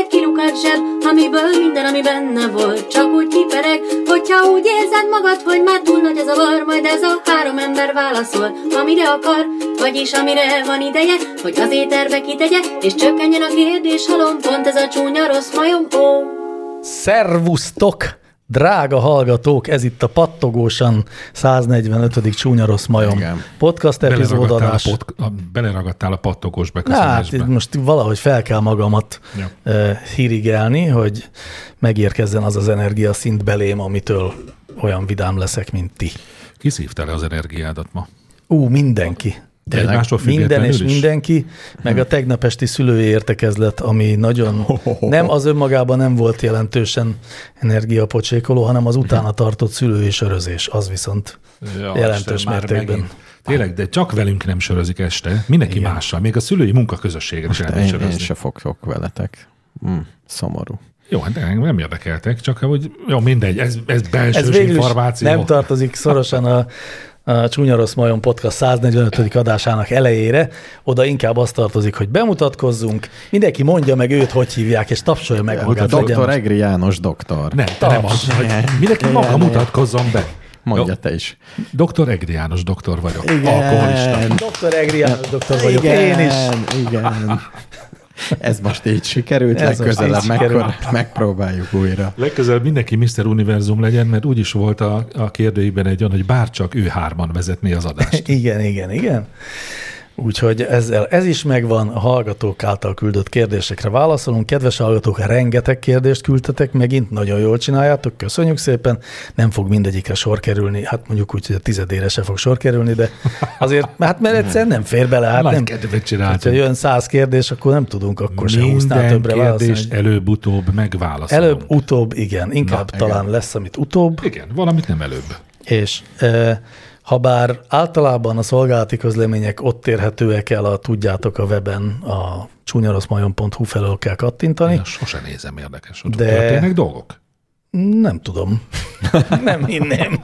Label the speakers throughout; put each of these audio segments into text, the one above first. Speaker 1: egy kilukat zseb, amiből minden, ami benne volt, csak úgy kipereg, hogyha úgy érzed magad, hogy már túl nagy ez a var, majd ez a három ember válaszol, amire akar, vagyis amire van ideje, hogy az éterbe kitegye, és csökkenjen a kérdés halom, pont ez a csúnya rossz majom, ó.
Speaker 2: Szervusztok! Drága hallgatók, ez itt a Pattogósan 145. Csúnya Rossz Majom
Speaker 3: Igen.
Speaker 2: podcast
Speaker 3: Beleragadtál a,
Speaker 2: epizódadás.
Speaker 3: pot, a, beleragadtál a pattogós
Speaker 2: Hát itt
Speaker 3: beköszönésbe.
Speaker 2: most valahogy fel kell magamat
Speaker 3: Ja.
Speaker 2: ja. hirigelni, hogy megérkezzen az az energiaszint belém, amitől olyan vidám leszek, mint ti.
Speaker 3: Kiszívta le az energiádat ma.
Speaker 2: Ú, mindenki. Tényleg,
Speaker 3: egymástól
Speaker 2: Minden
Speaker 3: függetlenül
Speaker 2: és
Speaker 3: is?
Speaker 2: mindenki, meg a tegnap esti szülői értekezlet, ami nagyon nem az önmagában nem volt jelentősen energiapocsékoló, hanem az utána tartott szülő és örözés, az viszont
Speaker 3: Ja,
Speaker 2: jelentős
Speaker 3: Isten, már
Speaker 2: mértékben.
Speaker 3: megint. Tényleg, de csak velünk nem sörözik este. Mindenki Igen. mással. Még a szülői munkaközösséget sem lehet
Speaker 4: Én, én
Speaker 3: sörözni.
Speaker 4: se fogok veletek. Mm, szomorú.
Speaker 3: Jó, hát nem, nem érdekeltek, csak hogy jó, mindegy, ez, ez belső
Speaker 2: Ez végül is
Speaker 3: információ.
Speaker 2: nem tartozik szorosan a, a Csúnya Rossz Majon Podcast 145. adásának elejére, oda inkább az tartozik, hogy bemutatkozzunk, mindenki mondja meg őt, hogy hívják, és tapsolja meg magát. legyen
Speaker 4: Doktor
Speaker 2: most-
Speaker 4: Egri János doktor.
Speaker 3: Nem, te nem az, hogy mindenki maga mutatkozzon be.
Speaker 4: Mondja
Speaker 3: Jó,
Speaker 4: te is.
Speaker 3: Dr. Egri János doktor vagyok, Igen. alkoholista.
Speaker 2: Doktor Egri János doktor vagyok,
Speaker 4: igen,
Speaker 2: én is.
Speaker 4: Igen. Ez most így sikerült,
Speaker 2: Ez most
Speaker 4: legközelebb
Speaker 2: így sikerült.
Speaker 4: megkor, megpróbáljuk újra.
Speaker 3: Legközelebb mindenki Mr. Univerzum legyen, mert úgyis volt a, a kérdőiben egy olyan, hogy bárcsak ő hárman vezetné az adást.
Speaker 2: Igen, igen, igen. Úgyhogy ezzel ez is megvan, a hallgatók által küldött kérdésekre válaszolunk. Kedves hallgatók, rengeteg kérdést küldtetek megint, nagyon jól csináljátok, köszönjük szépen. Nem fog mindegyikre sor kerülni, hát mondjuk úgy, hogy a tizedére se fog sor kerülni, de azért, hát mert egyszer nem fér bele, hát
Speaker 3: Nagy
Speaker 2: nem.
Speaker 3: kedvet
Speaker 2: Ha
Speaker 3: csináltunk.
Speaker 2: jön száz kérdés, akkor nem tudunk akkor se húsznál
Speaker 3: Minden
Speaker 2: többre válaszolni.
Speaker 3: kérdést előbb-utóbb megválaszolunk.
Speaker 2: Előbb-utóbb, igen, inkább Na, talán igen. lesz, amit utóbb.
Speaker 3: Igen, valamit nem előbb.
Speaker 2: És e, ha bár általában a szolgálati közlemények ott érhetőek el, a tudjátok a weben, a csúnyaroszmajon.hu felől kell kattintani,
Speaker 3: Én sose nézem érdekes, hogy
Speaker 2: De-
Speaker 3: De... történnek dolgok.
Speaker 2: nem tudom. nem hinném.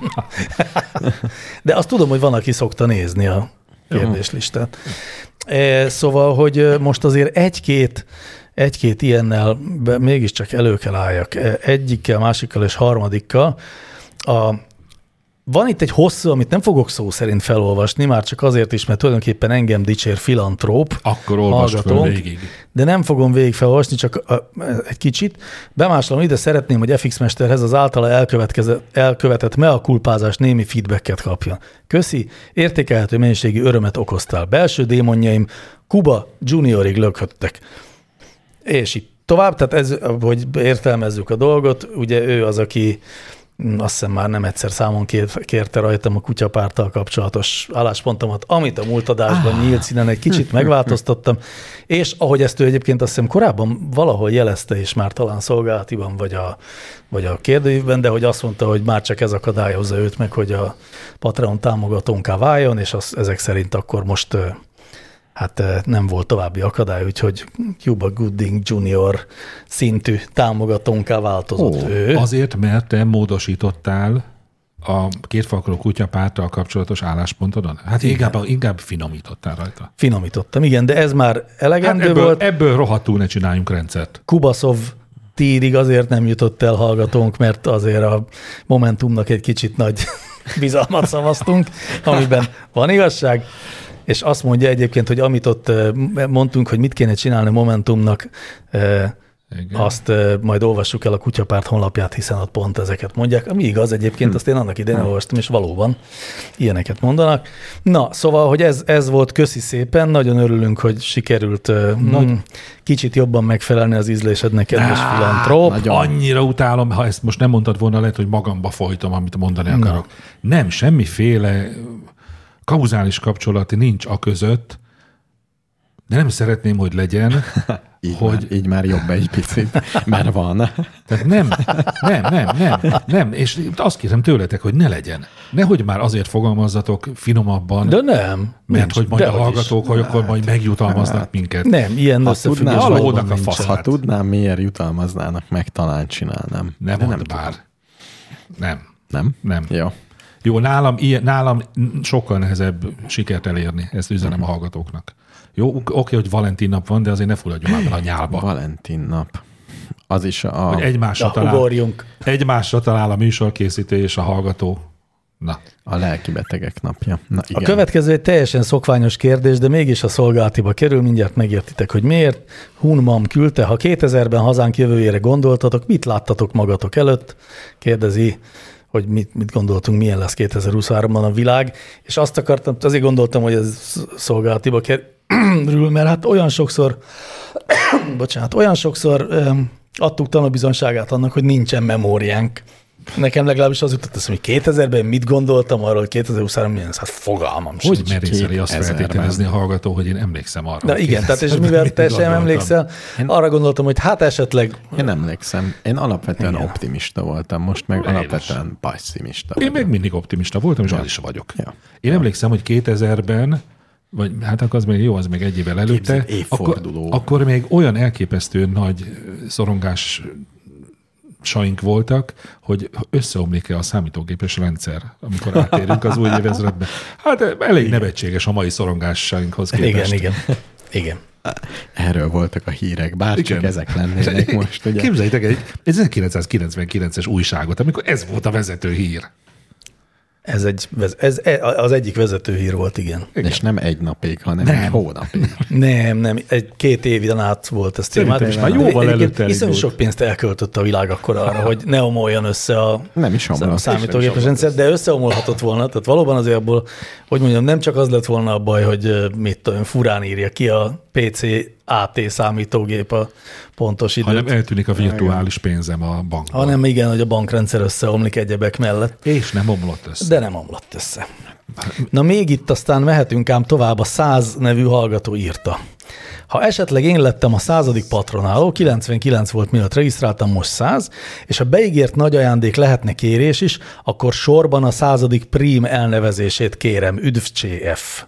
Speaker 2: De azt tudom, hogy van, aki szokta nézni a kérdéslistát. E, Szóval, hogy ö, most azért egy-két egy-két ilyennel be- mégiscsak elő kell álljak. E, Egyikkel, másikkal és harmadikkal. A, van itt egy hosszú, amit nem fogok szó szerint felolvasni, már csak azért is, mert tulajdonképpen engem dicsér filantróp.
Speaker 3: Akkor olvasd föl
Speaker 2: hallgatónk,
Speaker 3: végig.
Speaker 2: De nem fogom végig felolvasni, csak ö, egy kicsit. Bemásolom ide, szeretném, hogy FX Mesterhez az általa elkövetkezett- elkövetett meakulpázás némi feedbacket kapjon. Köszi, értékelhető mennyiségű örömet okoztál. Belső démonjaim Kuba juniorig lökhettek. És így tovább, tehát ez, hogy értelmezzük a dolgot, ugye ő az, aki mm, azt hiszem már nem egyszer számon kér- kérte rajtam a kutyapárttal kapcsolatos álláspontomat, amit a múlt adásban nyílt színen egy kicsit megváltoztattam, és ahogy ezt ő egyébként azt hiszem korábban valahol jelezte, és már talán szolgálatiban vagy a, vagy a kérdőívben, de hogy azt mondta, hogy már csak ez akadályozza őt meg, hogy a Patreon támogatónká váljon, és az, ezek szerint akkor most ö, hát eh, nem volt további akadály, úgyhogy Cuba Gooding Jr. szintű támogatónká változott
Speaker 4: Ó,
Speaker 2: oh, ő.
Speaker 3: Azért, mert te módosítottál a kétfalkoló kutyapárttal kapcsolatos álláspontodon? Hát inkább, inkább finomítottál rajta.
Speaker 2: Finomítottam, igen, de ez már
Speaker 3: Hát
Speaker 2: elegendő
Speaker 3: ebből,
Speaker 2: volt.
Speaker 3: volt. ebből rohadtul ne csináljunk rendszert.
Speaker 2: Kubaszov tírig azért nem jutott el hallgatónk, mert azért a Momentumnak egy kicsit nagy bizalmat szavaztunk, amiben van igazság, és azt mondja egyébként, hogy amit ott eh, mondtunk, hogy mit kéne csinálni Momentumnak, eh,
Speaker 3: Igen.
Speaker 2: Azt ö, majd olvassuk el a Kutyapárt honlapját, hiszen ott pont ezeket mondják. Ami igaz
Speaker 3: Hm.
Speaker 2: egyébként, azt én annak idején olvastam, és valóban ilyeneket mondanak. Na, szóval, hogy ez, ez volt, köszi szépen, nagyon örülünk, hogy sikerült ö, mm, kicsit jobban megfelelni az ízlésednek, kedves filantróp.
Speaker 4: nagyon.
Speaker 3: Annyira utálom, ha ezt most nem mondtad volna, lehet, hogy magamba folytom, amit mondani akarok. Nem, semmiféle kauzális kapcsolat nincs a között, de nem szeretném, hogy legyen,
Speaker 4: Így, hogy...
Speaker 3: Hogy-
Speaker 4: már, így már jobb egy picit. Már van.
Speaker 3: Tehát nem, nem, nem, nem, nem. És azt kérem tőletek, hogy ne legyen. Nehogy már azért fogalmazzatok finomabban,
Speaker 2: De nem.
Speaker 3: mert
Speaker 2: nincs,
Speaker 3: hogy majd a
Speaker 2: dehogy is.
Speaker 3: hallgatók, hogy akkor majd megjutalmaznak minket.
Speaker 2: Nem, ilyen összefüggés
Speaker 4: tudnám,
Speaker 2: valóban
Speaker 3: aludnak a
Speaker 2: nincs.
Speaker 3: fasz.
Speaker 4: Ha
Speaker 3: Hát.
Speaker 4: tudnám, miért jutalmaznának, meg talán csinálnám.
Speaker 3: Ne
Speaker 4: De
Speaker 3: mondd nem bár. Nem.
Speaker 4: Nem?
Speaker 3: Nem.
Speaker 4: Jó.
Speaker 3: Jó, nálam, ilyen, nálam sokkal nehezebb sikert elérni, ezt üzenem a hallgatóknak. Jó, ok- oké, hogy Valentin nap van, de azért ne fulladjon már bele a nyálba.
Speaker 4: Valentin nap. Az is a...
Speaker 3: Hogy egymásra
Speaker 2: Na,
Speaker 3: talál.
Speaker 2: ugorjunk.
Speaker 3: Egymásra talál a műsorkészítő és a hallgató. Na,
Speaker 4: A lelki betegek napja. Na, igen.
Speaker 2: A következő egy teljesen szokványos kérdés, de mégis a szolgálatiba kerül, mindjárt megértitek, hogy miért. Hunmam küldte, ha 2000-ben hazánk jövőjére gondoltatok, mit láttatok magatok előtt? Kérdezi, hogy mit, mit gondoltunk, milyen lesz 2023-ban a világ, és azt akartam, azért gondoltam, hogy ez sz- szolgálatiba kerül, mert hát olyan sokszor, bocsánat, olyan sokszor öm, adtuk tanúbizonságát annak, hogy nincsen memóriánk. Nekem legalábbis az jutott eszembe, hogy 2000-ben mit gondoltam arról, hogy 2023 milyen lesz, hát fogalmam
Speaker 3: hogy
Speaker 2: sincs.
Speaker 3: merészeli azt
Speaker 4: 2000-ben.
Speaker 3: feltételezni a hallgató, hogy én emlékszem arra.
Speaker 2: De
Speaker 3: hogy
Speaker 2: igen, tehát és
Speaker 3: 2000-ben
Speaker 2: mivel
Speaker 3: mit
Speaker 2: te sem
Speaker 3: gondoltam.
Speaker 2: emlékszel, arra gondoltam, hogy hát esetleg
Speaker 4: Én emlékszem, én alapvetően
Speaker 2: Igen.
Speaker 4: igen. optimista voltam, most meg
Speaker 3: Én is.
Speaker 4: alapvetően
Speaker 3: Én
Speaker 4: passzimista vagyok.
Speaker 3: még mindig optimista voltam, és az is vagyok.
Speaker 4: Ja.
Speaker 3: Én emlékszem, hogy 2000-ben, vagy hát akkor az még jó, az még egy évvel előtte,
Speaker 4: Képzeld,
Speaker 3: akkor,
Speaker 4: évforduló.
Speaker 3: akkor még olyan elképesztő nagy szorongás saink voltak, hogy összeomlik-e a számítógépes rendszer, amikor átérünk az új évezredbe. Hát elég nevetséges a mai szorongásainkhoz képest.
Speaker 2: igen, igen, igen.
Speaker 4: Erről voltak a hírek, bár csak ezek lennének most, ugye?
Speaker 3: Képzeljétek el egy egy 1999-es újságot, amikor ez volt a vezető hír.
Speaker 2: Ez, egy, ez e- az egyik vezető hír volt, igen.
Speaker 3: Igen.
Speaker 4: És nem egy napig, hanem nem. egy hónapig.
Speaker 2: Nem, nem, egy két évig át volt ez
Speaker 3: Szerintem
Speaker 2: témát.
Speaker 3: is már jóval előtte elég
Speaker 2: Iszonyú
Speaker 3: volt.
Speaker 2: sok pénzt elköltött a világ akkor arra, hogy ne omoljon össze a,
Speaker 4: Nem is
Speaker 2: a
Speaker 4: omlott.
Speaker 2: számítógépes rendszer, de összeomolhatott volna. Tehát valóban azért abból, hogy mondjam, nem csak az lett volna a baj, hogy ö, mit tudom, furán írja ki a PC AT számítógép a pontos időt,
Speaker 3: Hanem
Speaker 2: hanem,
Speaker 3: eltűnik a virtuális pénzem a bankban.
Speaker 2: hanem igen, hogy a bankrendszer összeomlik egyebek mellett.
Speaker 3: És nem omlott össze.
Speaker 2: De nem omlott össze. Na még itt aztán mehetünk ám tovább, a száz nevű hallgató írta. Ha esetleg én lettem a századik patronáló, 99 volt mielőtt regisztráltam, most 100, és a beígért nagy ajándék lehetne kérés is, akkor sorban a századik prím elnevezését kérem, üdv CF.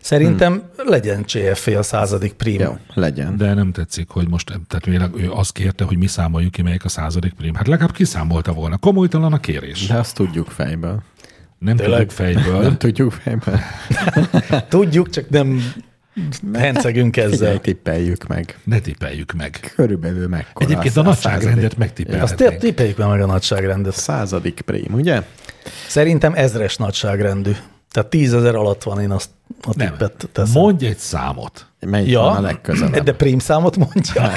Speaker 2: Szerintem hmm. legyen CF a századik prím.
Speaker 4: Jó, legyen.
Speaker 3: De nem tetszik, hogy most, tehát tényleg ő azt kérte, hogy mi számoljuk ki, melyik a századik prim. Hát legalább kiszámolta volna. Komolytalan a kérés.
Speaker 4: De azt tudjuk fejből.
Speaker 3: Nem
Speaker 2: Tényleg?
Speaker 3: tudjuk fejből.
Speaker 4: Nem tudjuk fejből.
Speaker 2: Tudjuk, csak nem hencegünk
Speaker 4: Ezzel
Speaker 2: ezzel.
Speaker 4: tippeljük meg.
Speaker 3: Ne tippeljük meg.
Speaker 4: Körülbelül mekkora.
Speaker 3: Egyébként
Speaker 4: az-
Speaker 3: a
Speaker 4: századik-
Speaker 3: nagyságrendet
Speaker 2: Azt tép-
Speaker 3: megtippelhetnénk.
Speaker 2: tippeljük már meg a nagyságrendet.
Speaker 4: Századik prém, ugye?
Speaker 2: Szerintem ezres nagyságrendű. Tehát tízezer alatt van, én azt a
Speaker 3: Nem.
Speaker 2: tippet teszem.
Speaker 3: Mondj egy számot.
Speaker 4: Melyik ja.
Speaker 2: Ja.
Speaker 4: van a legközelebb?
Speaker 2: De prím számot mondja,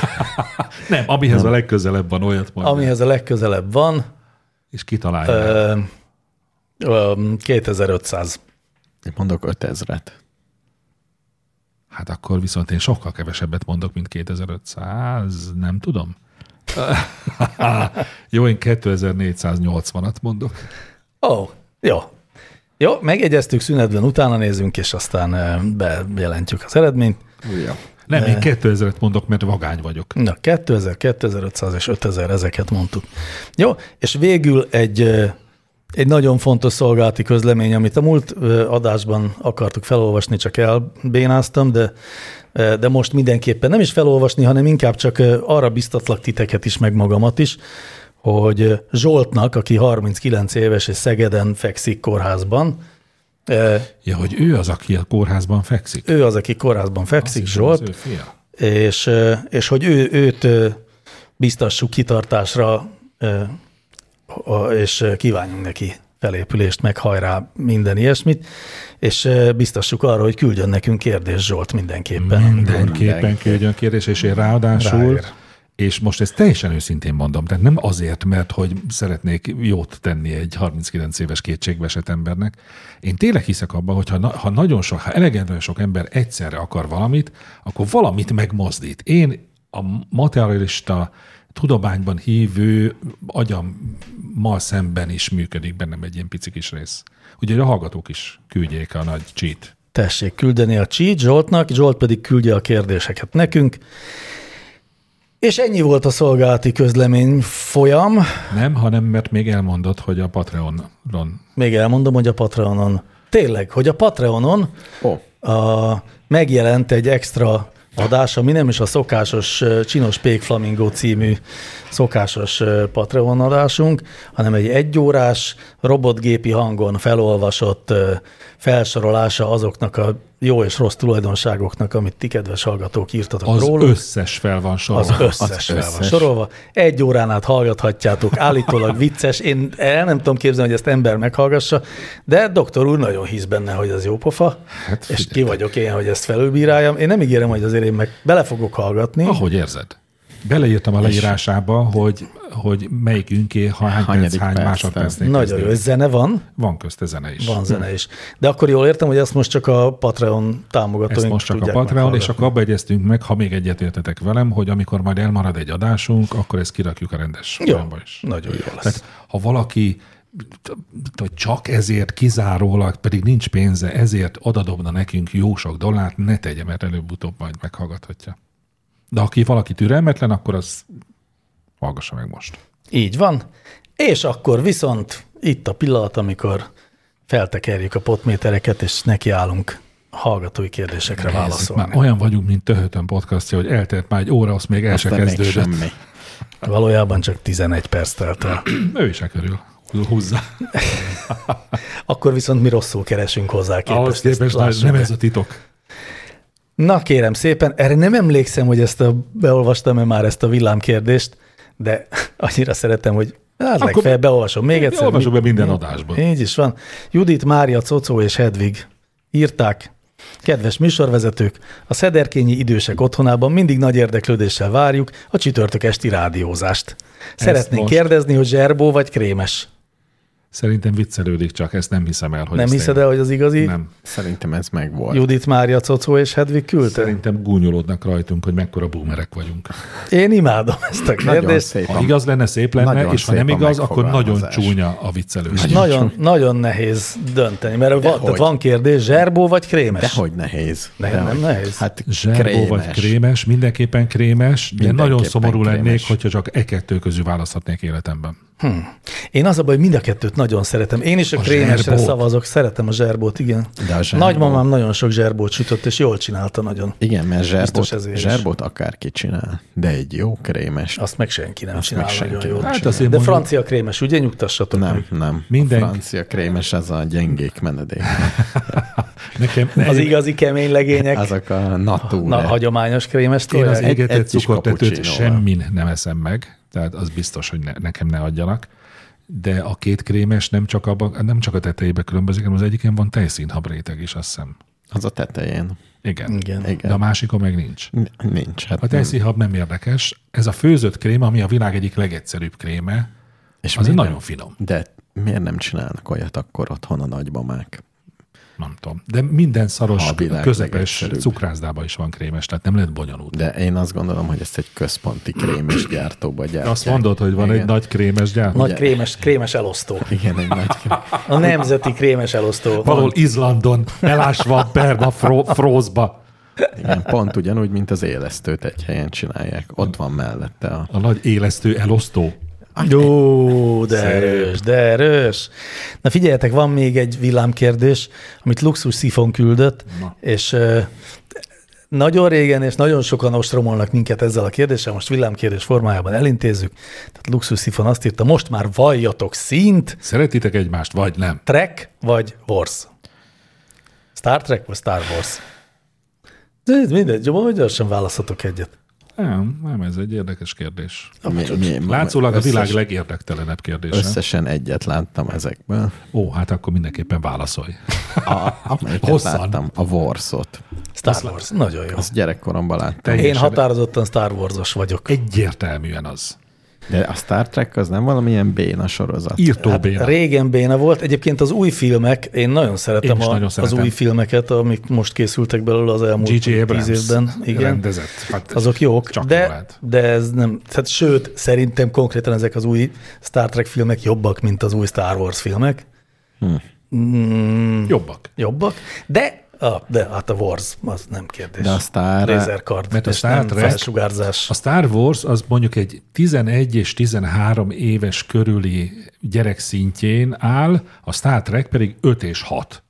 Speaker 3: Nem, amihez a legközelebb van olyat majd.
Speaker 2: amihez a legközelebb van.
Speaker 3: És kitalálja.
Speaker 2: Ö, ö, 2500.
Speaker 4: Én mondok 5000-et.
Speaker 3: Hát akkor viszont én sokkal kevesebbet mondok, mint 2500, nem tudom. Jó, én 2480-at mondok.
Speaker 2: Ó, oh, jó. Jó, megjegyeztük szünetben, utána nézünk, és aztán ö, bejelentjük az eredményt.
Speaker 4: Ja.
Speaker 3: Nem, én 2000-et mondok, mert vagány vagyok.
Speaker 2: Na, 2000, 2500 és 5000, ezeket mondtuk. Jó, és végül egy, ö, egy nagyon fontos szolgálati közlemény, amit a múlt ö, adásban akartuk felolvasni, csak elbénáztam, de, ö, de most mindenképpen nem is felolvasni, hanem inkább csak ö, arra biztatlak titeket is, meg magamat is, hogy ö, Zsoltnak, aki 39 éves és Szegeden fekszik kórházban, ö,
Speaker 3: Ja, hogy ő az, aki a kórházban fekszik.
Speaker 2: ő az, aki kórházban fekszik,
Speaker 3: Hiszem, az
Speaker 2: Zsolt,
Speaker 3: ő fia.
Speaker 2: és, ö, és hogy ő, őt ö, biztassuk kitartásra, ö, a- és ö, kívánjunk neki felépülést, meg hajrá minden ilyesmit, és ö, biztassuk arra, hogy küldjön nekünk kérdés Zsolt mindenképpen.
Speaker 3: Mindenképpen küldjön kérdés, és én ráadásul,
Speaker 2: Ráér.
Speaker 3: és most ezt teljesen őszintén mondom, tehát nem azért, mert hogy szeretnék jót tenni egy 39 éves kétségbeesett embernek. Én tényleg hiszek abban, hogy ha, na, ha nagyon sok, ha elegendően sok ember egyszerre akar valamit, akkor valamit megmozdít. Én a materialista tudományban hívő agyammal szemben is működik bennem egy ilyen pici kis rész. Ugye a hallgatók is küldjék a nagy cheat
Speaker 2: Tessék küldeni a csít Zsoltnak, Zsolt pedig küldje a kérdéseket nekünk. És ennyi volt a szolgálati közlemény folyam.
Speaker 3: Nem, hanem mert még elmondod, hogy a Patreonon.
Speaker 2: Még elmondom, hogy a Patreonon. Tényleg, hogy a Patreonon
Speaker 4: Ó,
Speaker 2: a, megjelent egy extra adás, ami nem is a szokásos ö, Csinos Pék Flamingo című szokásos ö, Patreon adásunk, hanem egy egyórás robotgépi hangon felolvasott ö, felsorolása azoknak a jó és rossz tulajdonságoknak, amit ti kedves hallgatók írtatok
Speaker 3: Az
Speaker 2: róla.
Speaker 3: összes fel van
Speaker 2: Az
Speaker 3: sorolva.
Speaker 2: összes fel van
Speaker 4: összes.
Speaker 2: sorolva. Egy órán át hallgathatjátok, állítólag vicces. Én el nem tudom képzelni, hogy ezt ember meghallgassa, de doktor úr nagyon hisz benne, hogy az jó pofa, hát és ki vagyok én, hogy ezt felülbíráljam. Én nem ígérem, hogy azért én meg bele fogok hallgatni.
Speaker 3: Ahogy érzed. Beleírtam a leírásába, hogy, hogy melyikünké, ha hány perc,
Speaker 4: Hanyadik
Speaker 3: hány
Speaker 4: percben.
Speaker 3: másodpercnél
Speaker 2: Nagyon
Speaker 3: kezdődik. hm.
Speaker 2: jó, és zene van,
Speaker 3: Van közte zene is.
Speaker 2: van zene is. De akkor jól értem, hogy ezt most csak a Patreon támogatóink
Speaker 3: Ezt most csak a
Speaker 2: tudják
Speaker 3: Patreon, és
Speaker 2: meghallgatni.
Speaker 3: akkor abba egyeztünk meg, ha még egyetértetek velem, hogy amikor majd elmarad egy adásunk, akkor ezt kirakjuk a rendes
Speaker 2: Jó,
Speaker 3: sorrendba is.
Speaker 2: nagyon jó lesz.
Speaker 3: Tehát ha valaki t- t- vagy csak ezért kizárólag, pedig nincs pénze, ezért odadobna nekünk jó sok dollárt, ne tegye, mert előbb-utóbb majd meghallgathatja. De aki valaki türelmetlen, akkor az hallgassa meg most.
Speaker 2: Így van. És akkor viszont itt a pillanat, amikor feltekerjük a potmétereket, és nekiállunk a hallgatói kérdésekre
Speaker 3: Nézzük, már
Speaker 2: válaszolni.
Speaker 3: olyan vagyunk, mint Töhötön podcastja, hogy eltelt már egy óra, azt még el se
Speaker 4: Aztán még
Speaker 3: kezdődött.
Speaker 4: semmi.
Speaker 2: Valójában csak 11 perc telt el.
Speaker 3: Ő is körül húzza.
Speaker 2: Akkor viszont mi rosszul keresünk hozzá
Speaker 3: Ahhoz
Speaker 2: képest.
Speaker 3: képest
Speaker 2: ezt
Speaker 3: már
Speaker 2: lássuk
Speaker 3: nem
Speaker 2: be.
Speaker 3: ez a titok.
Speaker 2: Na kérem szépen, erre nem emlékszem, hogy ezt a, beolvastam-e már ezt a villámkérdést, de annyira szeretem, hogy hát
Speaker 3: Akkor
Speaker 2: legfeljebb beolvasom még
Speaker 3: mi-
Speaker 2: egyszer.
Speaker 3: olvasok
Speaker 2: Mi-
Speaker 3: be minden
Speaker 2: mi-
Speaker 3: adásban.
Speaker 2: Így is van. Judit, Mária, Cocó és Hedvig írták, Kedves műsorvezetők, a szederkényi idősek otthonában mindig nagy érdeklődéssel várjuk a csütörtök esti rádiózást. Szeretnénk
Speaker 3: most.
Speaker 2: kérdezni, hogy zserbó vagy krémes.
Speaker 3: Szerintem viccelődik csak, ezt nem hiszem el, hogy
Speaker 2: Nem
Speaker 3: ezt
Speaker 2: hiszed
Speaker 3: én-
Speaker 2: el, hogy az igazi
Speaker 3: Nem.
Speaker 4: Szerintem ez megvolt.
Speaker 2: Judit, Mária, Cocó és Hedvig küldte?
Speaker 3: Szerintem gúnyolódnak rajtunk, hogy mekkora boomerek vagyunk.
Speaker 2: Én imádom ezt a
Speaker 4: Nagyon
Speaker 2: kérdést.
Speaker 4: szép.
Speaker 3: Ha igaz lenne, szép lenne,
Speaker 4: Nagyon
Speaker 3: és ha nem
Speaker 4: szép a
Speaker 3: igaz, akkor nagyon
Speaker 4: megfogalmazás. Hát
Speaker 3: csúnya a viccelős.
Speaker 2: Nagyon, nagyon nehéz dönteni, mert van, tehát
Speaker 4: hogy?
Speaker 2: van kérdés, zserbó vagy krémes?
Speaker 4: Dehogy nehéz.
Speaker 2: Nekem nem nehéz.
Speaker 4: Hát
Speaker 3: Zserbó vagy krémes, mindenképpen krémes, de
Speaker 4: Mindenképpen
Speaker 3: nagyon szomorú
Speaker 4: krémes.
Speaker 3: lennék, hogyha csak e kettő közül választhatnék életemben.
Speaker 2: Én az a baj, hogy mind a kettőt nagyon szeretem. Én is a,
Speaker 3: A
Speaker 2: krémesre
Speaker 3: zserbót.
Speaker 2: szavazok, szeretem a zserbót, igen.
Speaker 4: De a zserbó-
Speaker 2: Nagymamám nagyon sok zserbót sütött, és jól csinálta nagyon.
Speaker 4: Igen, mert
Speaker 2: Biztos
Speaker 4: zserbot,
Speaker 2: ezért is.
Speaker 4: zserbot akárki csinál, de egy jó krémes.
Speaker 2: Azt meg senki nem
Speaker 4: meg
Speaker 2: csinál nagyon
Speaker 4: senki
Speaker 2: jól.
Speaker 4: nem
Speaker 3: Hát azt én
Speaker 2: De
Speaker 3: mondjuk-
Speaker 2: francia krémes, ugye? Nyugtassatok
Speaker 4: Nem,
Speaker 2: meg.
Speaker 4: nem.
Speaker 3: Minden-
Speaker 4: Minden... A francia krémes az a gyengék menedék.
Speaker 3: Nekem
Speaker 2: Az igazi kemény legények,
Speaker 4: Azok a natúre.
Speaker 2: na, hagyományos krémes
Speaker 3: Én az
Speaker 2: tényleg.
Speaker 4: egy-
Speaker 3: égetett
Speaker 4: egy kis
Speaker 3: cukortetőt
Speaker 4: cappuccinoval.
Speaker 3: semmin nem eszem meg, tehát az biztos, hogy ne, nekem ne adjanak. De a két krémes nem csak, abba, nem csak a tetejébe különbözik, hanem az egyiken van tejszínhab réteg is, azt hiszem.
Speaker 4: Az a tetején.
Speaker 3: Igen.
Speaker 2: Igen.
Speaker 4: Igen.
Speaker 3: De a másikon meg nincs.
Speaker 4: N- Nincs. Hát
Speaker 3: A
Speaker 4: nem.
Speaker 3: tejszínhab nem érdekes. Ez a főzött krém, ami a világ egyik legegyszerűbb kréme,
Speaker 4: És
Speaker 3: és az egy
Speaker 4: miért
Speaker 3: nagyon finom.
Speaker 4: nem- De miért nem csinálnak olyat akkor otthon a nagybamák?
Speaker 3: Nem tudom. De minden szaros,
Speaker 4: A világ
Speaker 3: közepes
Speaker 4: legegyszerűbb.
Speaker 3: cukrászdába is van krémes, tehát nem lehet bonyolult.
Speaker 4: De én azt gondolom, hogy ezt egy központi krémes gyártóba gyártják.
Speaker 3: Azt mondod, hogy van
Speaker 4: Igen.
Speaker 3: egy nagy krémes gyár?
Speaker 2: Nagy
Speaker 4: Ugye.
Speaker 2: krémes, krémes elosztó.
Speaker 4: Igen, egy nagy
Speaker 2: A nemzeti krémes elosztó.
Speaker 3: Valahol Izlandon, elásva perma fró- frózba.
Speaker 4: Igen, pont ugyanúgy, mint az élesztőt egy helyen csinálják. Ott van mellette a...
Speaker 3: A nagy élesztő elosztó.
Speaker 2: Jó, de erős, de erős. Na figyeljetek, van még egy villámkérdés, amit Luxus Szifon küldött, Na. és ö, nagyon régen és nagyon sokan ostromolnak minket ezzel a kérdéssel, most villámkérdés formájában elintézzük. Tehát Luxus Szifon azt írta, most már valljatok szint,
Speaker 3: Szeretitek egymást, vagy nem?
Speaker 2: Trek vagy Wars? Star Trek vagy Star Wars? De mindegy, jó, gyorsan választhatok egyet.
Speaker 3: Nem, nem, ez egy érdekes kérdés.
Speaker 4: Mi, mi,
Speaker 3: Látszólag a
Speaker 4: összes-
Speaker 3: világ legérdektelenebb kérdése.
Speaker 4: Összesen egyet láttam ezekből.
Speaker 3: Ó, hát akkor mindenképpen válaszolj.
Speaker 4: A, amelyiket
Speaker 3: Hosszan.
Speaker 4: láttam, a Warszot.
Speaker 2: Star Wars, nagyon jó.
Speaker 4: Azt gyerekkoromban láttam.
Speaker 2: Én
Speaker 3: teljesen-
Speaker 2: határozottan Star Wars-os vagyok.
Speaker 3: Egyértelműen az.
Speaker 4: De a Star Trek az nem valamilyen béna sorozat.
Speaker 3: Írtó
Speaker 2: Hát
Speaker 3: Béla.
Speaker 2: régen béna volt. Egyébként az új filmek, én nagyon szeretem,
Speaker 3: Én is
Speaker 2: a,
Speaker 3: nagyon
Speaker 2: az
Speaker 3: szeretem.
Speaker 2: új filmeket, amik most készültek belőle az elmúlt
Speaker 3: G.J.
Speaker 2: tíz
Speaker 3: Abrams
Speaker 2: évben. Igen.
Speaker 3: rendezett. Hát
Speaker 2: Azok jók,
Speaker 3: csak jó
Speaker 2: de,
Speaker 3: lehet.
Speaker 2: de ez nem, tehát sőt, szerintem konkrétan ezek az új Star Trek filmek jobbak, mint az új Star Wars filmek. Mm.
Speaker 3: jobbak.
Speaker 2: Jobbak, de, a, de hát a Wars, az nem kérdés.
Speaker 4: De a Star-
Speaker 2: Lézerkard,
Speaker 3: mert a
Speaker 2: és
Speaker 3: Star
Speaker 2: nem
Speaker 3: Trek-
Speaker 2: felsugárzás.
Speaker 3: A Star Wars az mondjuk egy 11 és 13 éves körüli gyerek szintjén áll, a Star Trek pedig 5 és 6.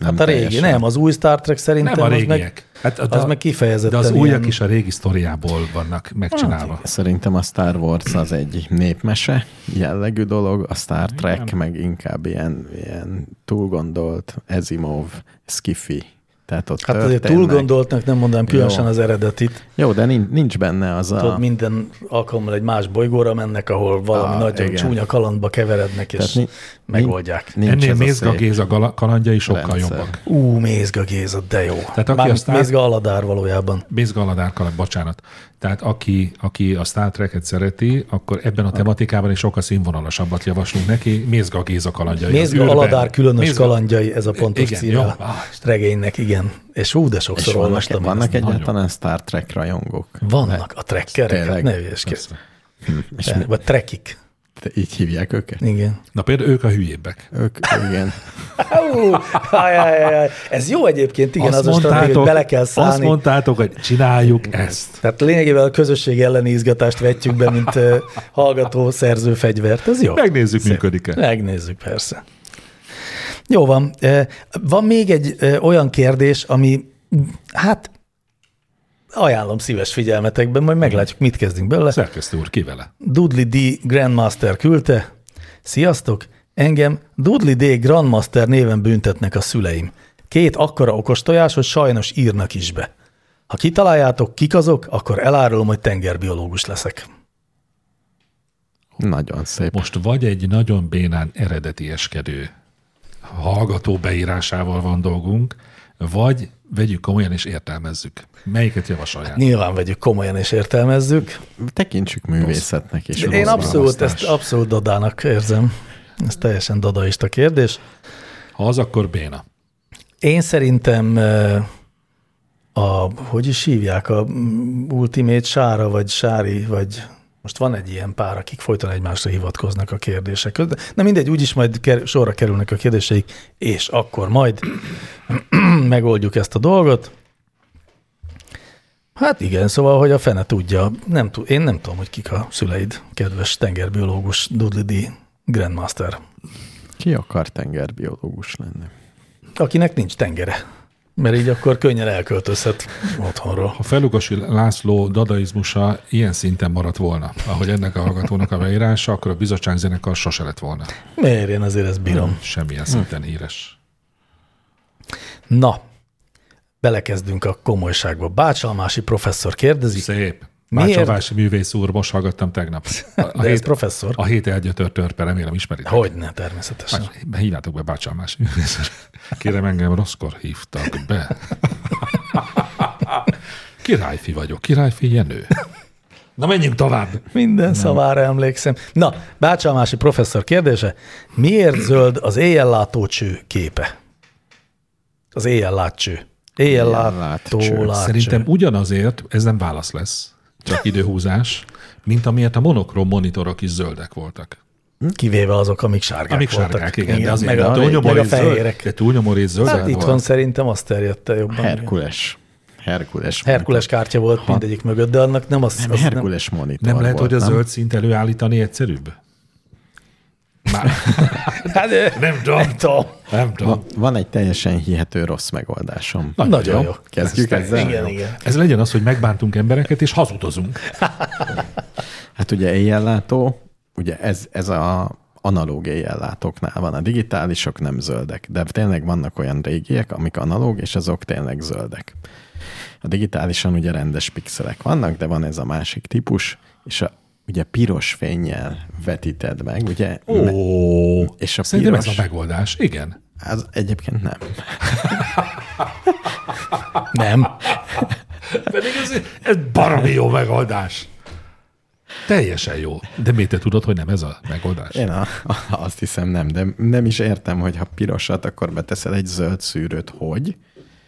Speaker 4: Nem
Speaker 2: Hát a régi,
Speaker 4: teljesen.
Speaker 2: nem, az új Star Trek szerintem
Speaker 3: Nem a
Speaker 2: az meg,
Speaker 3: régiek. Hát,
Speaker 2: az meg
Speaker 3: De
Speaker 2: kifejezetten
Speaker 3: az újak
Speaker 2: ilyen- Hát,
Speaker 3: is a régi sztoriából vannak megcsinálva.
Speaker 4: Szerintem a Star Wars az egy népmese jellegű dolog, a Star Trek meg inkább ilyen, ilyen túlgondolt, Ezimov, skifi Tehát ott
Speaker 2: Hát azért túl
Speaker 4: történnek.
Speaker 2: gondoltnak, nem mondanám különösen az eredetit.
Speaker 4: Jó, de nincs, nincs benne az a...
Speaker 2: Tudod, minden alkalommal egy más bolygóra mennek, ahol valami
Speaker 4: Á,
Speaker 2: nagyon
Speaker 4: igen.
Speaker 2: csúnya kalandba keverednek, és
Speaker 4: Tehát ni-
Speaker 2: megoldják.
Speaker 4: nincs
Speaker 3: Ennél
Speaker 4: ez a
Speaker 3: Mézga
Speaker 4: szép.
Speaker 3: Géza gala- kalandjai sokkal
Speaker 4: Rendszer.
Speaker 3: jobbak.
Speaker 2: Ú, Mézga Géza, de jó. Tehát
Speaker 3: aki
Speaker 2: aki
Speaker 3: aztán-
Speaker 2: aztán... Mézga Aladár valójában.
Speaker 3: Mézga Aladár kaland, hát bocsánat. Tehát aki, aki a Star Trek-et szereti, akkor ebben a tematikában is sokkal színvonalasabbat javaslunk neki. Mézga Géza kalandjai. az
Speaker 2: Mézga
Speaker 3: űrben.
Speaker 2: Aladár különös
Speaker 3: Mézga-
Speaker 2: kalandjai, ez a pontos
Speaker 3: Igen,
Speaker 2: címe
Speaker 3: jó.
Speaker 2: a regénynek, igen. És ú, de
Speaker 4: És
Speaker 2: sokszor
Speaker 4: vannak,
Speaker 2: olvastam. ezt.
Speaker 4: vannak egyáltalán Star Trek rajongók.
Speaker 2: vannak a trekkerek, hát
Speaker 4: Tényleg.
Speaker 2: ne hülyeskedj.
Speaker 3: Persze.
Speaker 4: És
Speaker 2: Te-
Speaker 4: mi,
Speaker 2: Vagy trekik.
Speaker 4: te így hívják őket?
Speaker 2: Igen.
Speaker 3: Na például ők a hülyébbek.
Speaker 4: Ők, igen.
Speaker 2: Ú, ajj, ajj, ajj. Ez jó egyébként, igen,
Speaker 3: Azt
Speaker 2: az a stratégia, hogy bele kell szállni.
Speaker 3: Azt mondtátok, hogy csináljuk ezt.
Speaker 2: Tehát lényegében a közösség elleni izgatást vetjük be, mint ö, hallgató szerző fegyvert. Ez jó.
Speaker 3: Megnézzük,
Speaker 2: Szép.
Speaker 3: működik-e.
Speaker 2: Megnézzük, persze. Jó van. Ö, Van még egy ö, olyan kérdés, ami hát ajánlom szíves figyelmetekben, majd meglátjuk, mit kezdünk belőle.
Speaker 3: Szerkesztő úr, ki vele?
Speaker 2: Dudley D. Grandmaster küldte. Sziasztok! Engem Dudley D. Grandmaster néven büntetnek a szüleim. Két akkora okos tojás, hogy sajnos írnak is be. Ha kitaláljátok, kik azok, akkor elárulom, hogy tengerbiológus leszek.
Speaker 4: Nagyon szép.
Speaker 3: Most vagy egy nagyon bénán eredetieskedő hallgató beírásával van dolgunk, vagy vegyük komolyan és értelmezzük. Melyiket javasolják?
Speaker 2: Nyilván vegyük komolyan és értelmezzük.
Speaker 4: Tekintsük művészetnek is.
Speaker 2: De én
Speaker 4: rossz
Speaker 2: abszolút
Speaker 4: választás.
Speaker 2: ezt abszolút dadának érzem. Ez teljesen dadaista kérdés.
Speaker 3: Ha az, akkor béna.
Speaker 2: Én szerintem ö, a, hogy is hívják, a mm, Ultimate Sára, vagy Sári, vagy most van egy ilyen pár, akik folyton egymásra hivatkoznak a kérdések között. Na mindegy, úgyis majd ker, sorra kerülnek a kérdéseik, és akkor majd megoldjuk ezt a dolgot. Hát igen, szóval, hogy a fene tudja. Nem tud, én nem tudom, hogy kik a szüleid, kedves tengerbiológus Dudley D. Grandmaster,
Speaker 4: Ki akar tengerbiológus lenni?
Speaker 2: akinek nincs tengere, mert így akkor könnyen elköltözhet otthonról.
Speaker 3: Ha Felugasi László dadaizmusa ilyen szinten maradt volna, ahogy ennek a hallgatónak a beírása, akkor a bizottság zenekar sose lett volna.
Speaker 2: Miért én azért ezt bírom?
Speaker 3: Semmilyen szinten híres.
Speaker 2: Na, belekezdünk a komolyságba. Bácsalmási professzor kérdezi.
Speaker 3: Szép.
Speaker 2: Miért?
Speaker 3: Bácsavási művész úr, most hallgattam tegnap. A, a,
Speaker 2: De ez
Speaker 3: hét,
Speaker 2: professzor?
Speaker 3: a hét elgyötört törpe, remélem ismeritek.
Speaker 2: Hogyne, természetesen.
Speaker 3: Bács- Hívjátok be Bácsalmás művészre. Kérem, engem rosszkor hívtak be. Királyfi vagyok, királyfi Jenő. Na menjünk tovább.
Speaker 2: Minden Nem. szavára emlékszem. Na, Bácsalmási professzor kérdése. Miért zöld az éjjellátó cső képe? Az éjjellátcső. Éjjellátó
Speaker 4: Éjjellátcső.
Speaker 2: látcső.
Speaker 3: Szerintem ugyanazért, ez nem válasz lesz, csak időhúzás, mint amiért a monokrom monitorok is zöldek voltak.
Speaker 2: Kivéve azok, amik sárgák
Speaker 3: Amik
Speaker 2: voltak.
Speaker 3: sárgák, igen, igen, de azért
Speaker 2: meg, a,
Speaker 3: túlnyomó
Speaker 2: meg a
Speaker 3: rész zöld,
Speaker 2: fehérek.
Speaker 3: de túlnyomó rész zöldek
Speaker 2: Hát
Speaker 3: volt.
Speaker 2: itthon szerintem azt terjedte jobban.
Speaker 4: Herkules. Herkules.
Speaker 2: Herkules kártya volt mindegyik mögött, de annak nem az...
Speaker 4: monitor.
Speaker 2: az
Speaker 4: Nem, Herkules monitor
Speaker 3: Nem lehet,
Speaker 4: volt,
Speaker 3: hogy a
Speaker 4: nem?
Speaker 3: zöld szint előállítani egyszerűbb? Már,
Speaker 2: Nem, hát, ö,
Speaker 3: nem tudom.
Speaker 2: nem tudom.
Speaker 3: Nem tudom.
Speaker 4: Van, van egy teljesen hihető rossz megoldásom.
Speaker 3: Nagyon
Speaker 2: Nagyon
Speaker 3: jó.
Speaker 2: jó.
Speaker 4: Kezdjük ezzel?
Speaker 2: Igen, igen.
Speaker 3: Ez legyen az, hogy megbántunk embereket, és hazudozunk.
Speaker 4: Hát ugye éjjellátó, ugye ez, ez a analóg éjjellátóknál van. A digitálisok nem zöldek, de tényleg vannak olyan régiek, amik analóg, és azok tényleg zöldek. A digitálisan ugye rendes pixelek vannak, de van ez a másik típus, és a, ugye piros fényjel vetíted meg, ugye? Ne-
Speaker 3: Ó,
Speaker 4: És a
Speaker 3: Szerintem ez a
Speaker 4: piros-
Speaker 3: megoldás. Igen.
Speaker 4: Az egyébként nem.
Speaker 2: Nem.
Speaker 3: Pedig ez, ez baromi jó megoldás. Teljesen jó. De miért te tudod, hogy nem ez a megoldás?
Speaker 4: Én a, a, azt hiszem nem, de nem is értem, hogy ha pirosat, akkor beteszel egy zöld szűrőt, hogy?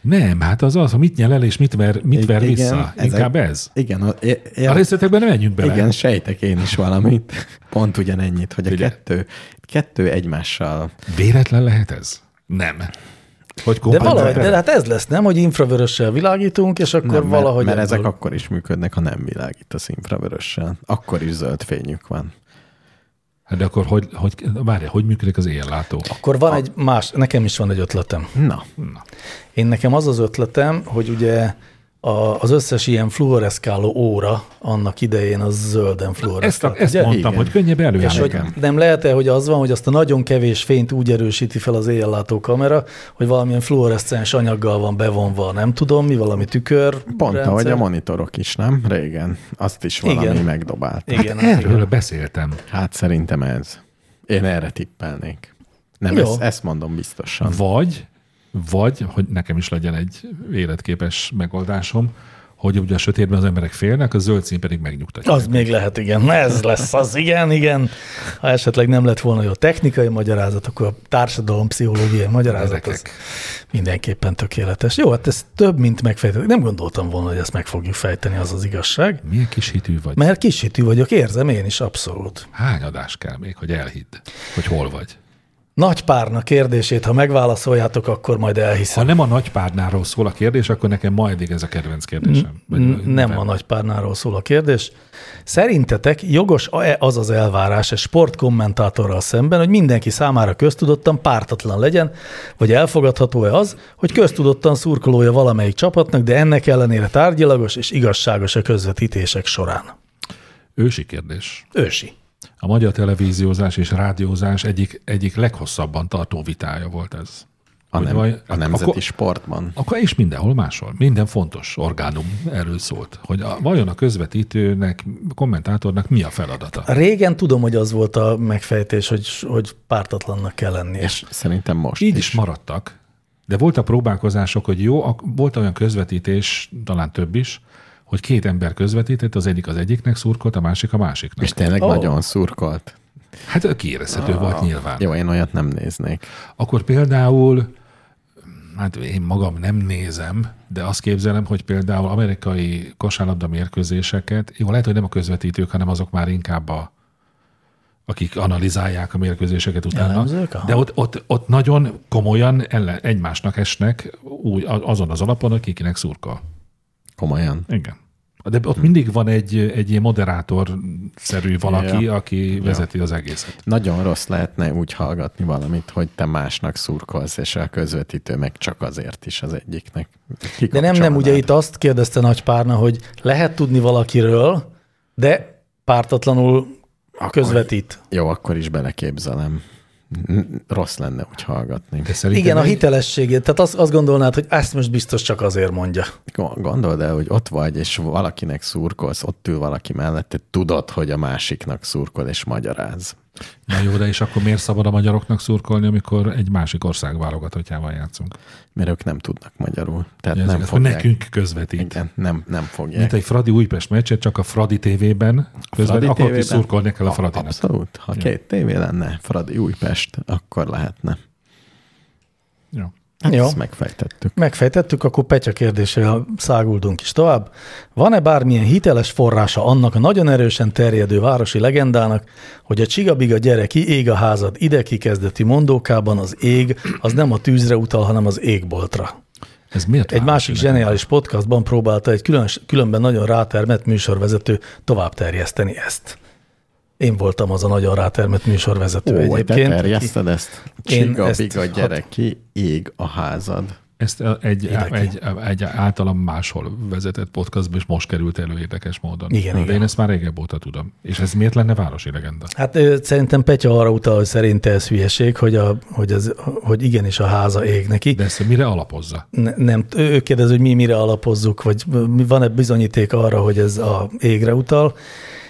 Speaker 3: Nem, hát az az, hogy mit nyel el, és mit ver, mit ver
Speaker 4: Igen,
Speaker 3: vissza.
Speaker 4: ezek-
Speaker 3: Inkább ez.
Speaker 4: Igen, a, é, é,
Speaker 3: A részletekben nem menjünk bele.
Speaker 4: Igen, sejtek én is valamit. Pont ugyanennyit, hogy a
Speaker 3: Ugye?
Speaker 4: kettő, kettő egymással.
Speaker 3: Véletlen lehet ez? Nem. Hogy
Speaker 2: De
Speaker 3: kompenzál-
Speaker 2: valahogy, de hát ez lesz, nem? Hogy infravörössel világítunk, és akkor
Speaker 4: Nem,
Speaker 2: nem, valahogy...
Speaker 4: mert, mert
Speaker 2: ebből-
Speaker 4: ezek akkor is működnek, ha nem világít az infravörössel. Akkor is zöld fényük van.
Speaker 3: Hát de akkor hogy, hogy, várja, hogy működik az éjjellátó?
Speaker 2: Akkor van egy más, nekem is van egy ötletem.
Speaker 4: Na,
Speaker 2: Én nekem az az ötletem, hogy ugye a, az összes ilyen fluoreszkáló óra annak idején az zölden
Speaker 3: Ezt,
Speaker 2: fluoreszkált.
Speaker 3: a, ezt
Speaker 2: ugye?
Speaker 3: mondtam,
Speaker 4: Igen.
Speaker 3: hogy könnyebb
Speaker 2: És
Speaker 3: előállni
Speaker 2: hogy
Speaker 3: kell.
Speaker 2: nem lehet-e, hogy az van, hogy azt a nagyon kevés fényt úgy erősíti fel az éjjellátó kamera, hogy valamilyen fluoreszcens anyaggal van bevonva, nem tudom mi, valami tükör.
Speaker 4: Pont
Speaker 2: rendszer?
Speaker 4: ahogy a monitorok is, nem? Régen. Azt is valami
Speaker 2: Igen.
Speaker 4: Igen. megdobált.
Speaker 2: Igen,
Speaker 3: hát erről
Speaker 2: igen.
Speaker 3: beszéltem.
Speaker 4: Hát szerintem ez. Én erre tippelnék. Nem,
Speaker 2: Jó.
Speaker 4: ezt, ezt mondom biztosan.
Speaker 3: Vagy, vagy, hogy nekem is legyen egy életképes megoldásom, hogy ugye a sötétben az emberek félnek, a zöld szín pedig megnyugtatja.
Speaker 2: Az még lehet, igen. Na, Ez lesz az, igen, igen. Ha esetleg nem lett volna jó technikai magyarázat, akkor a társadalom pszichológiai magyarázat az
Speaker 3: Ezekek.
Speaker 2: mindenképpen tökéletes. Jó, hát ez több, mint megfejtettük. Nem gondoltam volna, hogy ezt meg fogjuk fejteni, az az igazság.
Speaker 3: Milyen kis hitű vagy?
Speaker 2: Mert kisítő vagyok, érzem én is abszolút.
Speaker 3: Hány adás kell még, hogy elhidd, hogy hol vagy?
Speaker 2: Nagy párna kérdését, ha megválaszoljátok, akkor majd
Speaker 3: Ha
Speaker 2: elhiszem.
Speaker 3: nem a nagypárnáról szól a kérdés, akkor nekem ma eddig ez a kedvenc kérdésem. Vagy-
Speaker 2: N- Nem a nagypárnáról szól a kérdés. Szerintetek jogos-e az az elvárás egy sportkommentátorral szemben, hogy mindenki számára köztudottan pártatlan legyen, vagy elfogadható-e az, hogy köztudottan szurkolója valamelyik csapatnak, de ennek ellenére tárgyilagos és igazságos a közvetítések során?
Speaker 3: Ősi kérdés.
Speaker 2: Ősi.
Speaker 3: A magyar televíziózás és rádiózás egyik, egyik leghosszabban tartó vitája volt ez.
Speaker 4: A,
Speaker 3: Hogy
Speaker 4: nem,
Speaker 3: vaj-
Speaker 4: a nemzeti
Speaker 3: akkor-
Speaker 4: sportban.
Speaker 3: Akkor és mindenhol máshol. Minden fontos orgánum erről szólt, hogy a, vajon a közvetítőnek, kommentátornak mi a feladata?
Speaker 2: Régen tudom, hogy az volt a megfejtés, hogy, hogy pártatlannak kell lenni.
Speaker 4: És szerintem most
Speaker 3: Így is maradtak, de voltak próbálkozások, hogy jó, ak- volt olyan közvetítés, talán több is, hogy két ember közvetített, az egyik az egyiknek szurkolt, a másik a másiknak.
Speaker 4: És tényleg
Speaker 2: Ó.
Speaker 4: oh. nagyon szurkolt.
Speaker 3: Hát kiérezhető volt nyilván.
Speaker 4: Jó, én olyat nem néznék.
Speaker 3: Akkor például, hát én magam nem nézem, de azt képzelem, hogy például amerikai kosárlabda mérkőzéseket, jó, lehet, hogy nem a közvetítők, hanem azok már inkább a akik analizálják a mérkőzéseket utána.
Speaker 2: Elemzők, aha.
Speaker 3: De ott, ott, ott nagyon komolyan ellen, egymásnak esnek úgy, a- azon az alapon, hogy kikinek szurkol.
Speaker 4: Komolyan.
Speaker 3: Igen. De ott mindig van egy, egy ilyen moderátor-szerű valaki,
Speaker 4: Ja.
Speaker 3: aki vezeti az egészet.
Speaker 4: Nagyon rossz lehetne úgy hallgatni valamit, hogy te másnak szurkolsz, és a közvetítő meg csak azért is az egyiknek.
Speaker 2: De nem, nem, ugye itt azt kérdezte Nagy Párna, hogy lehet tudni valakiről, de pártatlanul közvetít.
Speaker 4: Jó, akkor is beleképzelem. N- Rossz lenne úgy hallgatni.
Speaker 3: De szerintem
Speaker 2: Igen, a
Speaker 3: egy-
Speaker 2: hitelességét. Tehát azt, azt gondolnád, hogy ezt most biztos csak azért mondja.
Speaker 4: Go- Gondold el, hogy ott vagy, és valakinek szurkolsz, ott ül valaki mellette, tudod, hogy a másiknak szurkol, és magyaráz.
Speaker 3: Na jó, de és akkor miért szabad a magyaroknak szurkolni, amikor egy másik ország válogatottjával játszunk?
Speaker 4: Mert ők nem tudnak magyarul. Tehát
Speaker 3: Ugye
Speaker 4: nem
Speaker 3: ezeket, hogy
Speaker 4: fogják.
Speaker 3: nekünk közvetít.
Speaker 4: Igen, nem, nem fogják.
Speaker 3: Mint egy Fradi Újpest meccset, csak a Fradi TV-ben közvetít,
Speaker 4: Fradi
Speaker 3: akkor is
Speaker 4: TV-ben?
Speaker 3: szurkolni kell a
Speaker 4: A-
Speaker 3: Fradinak.
Speaker 4: Abszolút. Ha
Speaker 3: Ja.
Speaker 4: két tévé lenne, Fradi Újpest, akkor lehetne.
Speaker 3: Ja.
Speaker 2: Hát Jó.
Speaker 4: Ezt megfejtettük.
Speaker 2: Megfejtettük, akkor Petya kérdésével száguldunk is tovább. Van-e bármilyen hiteles forrása annak a nagyon erősen terjedő városi legendának, hogy a csigabiga gyereki ég a házad ideki kezdeti mondókában az ég, az nem a tűzre utal, hanem az égboltra.
Speaker 3: Ez miért?
Speaker 2: Egy másik zseniális podcastban próbálta egy külön, különben nagyon rátermett műsorvezető tovább terjeszteni ezt. Én voltam az a nagyon rátermett műsorvezető
Speaker 4: Ó, te
Speaker 2: egyébként.
Speaker 4: terjeszted ezt?
Speaker 2: Én
Speaker 4: Csiga,
Speaker 2: ezt
Speaker 4: biga,
Speaker 2: hat-
Speaker 4: gyere ki, ég a házad.
Speaker 3: Ezt a- egy,
Speaker 2: Ideki.
Speaker 3: egy, egy általam máshol vezetett podcastban is most került elő érdekes módon.
Speaker 2: Igen,
Speaker 3: De
Speaker 2: igen.
Speaker 3: én ezt már régebb óta tudom. És ez miért lenne városi legenda?
Speaker 2: Hát ö, szerintem Petya arra utal, hogy szerinte ez hülyeség, hogy, a, hogy, ez, hogy igenis a háza ég neki.
Speaker 3: De
Speaker 2: De
Speaker 3: ezt mire alapozza?
Speaker 2: ne, nem, ő ő kérdez, hogy mi mire alapozzuk, vagy mi- van-e bizonyíték arra, hogy ez a égre utal.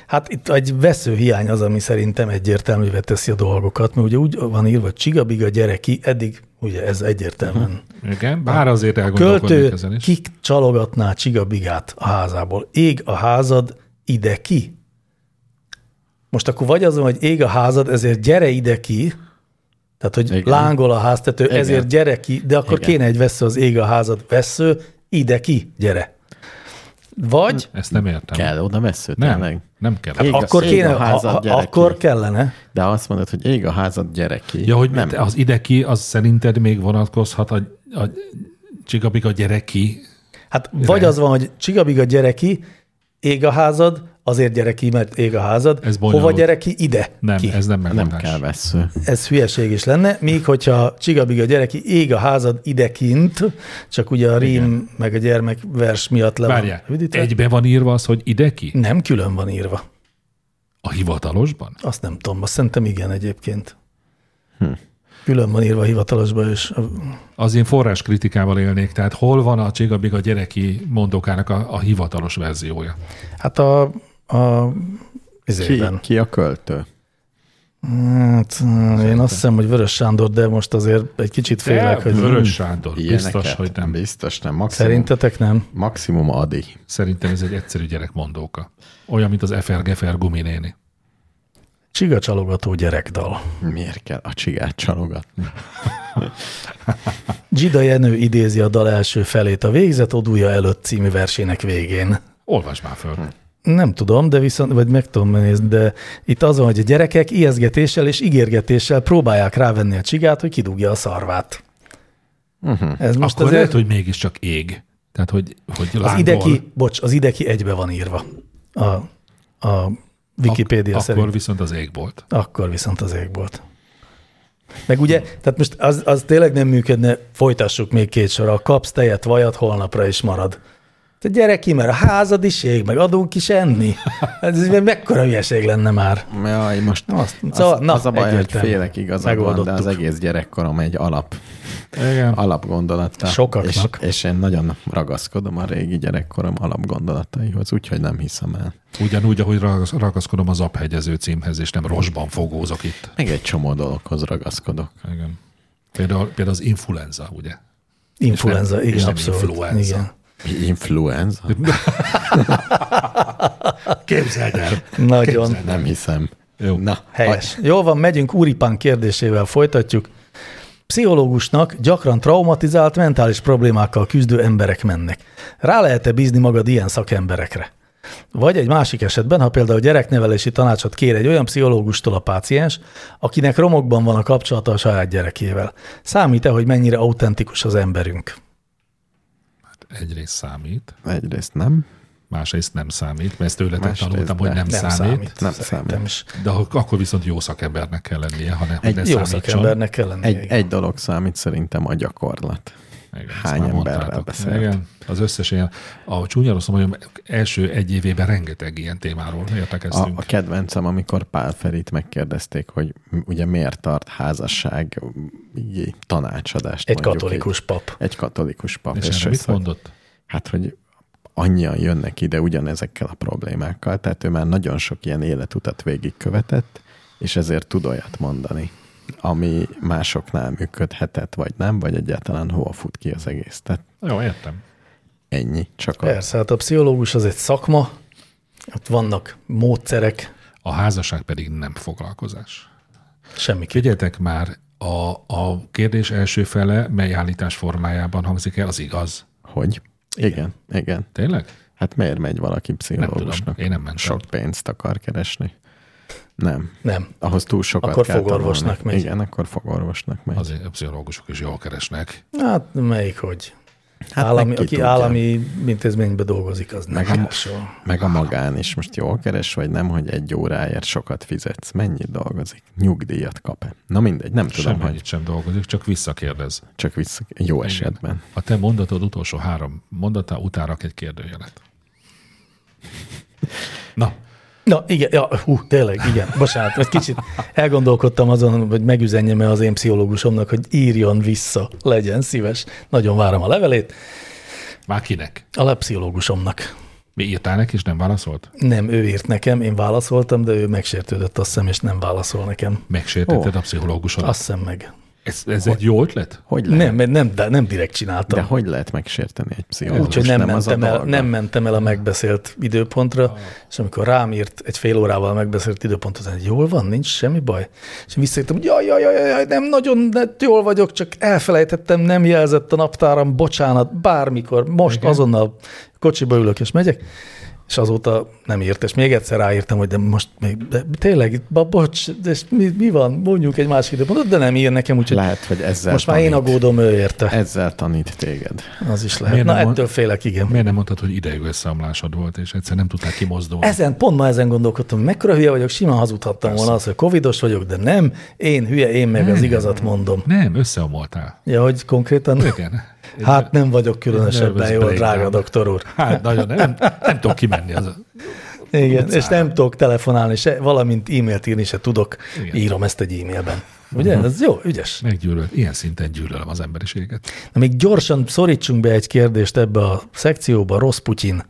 Speaker 2: Hát itt egy veszőhiány az, ami szerintem egyértelművé teszi a dolgokat, mert ugye úgy van írva, hogy csigabiga gyere ki, eddig ugye ez egyértelműen.
Speaker 3: Igen, bár azért elgondolkodnék
Speaker 2: Költő
Speaker 3: ezen is.
Speaker 2: kik csalogatná csigabigát a házából? Ég a házad ide ki. Most akkor vagy azon, hogy ég a házad, ezért gyere ide ki, tehát, hogy Igen.
Speaker 4: Igen.
Speaker 2: lángol a háztető,
Speaker 4: Igen.
Speaker 2: ezért gyere ki, de akkor Igen.
Speaker 4: Igen.
Speaker 2: kéne egy vesző az ég a házad, vesző, ide ki, gyere. Vagy
Speaker 3: Ezt nem értem.
Speaker 4: Kell oda vesző,
Speaker 3: Nem,
Speaker 4: tényleg?
Speaker 3: nem kell.
Speaker 4: Hát Ég a-
Speaker 2: akkor
Speaker 4: ég
Speaker 2: kéne,
Speaker 4: a
Speaker 2: ha-
Speaker 4: házad,
Speaker 2: ha-
Speaker 4: gyere ki.
Speaker 2: akkor kellene.
Speaker 4: De ha azt mondod, hogy ég a házad, gyere ki.
Speaker 3: Ja, hogy
Speaker 4: nem.
Speaker 3: nem. az ideki, az szerinted még vonatkozhat a, a csigabik a gyereki.
Speaker 2: Hát vagy az van, hogy csigabiga gyere ki, ég a házad, azért gyere ki, mert ég a házad.
Speaker 3: Ez bonyolult.
Speaker 2: Hova gyere ki? Ide.
Speaker 3: Nem,
Speaker 2: ki.
Speaker 3: ez nem megoldás.
Speaker 4: Nem kell vesző.
Speaker 2: ez hülyeség is lenne, míg hogyha csigabiga gyereki ég a házad idekint, csak ugye a rím Igen. meg a gyermek vers miatt le
Speaker 3: Várjál,
Speaker 2: van rövidítve.
Speaker 3: egybe van írva az, hogy ide ki?
Speaker 2: Nem külön van írva.
Speaker 3: A hivatalosban?
Speaker 2: Azt nem tudom, azt szerintem igen egyébként. Hm. Külön van írva a hivatalosban is.
Speaker 3: Az én forráskritikával élnék, tehát hol van a Csigabig a gyereki mondókának a, a hivatalos verziója?
Speaker 2: Hát a, a
Speaker 4: Ki,
Speaker 2: izében.
Speaker 4: ki a költő?
Speaker 2: Hát, én azt hiszem, hogy Vörös Sándor, de most azért egy kicsit félek, hogy
Speaker 3: Vörös Sándor,
Speaker 4: Ilyeneket?
Speaker 3: biztos, hogy nem.
Speaker 4: Biztos nem. Maximum,
Speaker 2: szerintetek nem.
Speaker 4: maximum Adi.
Speaker 3: Szerintem ez egy egyszerű gyerekmondóka. Olyan, mint az Efer Gefer guminéni.
Speaker 2: Csiga csalogató gyerekdal.
Speaker 4: Miért kell a csigát csalogatni?
Speaker 2: Gida Jenő idézi a dal első felét a végzet odúja előtt című versének végén.
Speaker 3: Olvasd már föl.
Speaker 2: Nem tudom, de viszont, vagy meg tudom nézni, de itt az van, hogy a gyerekek ijeszgetéssel és ígérgetéssel próbálják rávenni a csigát, hogy kidugja a szarvát. Uh-huh. Ez most
Speaker 3: Akkor azért...
Speaker 2: azért,
Speaker 3: lehet, hogy mégiscsak ég. Tehát, hogy, hogy
Speaker 2: az ideki, bocs, az ideki egybe van írva a, a Wikipédia
Speaker 3: ak-
Speaker 2: szerint.
Speaker 3: Akkor viszont az égbolt.
Speaker 2: Akkor viszont az égbolt. Meg ugye, tehát most az, az tényleg nem működne, folytassuk még két sorra, kapsz tejet, vajat, holnapra is marad. Te gyere ki, mert a házad is ég, meg adunk is enni. Ez mekkora hülyeség lenne már.
Speaker 4: Jaj, most
Speaker 2: Azt, szóval,
Speaker 4: az,
Speaker 2: na,
Speaker 4: az a baj, hogy
Speaker 2: egyértelmű.
Speaker 4: félek igazabban, de az
Speaker 2: Megoldottuk.
Speaker 4: egész gyerekkorom egy alap,
Speaker 3: Igen.
Speaker 4: alapgondolata.
Speaker 2: Sokaknak.
Speaker 4: És, és én nagyon ragaszkodom a régi gyerekkorom alapgondolataihoz, úgyhogy nem hiszem el.
Speaker 3: Ugyanúgy, ahogy ragasz- ragaszkodom az aphegyező címhez, és nem rosban fogózok itt.
Speaker 4: Meg egy csomó dologhoz ragaszkodok.
Speaker 3: Igen. Például, például az influenza, ugye?
Speaker 2: Influenza,
Speaker 3: és nem-
Speaker 2: igen,
Speaker 3: és nem
Speaker 2: abszolút.
Speaker 3: influenza.
Speaker 2: Igen.
Speaker 4: Influenza?
Speaker 3: Képzeld el!
Speaker 2: Nagyon
Speaker 4: Hát Nem hiszem.
Speaker 3: Jó.
Speaker 4: Na,
Speaker 2: helyes. Jó van, megyünk Úripán kérdésével folytatjuk. Pszichológusnak gyakran traumatizált mentális problémákkal küzdő emberek mennek. Rá lehet-e bízni magad ilyen szakemberekre? Vagy egy másik esetben, ha például gyereknevelési tanácsot kér egy olyan pszichológustól a páciens, akinek romokban van a kapcsolata a saját gyerekével. Számít-e, hogy mennyire autentikus az emberünk?
Speaker 3: Egyrészt számít,
Speaker 4: a- egyrészt nem.
Speaker 3: másrészt nem számít, mert ezt tőletek
Speaker 4: Másrészt
Speaker 3: tanultam, hogy
Speaker 4: nem.
Speaker 3: nem, nem számít. számít.
Speaker 4: Nem
Speaker 2: szerintem
Speaker 4: számít.
Speaker 2: Is.
Speaker 3: De ak- akkor viszont jó szakembernek kell lennie, ha ne, hogy ne
Speaker 2: Jó
Speaker 3: számítson.
Speaker 2: szakembernek kell lennie.
Speaker 4: Egy,
Speaker 2: igen.
Speaker 4: egy dolog számít szerintem a gyakorlat.
Speaker 3: Igen, ezt
Speaker 4: Hány
Speaker 3: már
Speaker 4: emberrel
Speaker 3: mondtátok.
Speaker 4: beszélt?
Speaker 3: Igen, az összes ilyen. A csúnya rosszul mondjam, első egy évében rengeteg ilyen témáról
Speaker 4: A,
Speaker 3: értekeztünk.
Speaker 4: a kedvencem, amikor Pál Ferit megkérdezték, hogy m- ugye miért tart házasság mm, így tanácsadást.
Speaker 2: Egy
Speaker 4: mondjuk
Speaker 2: katolikus pap.
Speaker 4: Egy, egy katolikus pap.
Speaker 3: és erre mit
Speaker 4: ezt-
Speaker 3: mondott?
Speaker 4: Hát, hogy annyian jönnek ide ugyanezekkel a problémákkal, tehát ő már nagyon sok ilyen életutat végigkövetett, és ezért tud olyat mondani, ami másoknál működhetett, vagy nem, vagy egyáltalán hova fut ki az egész. Tehát
Speaker 3: Jó, értem.
Speaker 4: ennyi, csak a
Speaker 2: Persze, hát a pszichológus az egy szakma, ott vannak módszerek,
Speaker 3: A házasság pedig nem foglalkozás.
Speaker 2: semmi
Speaker 3: Figyeljetek már, a, a kérdés első fele, mely állítás formájában hangzik el, az igaz.
Speaker 4: hogy. Igen, igen.
Speaker 3: Tényleg?
Speaker 4: Hát miért megy valaki
Speaker 3: Nem
Speaker 4: pszichológusnak?
Speaker 3: tudom, én nem mentem.
Speaker 4: Sok pénzt akar keresni. Nem.
Speaker 2: Nem.
Speaker 4: Ahhoz túl sokat
Speaker 2: Akkor
Speaker 4: kell
Speaker 2: fogorvosnak
Speaker 4: tanulni.
Speaker 2: megy.
Speaker 4: Igen, akkor fogorvosnak megy.
Speaker 3: Azért a pszichológusok is jól keresnek.
Speaker 2: Hát melyik hogy? Hát
Speaker 4: Hát
Speaker 2: állami,
Speaker 4: meg ki
Speaker 2: aki
Speaker 4: tudja.
Speaker 2: állami intézményben dolgozik, az nem
Speaker 4: Meg a-
Speaker 2: kereső.
Speaker 4: Meg a magán is most jól keres, vagy nem, hogy egy óráért sokat fizetsz. Mennyit dolgozik? Nyugdíjat kap-e? Na mindegy, nem tudom,
Speaker 3: Semmennyit
Speaker 4: hogy
Speaker 3: sem dolgozik, csak visszakérdez.
Speaker 4: csak vissza, jó esetben.
Speaker 3: A te mondatod utolsó három mondata után rak egy kérdőjelet. Na,
Speaker 2: Na igen, ja, hú, tényleg, igen, bocsánat, egy kicsit elgondolkodtam azon, hogy megüzenjem -e az én pszichológusomnak, hogy írjon vissza, legyen szíves. Nagyon várom a levelét.
Speaker 3: már kinek?
Speaker 2: A lepszichológusomnak.
Speaker 3: Mi írtál neki, és nem válaszolt?
Speaker 2: Nem, ő írt nekem, én válaszoltam, de ő megsértődött, azt hiszem, és nem válaszol nekem.
Speaker 3: Megsértetted a pszichológusodat.
Speaker 2: Azt hiszem meg.
Speaker 3: Ez, ez egy jó ötlet?
Speaker 4: Hogy lehet,
Speaker 2: Nem, mert nem, de nem direkt csináltam.
Speaker 4: de hogy lehet megsérteni egy pszichológust?
Speaker 2: Úgyhogy nem,
Speaker 4: az a
Speaker 2: mentem el,
Speaker 4: dolga.
Speaker 2: nem mentem el a megbeszélt időpontra, és amikor rám írt egy fél órával megbeszélt időpontot, hogy jól van, nincs semmi baj. És én visszaírtam, hogy jaj, jaj, jaj, jaj, nem nagyon ne, jól vagyok, csak elfelejtettem, nem jelzett a naptáram, bocsánat, bármikor, most Igen. azonnal kocsiba ülök és megyek. és azóta nem írt, és még egyszer ráírtam, hogy de most még, de tényleg, ba, bocs, de és mi, mi van, mondjuk egy másik időpontot, de nem ír nekem, úgyhogy
Speaker 4: Lehet, hogy ezzel
Speaker 2: most már én
Speaker 4: tanít.
Speaker 2: aggódom ő érte.
Speaker 4: Ezzel tanít téged.
Speaker 2: Az is lehet.
Speaker 3: Miért
Speaker 2: Na,
Speaker 3: nem
Speaker 2: ettől
Speaker 3: mond-
Speaker 2: félek, igen.
Speaker 3: Miért nem mondtad, hogy ideiglenes számlásod volt, és egyszer nem tudtál kimozdulni?
Speaker 2: Ezen, pont ma ezen gondolkodtam, hogy mekkora hülye vagyok, simán hazudhattam volna azt, hogy covidos vagyok, de nem, én hülye, én meg az
Speaker 3: Nem.
Speaker 2: igazat mondom.
Speaker 3: Nem, összeomoltál.
Speaker 2: Ja, hogy konkrétan?
Speaker 3: Igen.
Speaker 2: Hát nem vagyok különösebben
Speaker 3: Nervous
Speaker 2: jól,
Speaker 3: breakdown.
Speaker 2: drága doktor úr.
Speaker 3: Hát nagyon, nem, nem tudok kimenni. Az.
Speaker 2: Igen, és nem tudok telefonálni se, valamint e-mailt írni se tudok. Igen.
Speaker 3: Igen. Mhm.
Speaker 2: Írom ezt egy e-mailben. Ugye? Ez jó, ügyes.
Speaker 3: Meggyűlöl. Ilyen szinten gyűlölöm az emberiséget.
Speaker 2: Na, még gyorsan szorítsunk be egy kérdést ebbe a szekcióba. Rossz Putyin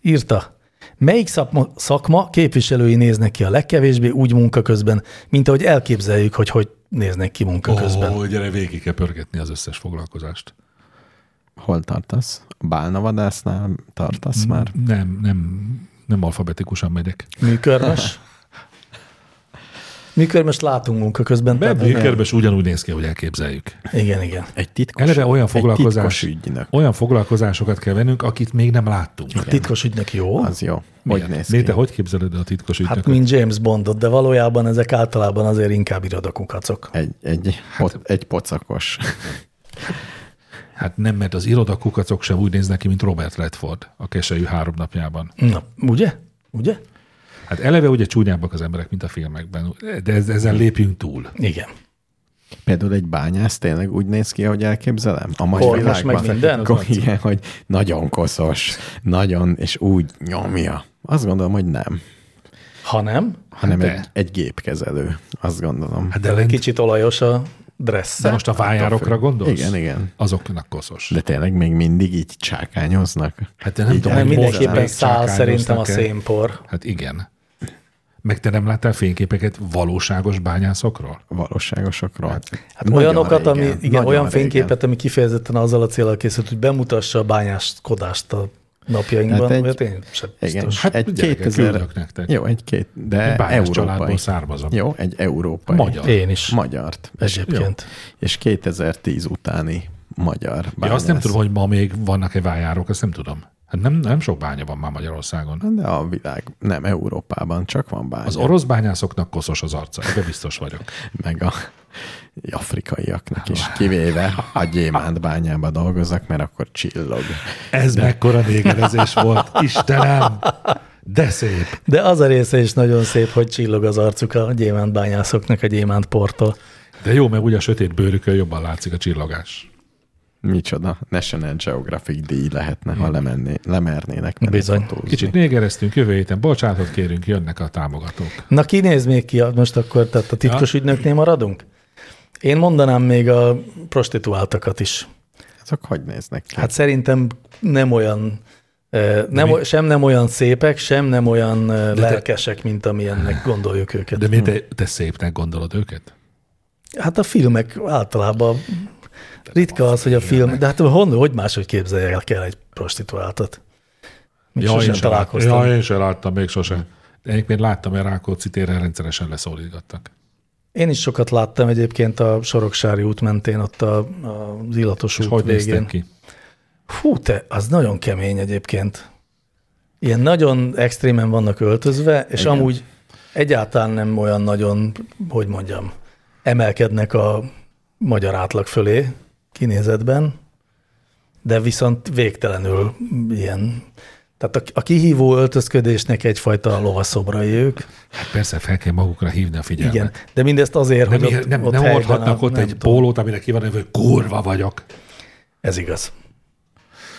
Speaker 2: írta, melyik szakma, szakma képviselői néznek ki a legkevésbé úgy munka közben, mint ahogy elképzeljük, hogy hogy néznek ki munka közben?
Speaker 3: Ó, gyere, végig kell pörgetni az összes foglalkozást.
Speaker 4: Hol tartasz? A Bálnavadásznál
Speaker 3: Mm.
Speaker 4: tartasz már?
Speaker 3: Nem, nem, nem alfabetikusan megyek.
Speaker 2: Műkörmös? Műkörmös látunk munka közben. tehát- hát,
Speaker 3: Bebékerbes ugyanúgy néz ki, hogy elképzeljük.
Speaker 2: Igen, igen.
Speaker 4: Egy titkos,
Speaker 3: Eleve olyan
Speaker 4: foglalkozás.
Speaker 3: foglalkozás,
Speaker 4: Egy titkos ügynök.
Speaker 3: olyan foglalkozásokat kell vennünk, akit még nem láttunk.
Speaker 2: A titkos ügynök jó.
Speaker 4: Az jó. Hogy
Speaker 3: Miért?
Speaker 4: néz
Speaker 3: Né,
Speaker 4: ki?
Speaker 3: te hogy képzeled el a titkos
Speaker 2: Hát
Speaker 3: ügynököt?
Speaker 2: mint James Bondot, de valójában ezek általában azért inkább irodakukacok.
Speaker 4: Egy, egy, pot, egy pocakos.
Speaker 3: Hát nem, mert az irodakukacok sem úgy néznek ki, mint Robert Redford a keselyű három napjában.
Speaker 2: Na, ugye? Ugye?
Speaker 3: Hát eleve ugye csúnyábbak az emberek, mint a filmekben, de ez- ezen lépjünk túl.
Speaker 2: Igen.
Speaker 4: Például egy bányász tényleg úgy néz ki, ahogy elképzelem? A mai
Speaker 2: Kormos
Speaker 4: világban.
Speaker 2: meg minden?
Speaker 4: Akkor ilyen, hogy nagyon koszos, nagyon, és úgy nyomja. Azt gondolom, hogy nem,
Speaker 2: Ha nem,
Speaker 4: hanem
Speaker 3: de.
Speaker 4: egy, egy gépkezelő. Azt gondolom.
Speaker 3: Hát
Speaker 2: de
Speaker 3: de, lent,
Speaker 2: kicsit olajos a dressz.
Speaker 3: de most a vájárokra gondolsz?
Speaker 4: Igen, igen.
Speaker 3: Azoknak koszos.
Speaker 4: De tényleg még mindig így csákányoznak?
Speaker 3: Hát de nem tudom,
Speaker 2: Nem,
Speaker 3: hogy
Speaker 2: mindenképpen száll
Speaker 3: mostanában
Speaker 2: szerintem a
Speaker 3: csákányoznak-e.
Speaker 2: szénpor.
Speaker 3: Hát igen. Meg te nem láttál fényképeket valóságos bányászokról?
Speaker 4: Valóságosokról. Hát,
Speaker 2: Hát olyanokat, ami, igen, olyan fényképet, ami kifejezetten azzal a célral készült, hogy bemutassa a bányáskodást a napjainkban,
Speaker 4: Hát
Speaker 2: hát
Speaker 4: egy-
Speaker 2: olyat én sem
Speaker 4: Igen,
Speaker 2: biztos.
Speaker 4: hát egy
Speaker 3: gyerekek,
Speaker 4: 2000...
Speaker 3: küldök nektek.
Speaker 4: Jó, egy két, de
Speaker 3: Egy bányász
Speaker 4: európai.
Speaker 3: családból származom.
Speaker 4: Jó, egy európai.
Speaker 3: Magyar.
Speaker 2: Én is.
Speaker 4: Magyart. És,
Speaker 2: Egyébként.
Speaker 4: és 2010 utáni magyar
Speaker 3: Ja,
Speaker 4: bányász.
Speaker 3: azt nem tudom, hogy ma még vannak-e vájárok, azt nem tudom. Hát nem, nem sok bánya van már Magyarországon.
Speaker 4: De a világ, nem Európában, csak van bánya.
Speaker 3: Az orosz bányászoknak koszos az arca, ebbe biztos vagyok.
Speaker 4: meg a afrikaiaknak is, kivéve ha a gyémánt bányába dolgoznak, mert akkor csillog.
Speaker 3: Ez De. mekkora négerezés volt, Istenem! De szép!
Speaker 2: De az a része is nagyon szép, hogy csillog az arcuk a gyémántbányászoknak a gyémántporttól.
Speaker 3: De jó, mert ugye a sötét bőrükön jobban látszik a csillogás.
Speaker 4: Micsoda, National Geographic díj lehetne, ha lemenné, lemernének. menni
Speaker 2: Bizony.
Speaker 4: fotózni.
Speaker 3: Hmm. Kicsit négereztünk, jövő héten bocsánatot kérünk, jönnek a támogatók.
Speaker 2: Na ki néz még ki most akkor, tehát a titkos ja. ügynöknél maradunk? Én mondanám még a prostituáltakat is.
Speaker 4: Azok hogy néznek ki?
Speaker 2: Hát szerintem nem olyan, eh, nem, o- sem nem olyan szépek, sem nem olyan eh, lelkesek, mint amilyennek gondoljuk őket.
Speaker 3: De miért te, te szépnek gondolod őket?
Speaker 2: Hát a filmek általában ritka az, hogy a film, de hát hon, hogy máshogy képzeljek el egy prostituáltat? Még ja,
Speaker 3: én
Speaker 2: sosem
Speaker 3: se láttam.
Speaker 2: találkoztam.
Speaker 3: Ja, én sem láttam, még sose. Egyébként láttam, mert Rákóczi téren rendszeresen leszólítgattak.
Speaker 2: Én is sokat láttam egyébként a Soroksári út mentén, ott a, a, az illatos
Speaker 3: És
Speaker 2: út
Speaker 3: hogy
Speaker 2: végén.
Speaker 3: néztek ki?
Speaker 2: Fú, te, az nagyon kemény egyébként. Ilyen nagyon extrémen vannak öltözve, és Igen. amúgy egyáltalán nem olyan nagyon, hogy mondjam, emelkednek a magyar átlag fölé kinézetben, de viszont végtelenül ilyen. Tehát a, a kihívó öltözködésnek egyfajta lovaszobrai ők.
Speaker 3: Hát persze fel kell magukra hívni a figyelmet.
Speaker 2: Igen, de mindezt azért,
Speaker 3: Nem,
Speaker 2: hogy
Speaker 3: ilyen-
Speaker 2: ott,
Speaker 3: nem,
Speaker 2: ott
Speaker 3: nem
Speaker 2: helyben
Speaker 3: hordhatnak
Speaker 2: a-
Speaker 3: ott
Speaker 2: nem
Speaker 3: egy pólót, aminek ki van neve, hogy kurva vagyok.
Speaker 2: Ez igaz.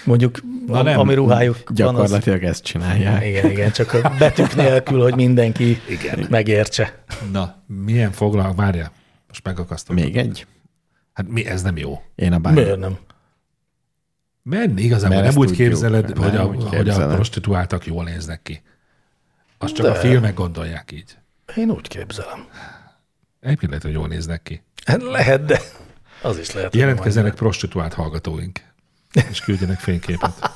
Speaker 2: Mondjuk, Na
Speaker 3: Na
Speaker 2: a, nem,
Speaker 3: nem,
Speaker 2: ami ruhájuk van, az...
Speaker 4: Gyakorlatilag ezt csinálják.
Speaker 2: Igen, igen, csak a betűk nélkül, hogy mindenki igen. megértse.
Speaker 3: Na, milyen foglalk, várjál, most megakasztom.
Speaker 4: Még egy?
Speaker 3: Hát mi, ez nem jó.
Speaker 4: Én a
Speaker 2: Miért
Speaker 4: bányász.
Speaker 2: nem?
Speaker 3: Menni igazából
Speaker 4: Mert
Speaker 3: nem
Speaker 4: ezt
Speaker 3: úgy
Speaker 4: tudjuk,
Speaker 3: képzeled,
Speaker 4: nem
Speaker 3: hogy a,
Speaker 4: úgy
Speaker 3: hogy a
Speaker 4: képzeled.
Speaker 3: prostituáltak jól néznek ki. Azt csak
Speaker 2: De.
Speaker 3: a filmek gondolják így.
Speaker 2: Én úgy képzelem.
Speaker 3: Egyébként lehet, hogy jól néznek ki.
Speaker 2: Hát Lehet, de az is lehet. hogy
Speaker 3: Jelentkezzenek prostituált hallgatóink, és küldjenek fényképet.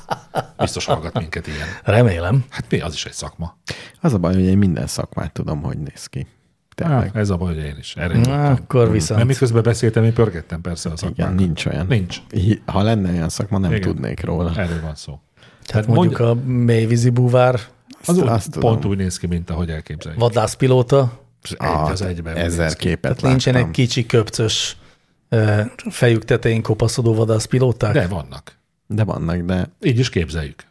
Speaker 3: Biztos hallgat minket ilyen.
Speaker 2: majd. Remélem.
Speaker 3: Hát mi, az is egy szakma.
Speaker 4: Az a baj, hogy én minden szakmát tudom, hogy néz ki.
Speaker 3: Á,
Speaker 4: Tényleg.
Speaker 3: Hát,
Speaker 4: hát.
Speaker 3: ez a baj, hogy én is. Erre
Speaker 2: Na,
Speaker 3: jutottam.
Speaker 2: akkor
Speaker 3: Mert
Speaker 2: viszont.
Speaker 3: miközben beszéltem, én pörgettem persze a
Speaker 4: Igen,
Speaker 3: szakmát.
Speaker 4: nincs olyan.
Speaker 3: Nincs.
Speaker 4: Hi- Ha lenne olyan szakma, nem
Speaker 3: Igen.
Speaker 4: tudnék róla.
Speaker 3: Erről van szó.
Speaker 2: Hát mondjuk a mélyvízi búvár
Speaker 3: Az
Speaker 4: Azt-
Speaker 3: úgy,
Speaker 4: azt tudom.
Speaker 3: pont úgy néz ki, mint ahogy elképzeljük.
Speaker 2: Vadászpilóta,
Speaker 3: Az Egy az egyben. úgy néz
Speaker 4: Ezer
Speaker 3: ki.
Speaker 4: képet
Speaker 2: tehát nincsenek
Speaker 4: Hát láttam.
Speaker 2: kicsi köpcös ö, fejük tetején kopaszodó vadászpilóták?
Speaker 3: De vannak.
Speaker 4: De vannak, de
Speaker 3: Így is képzeljük.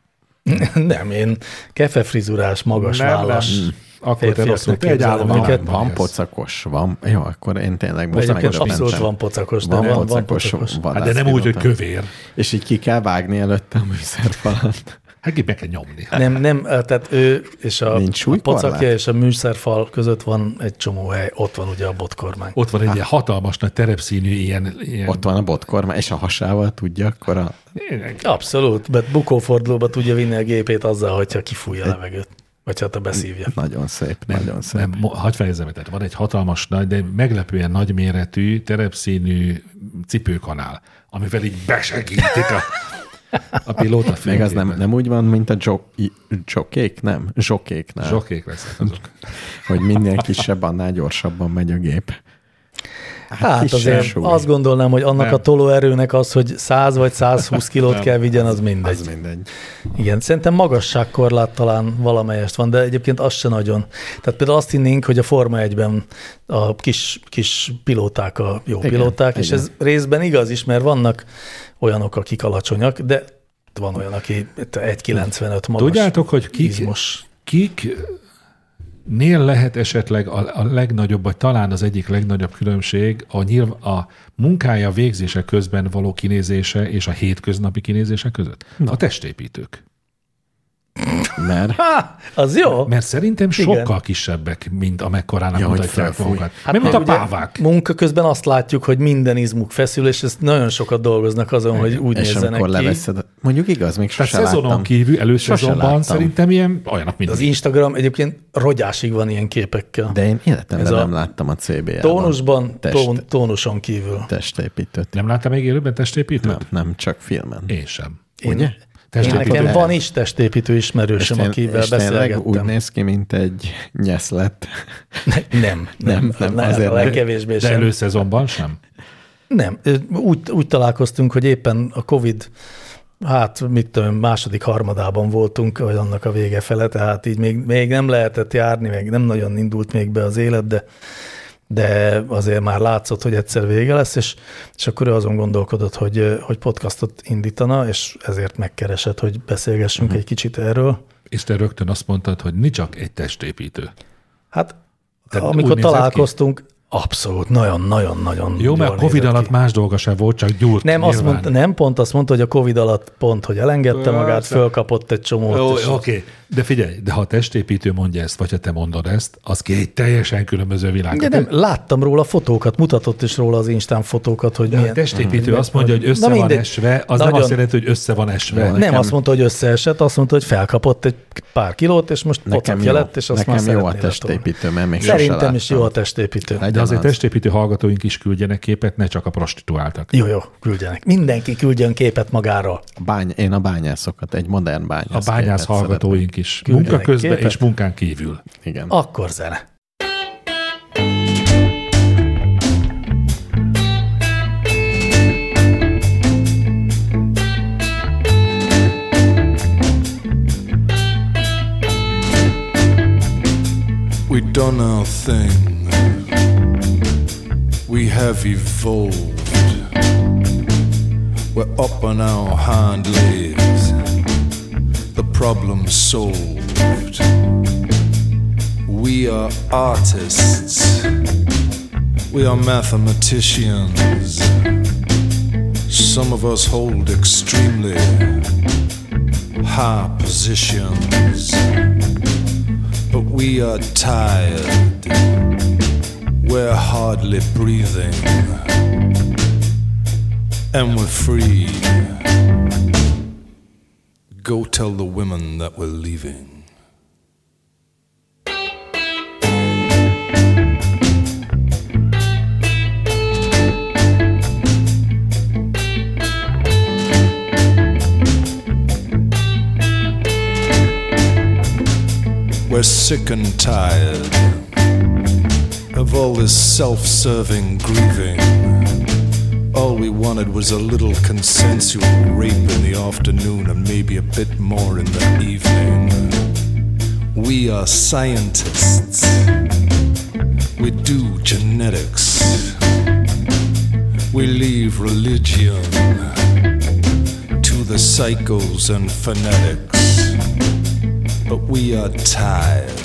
Speaker 2: Nem, én kefefrizurás, magas
Speaker 3: Nem, nem.
Speaker 2: vállás.
Speaker 4: Hmm.
Speaker 3: Hmm. Akkor te
Speaker 2: Férfiaknak
Speaker 3: rosszul. Te egy
Speaker 2: képzelem
Speaker 3: állam
Speaker 2: őket.
Speaker 3: államban
Speaker 4: van
Speaker 3: élsz.
Speaker 4: pocakos, van. Jó, akkor én tényleg most
Speaker 2: Egyébként
Speaker 4: megdöbbentem.
Speaker 2: abszolút van pocakos, de
Speaker 4: Van
Speaker 2: van, van
Speaker 4: pocakos,
Speaker 2: pocakos.
Speaker 3: Hát de nem úgy, hogy
Speaker 4: vadászpilóta.
Speaker 3: kövér.
Speaker 4: És így ki kell vágni előtte a műszerfalat.
Speaker 3: Hát ki be kell nyomni.
Speaker 2: Nem, nem, eh, tehát ő és a,
Speaker 4: Nincs
Speaker 2: a
Speaker 4: súlykorlát?
Speaker 2: pacakja és a műszerfal között van egy csomó hely, ott van ugye a botkormány.
Speaker 3: Ott van egy ilyen hatalmas nagy terepszínű ilyen... ilyen
Speaker 4: Ott van a botkormány, és a hasával tudja, akkor a,
Speaker 2: Abszolút, mert bukófordulóba tudja vinni a gépét azzal, hogyha kifújja a levegőt, vagy hát a beszívja.
Speaker 4: nagyon szép, nagyon szép.
Speaker 3: Nem, mo- hagyd fejezem, be, tehát van egy hatalmas nagy, de meglepően nagyméretű, terepszínű cipőkanál, amivel így besegítik a, a pilóta
Speaker 4: Még az
Speaker 3: fülkében.
Speaker 4: nem, nem úgy van, mint a dzsok- dzsokék, nem? Zsokéknál, Zsok.
Speaker 3: Zsokék lesznek azok.
Speaker 4: hogy minél kisebb, annál gyorsabban megy a gép.
Speaker 2: Hát
Speaker 4: kisebb
Speaker 2: azért
Speaker 4: súly.
Speaker 2: azt gondolnám, hogy annak
Speaker 3: Nem.
Speaker 2: a tolóerőnek az, hogy 100 vagy 120 kilót
Speaker 3: Nem.
Speaker 2: kell vigyen, az mindegy.
Speaker 4: Az mindegy.
Speaker 2: Igen, szerintem magasságkorlát talán valamelyest van, de egyébként az se nagyon. Tehát például azt hinnénk, hogy a Forma 1-ben a kis, kis pilóták a jó
Speaker 4: Igen,
Speaker 2: igen, pilóták, igen. és
Speaker 4: igen.
Speaker 2: ez részben igaz is, mert vannak olyanok, akik alacsonyak, de van olyan, aki 1,95 magas.
Speaker 3: Tudjátok, hogy kik,
Speaker 2: izmos.
Speaker 3: kik Nél lehet esetleg a, a legnagyobb, vagy talán az egyik legnagyobb különbség a, nyilv, a munkája végzése közben való kinézése és a hétköznapi kinézése között? A testépítők.
Speaker 4: Mert
Speaker 2: Há, az jó.
Speaker 3: Mert szerintem
Speaker 2: Igen.
Speaker 3: sokkal kisebbek, mint amekkorának
Speaker 4: Ja, hogy
Speaker 3: mutatják
Speaker 4: felfúj.
Speaker 3: magukat. Hát mert mint a
Speaker 2: ugye
Speaker 3: pávák.
Speaker 2: Munka közben azt látjuk, hogy minden izmuk feszül, és ezt nagyon sokat dolgoznak azon, hogy úgy
Speaker 4: és
Speaker 2: nézzenek
Speaker 4: amikor
Speaker 2: ki.
Speaker 4: leveszed, mondjuk igaz, még
Speaker 3: Tehát
Speaker 4: sose
Speaker 3: Hát szezonon
Speaker 4: láttam.
Speaker 3: kívül,
Speaker 4: Sose
Speaker 3: előszezonban
Speaker 4: láttam.
Speaker 3: szerintem ilyen olyanok, mint
Speaker 2: Az
Speaker 3: az
Speaker 2: Instagram egyébként rogyásig van ilyen képekkel.
Speaker 4: De én életemben
Speaker 2: Ez a
Speaker 4: nem láttam a CBL-ben.
Speaker 2: Tónusban,
Speaker 4: Test,
Speaker 2: tón, tónuson kívül.
Speaker 4: Testépítőt.
Speaker 3: Nem láttam még élőben testépítőt?
Speaker 4: Nem, nem, csak filmen.
Speaker 3: Én sem.
Speaker 2: Én,
Speaker 4: Ugye?
Speaker 2: én
Speaker 3: Testépítő.
Speaker 2: nekem
Speaker 4: Lehet.
Speaker 2: van is testépítő ismerősöm,
Speaker 4: tén-
Speaker 2: akivel
Speaker 4: és tényleg úgy
Speaker 2: beszélgettem.
Speaker 4: néz ki, mint egy nyeszlet.
Speaker 2: Ne, nem, nem,
Speaker 4: nem,
Speaker 2: nem,
Speaker 4: azért
Speaker 2: nem, a
Speaker 4: nem.
Speaker 2: legkevésbé
Speaker 3: De
Speaker 2: sem.
Speaker 3: előszezonban sem?
Speaker 2: Nem, ö, úgy, úgy találkoztunk, hogy éppen a Covid, hát mit tudom, én, második harmadában voltunk, vagy annak a vége fele, tehát így még, még nem lehetett járni, még nem nagyon indult még be az élet, de, de azért már látszott, hogy egyszer vége lesz, és, és akkor ő azon gondolkodott, hogy, ö, hogy podcastot indítana, és ezért megkeresett, hogy beszélgessünk
Speaker 3: Mhm.
Speaker 2: egy kicsit erről.
Speaker 3: És te rögtön azt mondtad, hogy nincs csak egy testépítő.
Speaker 2: Hát
Speaker 3: Tehát úgy
Speaker 2: amikor
Speaker 3: nézett ki?
Speaker 2: találkoztunk, abszolút, nagyon-nagyon-nagyon
Speaker 3: Jó, mert a Covid alatt más dolga sem volt, csak gyúrt.
Speaker 2: Nem, azt
Speaker 3: nyilván.
Speaker 2: mondta, nem pont azt mondta, hogy a Covid alatt pont, hogy elengedte magát,
Speaker 3: Persze.
Speaker 2: fölkapott egy csomót.
Speaker 3: Jó,
Speaker 2: és-
Speaker 3: oké, okay. de figyelj, de ha a testépítő mondja ezt, vagy ha te mondod ezt, az két teljesen különböző világ.
Speaker 2: De nem, láttam róla fotókat, mutatott is róla az Instán fotókat, hogy
Speaker 3: De a
Speaker 2: milyen.
Speaker 3: testépítő
Speaker 2: Mhm.
Speaker 3: azt mondja, hogy
Speaker 2: Na
Speaker 3: össze van
Speaker 2: mindegy.
Speaker 3: esve, az nem
Speaker 2: Nagyon-
Speaker 3: azt jelenti, hogy össze van esve.
Speaker 2: Nem azt mondta, hogy összeesett, azt mondta, hogy felkapott egy pár kilót, és most pocakja lett, és azt
Speaker 4: nekem
Speaker 2: már
Speaker 4: jó a
Speaker 2: szeretné letolni.
Speaker 4: testépítő, mert még sose
Speaker 2: Szerintem is jó a
Speaker 4: láttam.
Speaker 2: testépítő.
Speaker 4: Legyen
Speaker 3: De azért
Speaker 4: az.
Speaker 3: testépítő hallgatóink is küldjenek képet, ne csak a prostituáltak.
Speaker 2: Jó, jó, küldjenek. Mindenki küldjön képet magáról.
Speaker 4: A Bány, én a bányászokat, egy modern
Speaker 3: A
Speaker 4: bányász.
Speaker 3: bányász
Speaker 4: képet
Speaker 3: hallgatóink is.
Speaker 2: Küldjenek
Speaker 3: Munka közben
Speaker 2: képet.
Speaker 3: és munkán kívül.
Speaker 4: szeretnék. Igen. A...
Speaker 2: Akkor zene.
Speaker 5: We done our thing. We have evolved. We're up on our hind legs. The problem solved. We are artists. We are mathematicians. Some of us hold extremely high positions but we are tired. We're hardly breathing, and we're free. Go tell the women that we're leaving. We're sick and tired of all this self serving grieving. All we wanted was a little consensual rape in the afternoon and maybe a bit more in the evening. We are scientists. We do genetics. We leave religion to the psychos and fanatics. But we are tired.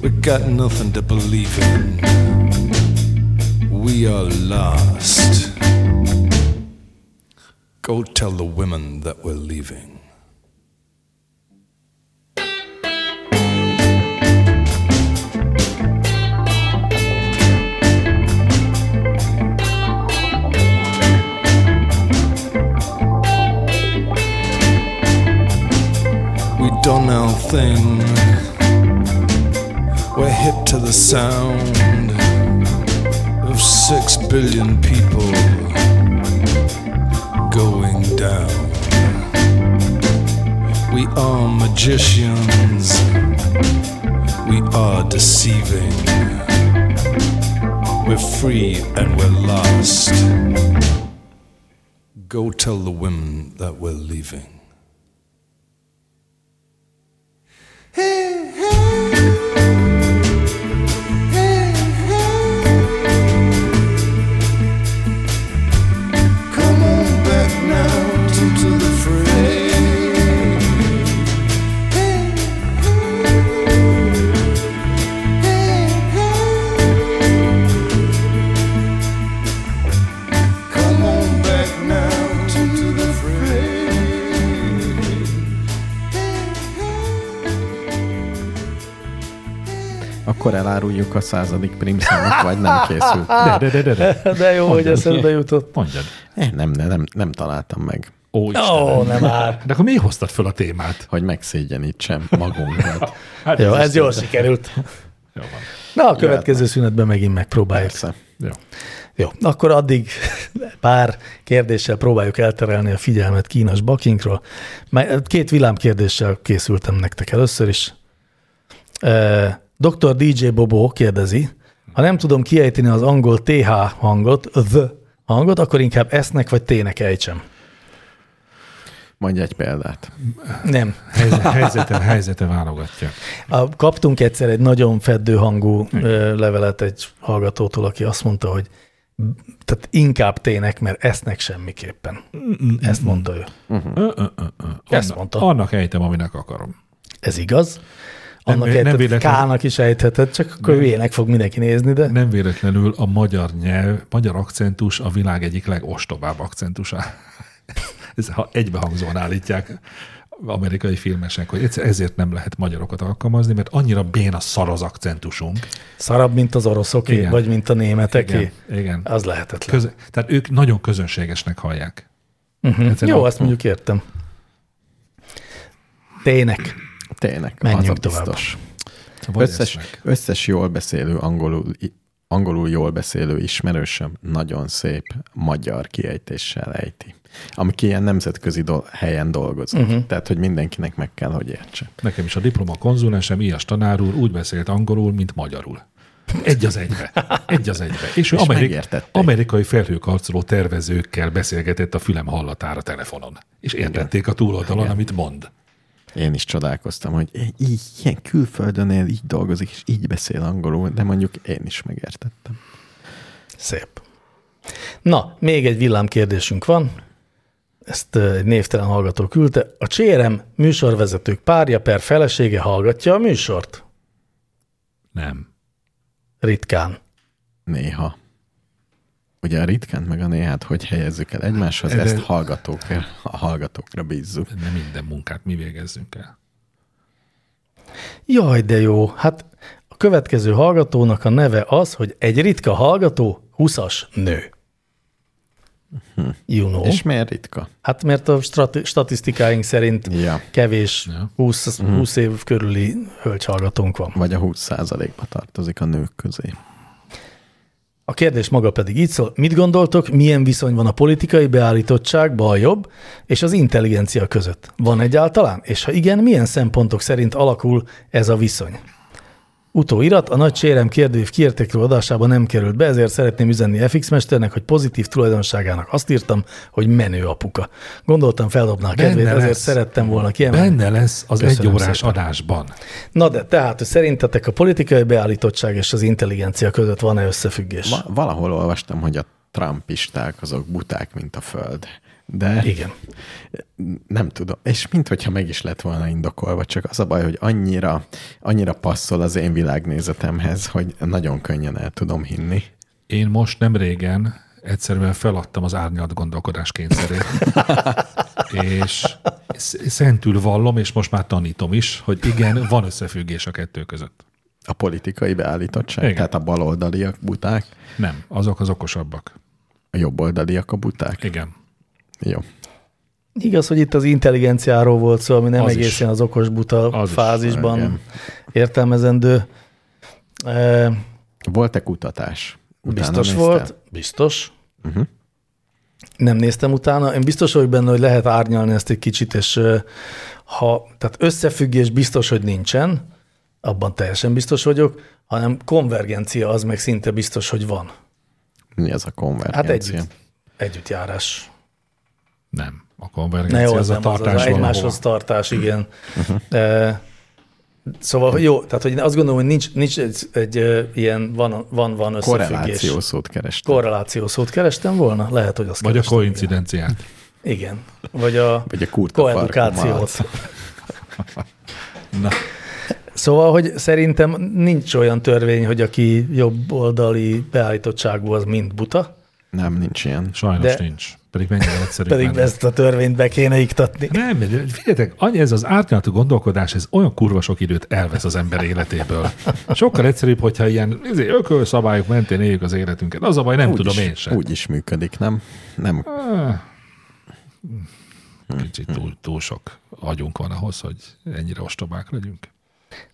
Speaker 5: We got nothing to believe in. We are lost. Go tell the women that we're leaving. We done our thing. We're hip to the sound of six billion people going down. We are magicians. We are deceiving. We're free and we're lost. Go tell the women that we're leaving. Come on back now to, to the fray. Hey, hey, hey, hey. Come on back now to, to the fray.
Speaker 4: Akkor eláruljuk a századik primszámot, vagy nem készült.
Speaker 3: De, de, de, de, de.
Speaker 2: De jó, hogy
Speaker 3: Mondjad.
Speaker 2: eszembe jutott.
Speaker 3: Mondjad.
Speaker 4: Nem, nem, nem, nem találtam meg,
Speaker 3: Ó,
Speaker 2: Ó,
Speaker 3: Istenem.
Speaker 2: nem már.
Speaker 3: De akkor miért hoztad föl a témát?
Speaker 4: hogy megszégyenítsem magunkat.
Speaker 3: Hát
Speaker 2: Jó,
Speaker 3: az-
Speaker 2: ez jól sikerült.
Speaker 3: Jó van.
Speaker 2: Na, a következő szünetben megint megpróbáljuk.
Speaker 4: Persze.
Speaker 3: Jó.
Speaker 2: Jó, akkor addig pár kérdéssel próbáljuk elterelni a figyelmet Kínos bakinkról. Mely- Két villámkérdéssel készültem nektek először is. E, Ö, Dr. DJ Bobo kérdezi, ha nem tudom kiejteni az angol TH hangot, the hangot, akkor inkább esznek vagy tének ejtsem.
Speaker 4: Mondj egy példát.
Speaker 2: Nem.
Speaker 3: Helyzet, helyzete, helyzete válogatja.
Speaker 2: A, kaptunk egyszer egy nagyon feddő hangú
Speaker 3: Hm.
Speaker 2: ö, levelet egy hallgatótól, aki azt mondta, hogy b- tehát inkább tének, mert esznek semmiképpen. Ezt mondta ő.
Speaker 3: Ö, ö, ö, ö.
Speaker 2: Ezt
Speaker 3: Annak-
Speaker 2: mondta.
Speaker 3: Annak ejtem, aminek akarom.
Speaker 2: Ez igaz. Annak
Speaker 3: nem
Speaker 2: ejtett,
Speaker 3: véletlen-
Speaker 2: K-nak is ejtheted, csak akkor hülyének fog mindenki nézni, de
Speaker 3: Nem véletlenül a magyar nyelv, magyar akcentus a világ egyik legostobább akcentusa. Ez ha egybehangzóan állítják amerikai filmesek, hogy egyszer ezért nem lehet magyarokat alkalmazni, mert annyira béna szar az akcentusunk.
Speaker 2: szarabb, mint az oroszoké,
Speaker 3: Igen.
Speaker 2: vagy mint a németeké.
Speaker 3: Igen. igen.
Speaker 2: Az lehetetlen.
Speaker 3: Köze, tehát ők nagyon közönségesnek hallják. Uh-huh.
Speaker 2: Mhm. Jó, azt mondjuk értem. Tének.
Speaker 4: Tényleg, az a
Speaker 2: Menjünk tovább.
Speaker 4: biztos. Összes, összes jól beszélő, angolul, i- angolul jól beszélő ismerősöm nagyon szép magyar kiejtéssel ejti. Amiki ilyen nemzetközi do- helyen dolgozik. Uh-huh. Tehát, hogy mindenkinek meg kell, hogy értse.
Speaker 3: Nekem is a diploma konzulensem, Ias tanár úr úgy beszélt angolul, mint magyarul. Egy az egybe. Egy az egybe. És ő
Speaker 4: És
Speaker 3: amerik-
Speaker 4: megértették.
Speaker 3: amerikai felhőkarcoló tervezőkkel beszélgetett a fülem hallatára telefonon. És értették a túloldalon, amit mond.
Speaker 4: Én is csodálkoztam, hogy i- így, ilyen külföldön él, így dolgozik, és így beszél angolul, de mondjuk én is megértettem.
Speaker 2: Szép. Na, még egy villámkérdésünk van. Ezt ö, egy névtelen hallgató küldte. A CRM műsorvezetők párja per felesége hallgatja a műsort?
Speaker 3: Nem.
Speaker 2: Ritkán.
Speaker 4: Néha. Ugye a ritkánt meg a néhát hogy helyezzük el egymáshoz,
Speaker 3: De-
Speaker 4: ezt hallgatókra, a hallgatókra bízzuk.
Speaker 3: Nem minden munkát mi végezzünk el.
Speaker 2: Jaj, de jó. Hát a következő hallgatónak a neve az, hogy egy ritka hallgató, 20-as nő. You know.
Speaker 4: Hm. És miért ritka?
Speaker 2: Hát mert a strati- statisztikáink szerint
Speaker 4: Ja. Mhm.
Speaker 2: kevés
Speaker 3: Ja.
Speaker 2: 20, 20 év körüli hölgyhallgatónk van.
Speaker 4: Vagy a 20%-ba tartozik a nők közé.
Speaker 2: A kérdés maga pedig így szól, mit gondoltok, milyen viszony van a politikai beállítottság, bal-jobb, és az intelligencia között? Van egyáltalán? És ha igen, milyen szempontok szerint alakul ez a viszony? Utóirat, a nagy sérem kérdőív kiértékről adásában nem került be, ezért szeretném üzenni FX Mesternek, hogy pozitív tulajdonságának azt írtam, hogy menő apuka. Gondoltam, feldobná a
Speaker 3: Benne
Speaker 2: kedvét, ezért
Speaker 3: lesz.
Speaker 2: szerettem volna kiemelni.
Speaker 3: Benne lesz az
Speaker 2: Köszönöm
Speaker 3: egyórás
Speaker 2: szépen.
Speaker 3: adásban.
Speaker 2: Na de, tehát hogy szerintetek a politikai beállítottság és az intelligencia között van-e összefüggés?
Speaker 4: Va- valahol olvastam, hogy a trumpisták azok buták, mint a föld. De
Speaker 2: Igen.
Speaker 4: nem tudom. És minthogyha meg is lett volna indokolva, csak az a baj, hogy annyira, annyira passzol az én világnézetemhez, hogy nagyon könnyen el tudom hinni.
Speaker 3: Én most nem régen egyszerűen feladtam az árnyalt gondolkodás kényszerét. és sz- szentül vallom, és most már tanítom is, hogy igen, van összefüggés a kettő között.
Speaker 4: A politikai beállítottság,
Speaker 3: Igen.
Speaker 4: Igen. tehát a baloldaliak buták,
Speaker 3: Nem, azok az okosabbak.
Speaker 4: a jobboldaliak a buták.
Speaker 3: Igen.
Speaker 4: Jó.
Speaker 2: Igaz, hogy itt az intelligenciáról volt szó, ami nem
Speaker 3: Az
Speaker 2: az
Speaker 3: is.
Speaker 2: egészen is. az okos buta
Speaker 3: Az
Speaker 2: az
Speaker 3: is,
Speaker 2: fázisban
Speaker 4: igen.
Speaker 2: értelmezendő. E,
Speaker 4: Volt-e kutatás? Utána
Speaker 2: biztos
Speaker 4: néztem.
Speaker 2: volt, biztos.
Speaker 3: Mhm.
Speaker 2: Uh-huh. Nem néztem utána. Én biztos vagyok benne, hogy lehet árnyalni ezt egy kicsit, és ö, ha, tehát összefüggés biztos, hogy nincsen, abban teljesen biztos vagyok, hanem konvergencia az meg szinte biztos, hogy van.
Speaker 4: Mi az a konvergencia?
Speaker 2: Hát együtt, együttjárás.
Speaker 3: Nem. A
Speaker 2: Ne jó,
Speaker 3: konvergencia
Speaker 2: az
Speaker 3: az a
Speaker 2: nem az, az
Speaker 3: tartás
Speaker 2: egymáshoz
Speaker 3: valahova.
Speaker 2: tartás, igen. E, Szóval hogy jó, tehát hogy én azt gondolom, hogy nincs, nincs egy, egy ö, ilyen van, van, van összefüggés.
Speaker 4: Korreláció szót kerestem.
Speaker 2: Korreláció szót kerestem volna? Lehet, hogy azt
Speaker 3: Vagy a
Speaker 2: kerestem, igen.
Speaker 3: koincidenciát.
Speaker 2: Igen. Vagy a,
Speaker 4: Vagy a kurta
Speaker 2: koedukációt.
Speaker 4: farkon
Speaker 3: Na,
Speaker 2: Szóval, hogy szerintem nincs olyan törvény, hogy aki jobb oldali beállítottságú, az mind buta,
Speaker 4: Nem, nincs ilyen.
Speaker 3: sajnos
Speaker 2: De-
Speaker 3: De... nincs. Pedig mennyire egyszerű.
Speaker 2: pedig
Speaker 3: lenne.
Speaker 2: ezt a törvényt be kéne iktatni.
Speaker 3: Nem, de figyeljetek, annyi ez az árnyalatú gondolkodás, ez olyan kurva sok időt elvesz az ember életéből. Sokkal egyszerűbb, hogyha ilyen izé, ökölszabályok mentén éljük az életünket. Az a baj, nem úgy tudom
Speaker 4: is,
Speaker 3: én sem.
Speaker 4: Úgy is működik, nem? Nem.
Speaker 3: Hm, Kicsit túl, túl sok agyunk van ahhoz, hogy ennyire ostobák legyünk.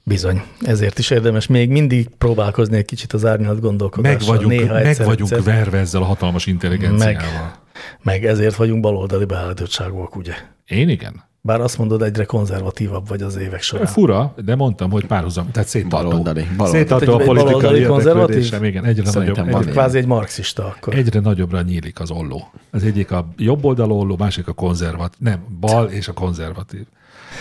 Speaker 2: Bizony, ezért is érdemes még mindig próbálkozni egy kicsit az árnyalat gondolkodással.
Speaker 3: Meg vagyunk,
Speaker 2: Néha
Speaker 3: meg
Speaker 2: egyszer,
Speaker 3: vagyunk
Speaker 2: egyszer,
Speaker 3: verve ezzel a hatalmas intelligenciával. Meg.
Speaker 2: meg ezért vagyunk baloldali beállítottságúak, ugye?
Speaker 3: Én igen.
Speaker 2: Bár azt mondod, egyre konzervatívabb vagy az évek során.
Speaker 3: Fura, de mondtam, hogy párhuzam, tehát széttartó.
Speaker 4: Baloldali, baloldali.
Speaker 3: Széttartó
Speaker 2: Tehát
Speaker 3: a
Speaker 2: egy baloldali
Speaker 3: politikai
Speaker 2: konzervatív?
Speaker 3: érdeklődésem, igen, egyre
Speaker 4: Szerintem
Speaker 3: nagyobb,
Speaker 4: van
Speaker 3: egyre
Speaker 2: Egy, kvázi egy marxista akkor. Egy...
Speaker 3: Egyre nagyobbra nyílik az olló. Az egyik a jobb oldalú olló, másik a konzervatív. Nem, bal és a konzervatív.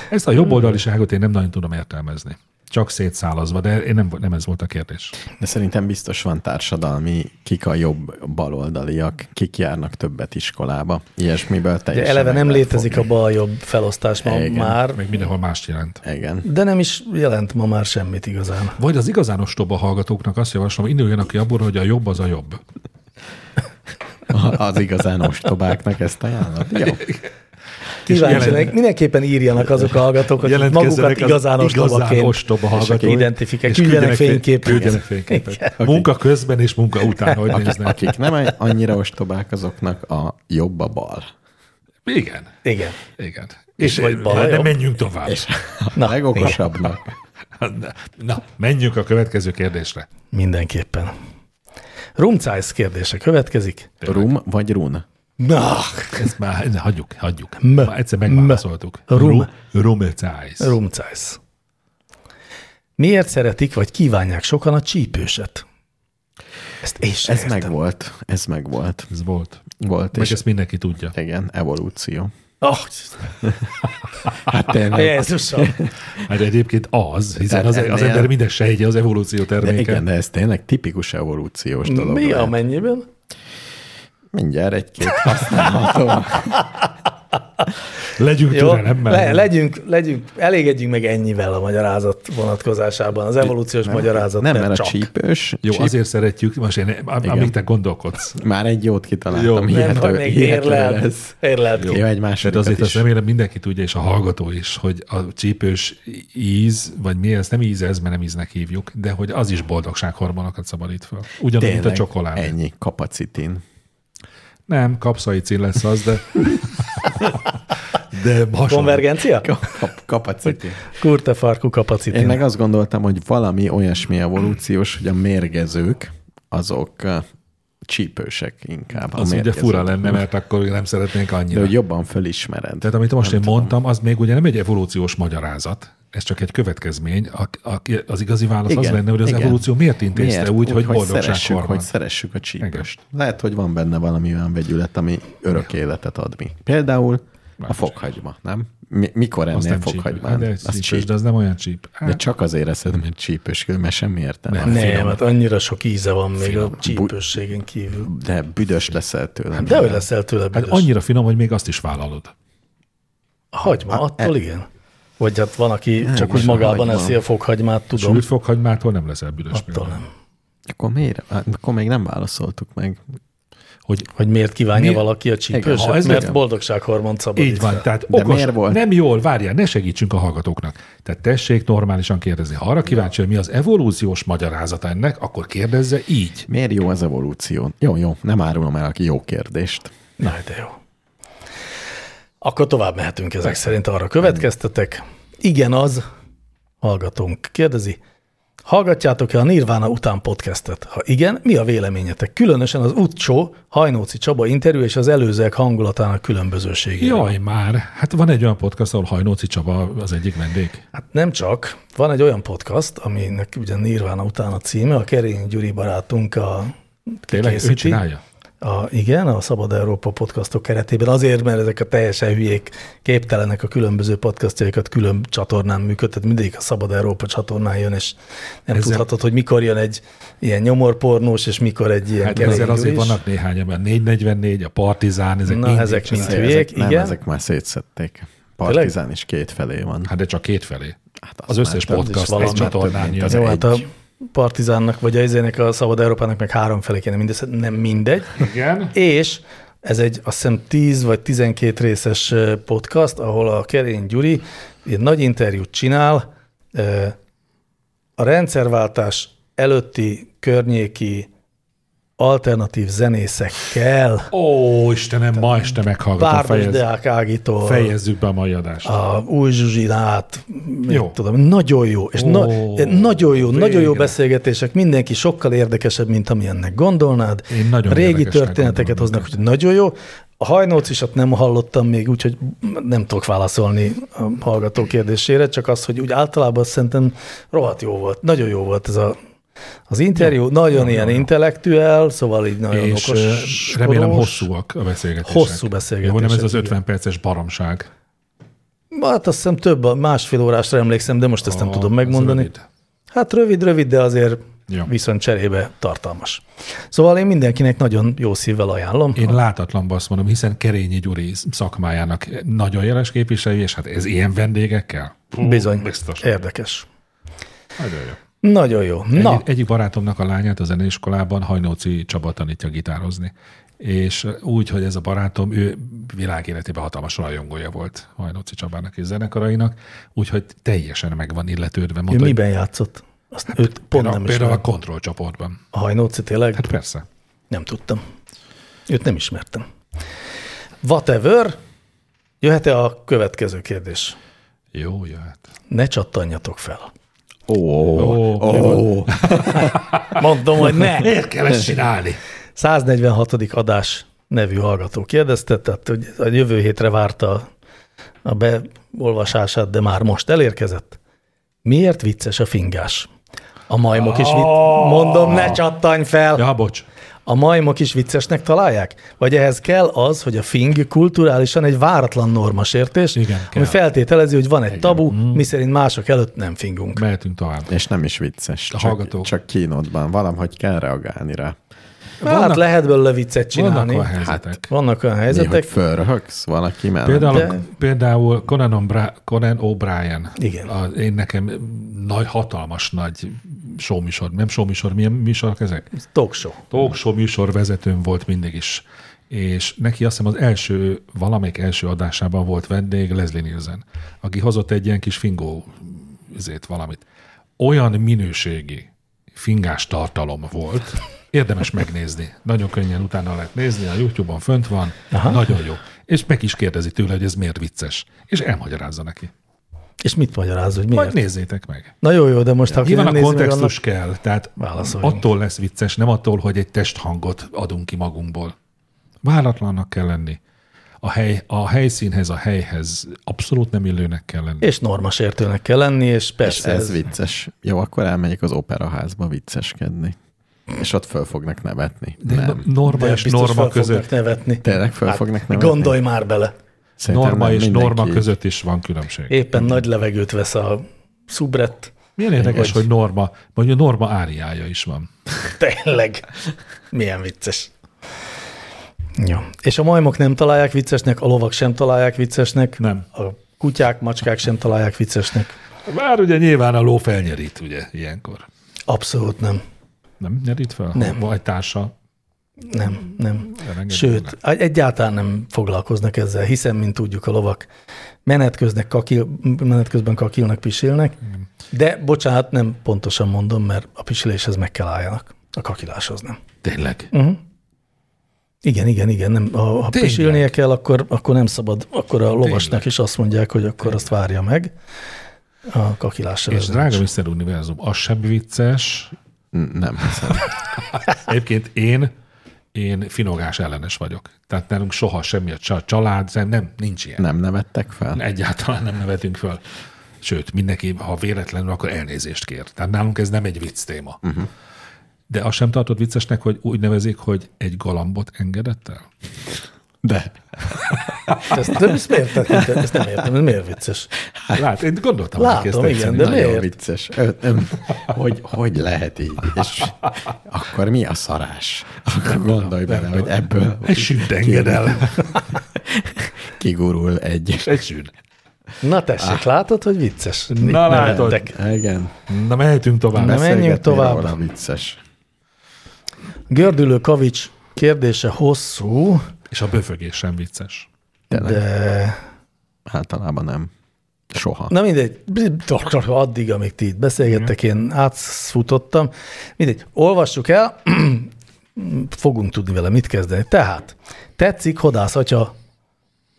Speaker 3: Ezt a jobb oldaliságot én nem nagyon tudom értelmezni. Csak szétszálazva, de én nem, nem ez volt a kérdés.
Speaker 4: De szerintem biztos van társadalmi, kik a jobb baloldaliak, kik járnak többet iskolába. Ilyesmiből
Speaker 2: Ugye
Speaker 4: teljesen
Speaker 2: eleve
Speaker 4: meg
Speaker 2: nem
Speaker 4: lehet
Speaker 2: létezik a bal-jobb felosztás ma
Speaker 4: Igen.
Speaker 2: már,
Speaker 3: Meg mindenhol mást jelent.
Speaker 4: fogni. Igen.
Speaker 2: de nem is jelent ma már semmit igazán.
Speaker 3: Vagy az igazán ostoba hallgatóknak azt javaslom, induljanak ki abból, hogy a jobb az a jobb.
Speaker 4: Az igazán ostobáknak ezt ajánlott. Jó.
Speaker 2: Kíváncsiak,
Speaker 3: jelent-
Speaker 2: mindenképpen írjanak azok a hallgatók, akik magukat
Speaker 3: Jelentkezzenek az
Speaker 2: igazán
Speaker 3: igazán
Speaker 2: ostobaként
Speaker 3: ostoba hallgatók.
Speaker 2: identifikálják, küldjenek
Speaker 3: fény- Küldjenek
Speaker 2: fényképet.
Speaker 3: fényképet. Munka közben és munka után, hogy néznek.
Speaker 4: Akik nem annyira ostobák, azoknak a jobb a bal.
Speaker 3: Igen,
Speaker 2: Igen.
Speaker 3: igen. És,
Speaker 2: vagy
Speaker 3: és
Speaker 2: bal a
Speaker 3: de
Speaker 2: jobb.
Speaker 3: menjünk tovább. És
Speaker 4: Na, legokosabbnak.
Speaker 3: Na, Hát, Na, menjünk a következő kérdésre.
Speaker 2: Mindenképpen. Rumcájsz kérdése következik.
Speaker 4: Rum vagy run?
Speaker 2: Na,
Speaker 3: Ezt már ne, hagyjuk, hagyjuk.
Speaker 2: M.
Speaker 3: Már egyszer megválaszoltuk.
Speaker 2: M. Rum.
Speaker 3: Rumecájsz.
Speaker 2: rumcájsz. Miért szeretik, vagy kívánják sokan a csípőset? Ezt én sem
Speaker 4: Ez
Speaker 2: értem.
Speaker 4: megvolt. Ez megvolt.
Speaker 3: Ez volt.
Speaker 4: Volt.
Speaker 3: Meg
Speaker 4: És
Speaker 3: ezt mindenki tudja.
Speaker 4: igen, evolúció.
Speaker 2: Oh,
Speaker 4: Hát tényleg.
Speaker 2: Jézusom.
Speaker 3: Hát egyébként az, hiszen
Speaker 4: Tehát
Speaker 3: az, az
Speaker 4: ennél-
Speaker 3: ember minden sejtje az evolúció
Speaker 4: De
Speaker 3: terméke.
Speaker 4: igen, de ez tényleg tipikus evolúciós dolog.
Speaker 2: Mi
Speaker 4: lehet.
Speaker 2: amennyiben?
Speaker 4: Mindjárt egy-két használható.
Speaker 3: Legyünk
Speaker 2: Jó,
Speaker 3: türelemmel.
Speaker 2: le, legyünk, legyünk, elégedjünk meg ennyivel a magyarázat vonatkozásában, az evolúciós magyarázat.
Speaker 4: Nem, mert a
Speaker 2: csak.
Speaker 4: csípős.
Speaker 3: Jó,
Speaker 4: csíp-
Speaker 3: azért szeretjük, most én, am- amíg te gondolkodsz.
Speaker 4: Már egy jót
Speaker 3: Jó,
Speaker 4: kitaláltam,
Speaker 3: nem,
Speaker 2: Nem,
Speaker 4: hihető,
Speaker 2: hogy még
Speaker 4: hihető
Speaker 2: érlelt,
Speaker 4: lesz.
Speaker 2: érlelt
Speaker 4: Jó,
Speaker 2: ki.
Speaker 4: egy
Speaker 3: Tehát
Speaker 4: másodikat
Speaker 3: azért azt
Speaker 4: is.
Speaker 3: remélem mindenki tudja, és a hallgató is, hogy a csípős íz, vagy mi ez, nem íz ez, mert nem íznek hívjuk, de hogy az is boldogsághormonokat szabadít fel. Ugyanúgy, mint a
Speaker 4: Tényleg,
Speaker 3: csokoládé.
Speaker 4: Ennyi, kapacitin.
Speaker 3: Nem, kapszaicin lesz az, de... de hasonló.
Speaker 2: Konvergencia?
Speaker 4: Kap, kapacitin.
Speaker 2: Kurta farkú
Speaker 4: Én
Speaker 2: kapacitin.
Speaker 4: meg azt gondoltam, hogy valami olyasmi evolúciós, hogy a mérgezők, azok eh, csípősek inkább. a
Speaker 3: Az ugye
Speaker 4: mérgezők.
Speaker 3: fura lenne, mert akkor nem szeretnénk
Speaker 4: De
Speaker 3: annyira.
Speaker 4: hogy jobban fölismered.
Speaker 3: Tehát amit most én mondtam, az még ugye nem egy evolúciós magyarázat, ez csak egy következmény. A, a, az igazi válasz igen, az
Speaker 4: Igen,
Speaker 3: lenne, hogy az
Speaker 4: igen.
Speaker 3: evolúció miért intézte miért? úgy, hogy
Speaker 4: szeressük,
Speaker 3: boldogságkorban.
Speaker 4: hogy szeressük a csípőst.
Speaker 3: Igen.
Speaker 4: Lehet, hogy van benne valami olyan vegyület, ami örök életet ad mi. Például a fokhagyma, nem? Mi, mikor
Speaker 3: Azt
Speaker 4: ennél
Speaker 3: nem csíp.
Speaker 4: fokhagymán?
Speaker 3: De,
Speaker 4: De,
Speaker 3: ez csípős, de az nem olyan csíp. Hát,
Speaker 4: Hát, de csak azért eszed, mert csípős, mert semmi értelme.
Speaker 3: Nem.
Speaker 2: Nem,
Speaker 3: Finom.
Speaker 2: hát annyira sok íze van még a
Speaker 4: Finom.
Speaker 2: csípősségen kívül.
Speaker 4: De büdös leszel tőle.
Speaker 2: De hogy leszel tőle
Speaker 3: hát
Speaker 2: büdös?
Speaker 3: annyira finom, hogy még azt is vállalod.
Speaker 2: A hagyma,
Speaker 3: hát e-
Speaker 2: attól igen. Vagy hát van, aki csak úgy
Speaker 4: most a
Speaker 2: magában
Speaker 4: hagyma.
Speaker 2: eszi a fokhagymát, tudom.
Speaker 3: Sült fokhagymától nem leszel büdös.
Speaker 2: Attól
Speaker 3: például.
Speaker 2: nem.
Speaker 4: Akkor miért? Hát, Akkor még nem válaszoltuk meg.
Speaker 3: Hogy
Speaker 2: Hogy miért kívánja
Speaker 3: Mi-
Speaker 2: valaki a csípőset?
Speaker 3: ha ez
Speaker 2: Mert
Speaker 3: igen.
Speaker 2: boldogsághormon szabadít
Speaker 3: Így van,
Speaker 2: fel.
Speaker 3: tehát
Speaker 4: De
Speaker 3: okos,
Speaker 4: miért volt?
Speaker 3: nem jól, várjál, ne segítsünk a hallgatóknak. Tehát tessék normálisan kérdezni. Ha arra kíváncsi, hogy mi az evolúciós magyarázata ennek, akkor kérdezze így.
Speaker 4: Miért jó az evolúció? Jó, jó, nem árulom el aki jó kérdést.
Speaker 2: Na, de jó. Akkor tovább mehetünk ezek szerint, arra következtetek. Igen az, hallgatónk kérdezi, hallgatjátok-e a Nirvana után podcastet? Ha igen, mi a véleményetek? Különösen az utcsó, Hajnóci Csaba interjú és az előzőek hangulatának különbözőségéről.
Speaker 3: Jaj már, hát van egy olyan podcast, ahol Hajnóci Csaba az egyik vendég.
Speaker 2: Hát nem csak. Van egy olyan podcast, aminek ugye Nirvana után a címe, a Kerény Gyuri barátunk a
Speaker 3: Tényleg ő
Speaker 2: készíti.
Speaker 3: csinálja?
Speaker 2: A, igen, a Szabad Európa podcastok keretében azért, mert ezek a teljesen hülyék képtelenek a különböző podcastjaikat külön csatornán működtet, mindig a Szabad Európa csatornán jön, és nem
Speaker 3: Ezzel-
Speaker 2: ezzel... tudhatod, hogy mikor jön egy ilyen nyomorpornós, és mikor egy ilyen
Speaker 3: Hát
Speaker 2: kerék
Speaker 3: azért azért
Speaker 2: gyűlés.
Speaker 3: vannak néhány, mert 444, a Partizán, ezek
Speaker 2: Na,
Speaker 3: mind
Speaker 2: ezek
Speaker 3: csinálják.
Speaker 2: mind. Hülyék,
Speaker 4: ezek, nem,
Speaker 2: igen.
Speaker 4: ezek már szétszették. Partizán is két felé van.
Speaker 3: Hát de csak kétfelé. Hát
Speaker 4: az
Speaker 3: az, összes
Speaker 4: már több is
Speaker 3: podcast egy
Speaker 2: valami,
Speaker 4: több
Speaker 3: csatornán
Speaker 4: mint
Speaker 3: jön.
Speaker 4: az
Speaker 2: Jó,
Speaker 4: egy.
Speaker 2: hát a Partizánnak, vagy a izének, a Szabad Európának meg három felé kéne mindössze, nem mindegy.
Speaker 3: Igen.
Speaker 2: És ez egy azt hiszem 10 vagy 12 részes ö, podcast, ahol a Kerény Gyuri egy nagy interjút csinál ö, a rendszerváltás előtti környéki alternatív zenészekkel,
Speaker 3: Ó, Istenem, ma este meghallgatom,
Speaker 2: Párdos
Speaker 3: fejez,
Speaker 2: Deák Ágitól,
Speaker 3: fejezzük be a mai adást.
Speaker 2: a Új Zsuzsin át, mit
Speaker 3: Jó.
Speaker 2: tudom, nagyon jó, és na,
Speaker 3: Ó,
Speaker 2: nagyon jó, nagyon jó
Speaker 3: végre.
Speaker 2: beszélgetések, mindenki sokkal érdekesebb, mint amilyennek gondolnád.
Speaker 3: Én nagyon
Speaker 2: Régi
Speaker 3: érdekesnek
Speaker 2: történeteket
Speaker 3: gondolom
Speaker 2: hoznak, hogy nagyon jó. A hajnócisat nem hallottam még, úgyhogy nem tudok válaszolni a hallgató kérdésére, csak az, hogy úgy általában szerintem rohadt jó volt, nagyon jó volt ez a az interjú, nagyon ilyen intellektuel, szóval így nagyon
Speaker 3: és
Speaker 2: okos.
Speaker 3: ö, remélem hosszúak a beszélgetések.
Speaker 2: Hosszú
Speaker 3: Jó,
Speaker 2: beszélgetések,
Speaker 3: nem ez az
Speaker 2: igen.
Speaker 3: 50 perces baromság.
Speaker 2: Hát azt hiszem több, a másfél órásra emlékszem, de most ezt nem
Speaker 3: A-
Speaker 2: tudom
Speaker 3: az
Speaker 2: megmondani.
Speaker 3: rövid.
Speaker 2: Hát rövid, rövid, de azért
Speaker 3: Ja.
Speaker 2: ja. viszont cserébe tartalmas. Szóval én mindenkinek nagyon jó szívvel ajánlom.
Speaker 3: Én látatlanban azt mondom, hiszen Kerényi Gyuri szakmájának nagyon jeles képviselője, és hát ez ilyen vendégekkel? Pú,
Speaker 2: Bizony,
Speaker 3: Biztos.
Speaker 2: érdekes.
Speaker 3: Nagyon jó.
Speaker 2: Nagyon jó. Na,
Speaker 3: Egy, egyik barátomnak a lányát a zeneiskolában Hajnóci Csaba tanítja gitározni. És úgy, hogy ez a barátom, ő világéletében hatalmas rajongója volt Hajnóci Csabának és zenekarainak, úgyhogy teljesen meg van illetődve. Mondta,
Speaker 2: ő
Speaker 3: hogy
Speaker 2: miben játszott? Azt hát, őt pont
Speaker 3: például,
Speaker 2: nem
Speaker 3: például
Speaker 2: ismertem.
Speaker 3: a kontroll csoportban.
Speaker 2: A hajnóci tényleg?
Speaker 3: Hát persze.
Speaker 2: Nem tudtam. Őt nem ismertem. Whatever. Jöhet-e a következő kérdés?
Speaker 3: Jó, hát. jöhet.
Speaker 2: Ne csattanjatok fel.
Speaker 4: Ó, ó, ó.
Speaker 2: Mondom, hogy ne.
Speaker 3: Miért kell ezt csinálni?
Speaker 2: 146. adás nevű hallgató kérdezte, tehát hogy a jövő hétre várta a beolvasását, de már most elérkezett. Miért vicces a fingás? A majmok is vicces. Mondom, ne csattanj fel!
Speaker 3: Ah. Ja, bocs.
Speaker 2: A majmok is viccesnek találják? Vagy ehhez kell az, hogy a fing kulturálisan egy váratlan normasértés,
Speaker 3: Igen, kell. Mm.
Speaker 2: ami feltételezi, hogy van egy tabu, miszerint mások előtt nem fingunk.
Speaker 3: Mehetünk tovább.
Speaker 4: És nem is vicces. Csak,
Speaker 3: hallgatók.
Speaker 4: csak kínódban. Valahogy kell reagálni rá.
Speaker 2: Hát lehet belőle viccet
Speaker 3: Vannak
Speaker 2: csinálni. Hát,
Speaker 3: olyan helyzetek.
Speaker 2: Vannak olyan
Speaker 4: Mi, hogy
Speaker 2: helyzetek.
Speaker 4: fölröhögsz valaki mellett?
Speaker 3: Például,
Speaker 2: De-
Speaker 3: például Conan, O'Bra- Conan O'Brien.
Speaker 2: Igen.
Speaker 3: A, én nekem nagy, hatalmas nagy showműsor, nem showműsor, milyen műsorok ezek?
Speaker 2: Talk show.
Speaker 3: Talk show műsorvezetőm volt mindig is. És neki azt hiszem az első, valamelyik első adásában volt vendég Leslie Nielsen, aki hozott egy ilyen kis fingó izét valamit. Olyan minőségi fingás tartalom volt, érdemes megnézni. Nagyon könnyen utána lehet nézni, a YouTube-on fönt van, Aha. nagyon jó. És meg is kérdezi tőle, hogy ez miért vicces. És elmagyarázza neki.
Speaker 2: És mit magyaráz, hogy miért?
Speaker 3: Majd nézzétek meg.
Speaker 2: Na jó, jó, de most ha aki
Speaker 3: Nyilván
Speaker 2: nem
Speaker 3: a
Speaker 2: nézi meg, annak...
Speaker 3: kontextus kell, tehát
Speaker 2: Válaszoljunk.
Speaker 3: attól lesz vicces, nem attól, hogy egy testhangot adunk ki magunkból. Váratlannak kell lenni. a, hely, a helyszínhez, a helyhez abszolút nem illőnek kell lenni.
Speaker 2: És normasértőnek kell lenni, és
Speaker 4: És
Speaker 2: persze
Speaker 4: ez, ez vicces. Jó, akkor elmegyek az operaházba vicceskedni. És ott föl fognak nevetni.
Speaker 3: De
Speaker 4: nem.
Speaker 3: norma
Speaker 2: de
Speaker 3: és
Speaker 2: biztos
Speaker 3: norma
Speaker 2: fel
Speaker 3: között,
Speaker 2: fognak nevetni. Hát,
Speaker 4: Tényleg föl fognak nevetni?
Speaker 2: Gondolj már bele.
Speaker 4: Szerintem
Speaker 3: norma
Speaker 4: nem
Speaker 3: és
Speaker 4: mindenki
Speaker 3: norma
Speaker 4: így.
Speaker 3: között is van különbség.
Speaker 2: Éppen nagy levegőt vesz a szubrett.
Speaker 3: Milyen
Speaker 2: Vagy-
Speaker 3: érdekes, hogy norma, vagy a norma áriája is van.
Speaker 2: Tényleg. Milyen vicces. Jó. És a majmok nem találják viccesnek, a lovak sem találják viccesnek.
Speaker 3: Nem.
Speaker 2: A kutyák, macskák sem találják viccesnek.
Speaker 3: Bár ugye nyilván a ló felnyerít, ugye, ilyenkor.
Speaker 2: Abszolút nem.
Speaker 3: Nem nyerít fel?
Speaker 2: Nem.
Speaker 3: Vagy társa?
Speaker 2: Nem, nem.
Speaker 3: Elengedi
Speaker 2: Sőt, egyáltalán nem foglalkoznak ezzel, hiszen, mint tudjuk, a lovak menet, köznek kakil, menet közben kakilnak, pisilnek, de bocsánat, nem pontosan mondom, mert a pisiléshez meg kell álljanak, a kakiláshoz nem.
Speaker 3: Tényleg.
Speaker 2: Uh-huh. Igen, igen, igen. Nem, ha ha
Speaker 3: Tényleg?
Speaker 2: pisilnie kell, akkor, akkor nem szabad, akkor a lovasnak is azt mondják, hogy akkor azt várja meg. A kakilásra.
Speaker 3: És drága Mr. Univerzum, az sem vicces.
Speaker 4: N- Nem hiszem.
Speaker 2: Ah.
Speaker 3: Egyébként én, én finogás ellenes vagyok. Tehát nálunk soha semmi, se a család, sem- nem, nincs ilyen.
Speaker 4: Nem nevettek fel?
Speaker 3: Egyáltalán nem nevetünk föl. Sőt, mindenki, ha véletlenül, akkor elnézést kér. Tehát nálunk ez nem egy vicc téma.
Speaker 2: Mhm.
Speaker 3: Uh-huh. De azt sem tartod viccesnek, hogy úgy nevezik, hogy egy galambot engedett el?
Speaker 4: De.
Speaker 2: Ezt, de ezt miért tekintem? Ezt nem értem, ez miért vicces?
Speaker 3: Lát, én gondoltam,
Speaker 2: Hát, Látom,
Speaker 3: hogy ezt egyszer
Speaker 2: igen,
Speaker 3: így
Speaker 2: de
Speaker 3: nagyon-
Speaker 2: miért?
Speaker 4: Nagyon vicces. Ö, öm, hogy, hogy lehet így? És akkor mi a szarás? Akkor gondolj bele, hogy ebből
Speaker 3: Egy sűnt enged el.
Speaker 4: kigurul egy.
Speaker 3: Egy sűn.
Speaker 2: Na
Speaker 3: Ah.
Speaker 2: tessék, látod, hogy vicces? Mit
Speaker 3: Na látod.
Speaker 2: nevettek?
Speaker 4: Igen.
Speaker 3: Na mehetünk tovább.
Speaker 2: Nem.
Speaker 4: Beszélgetni
Speaker 2: menjünk tovább.
Speaker 4: Róla vicces.
Speaker 2: Gördülő kavics kérdése hosszú,
Speaker 3: És a böfögés sem vicces.
Speaker 4: Tényleg, De.
Speaker 2: de
Speaker 4: általában nem. Soha.
Speaker 2: Na mindegy, addig, amíg ti itt beszélgettek, én átfutottam. Mindegy, olvassuk el, fogunk tudni vele mit kezdeni. Tehát, tetszik Hodász atya,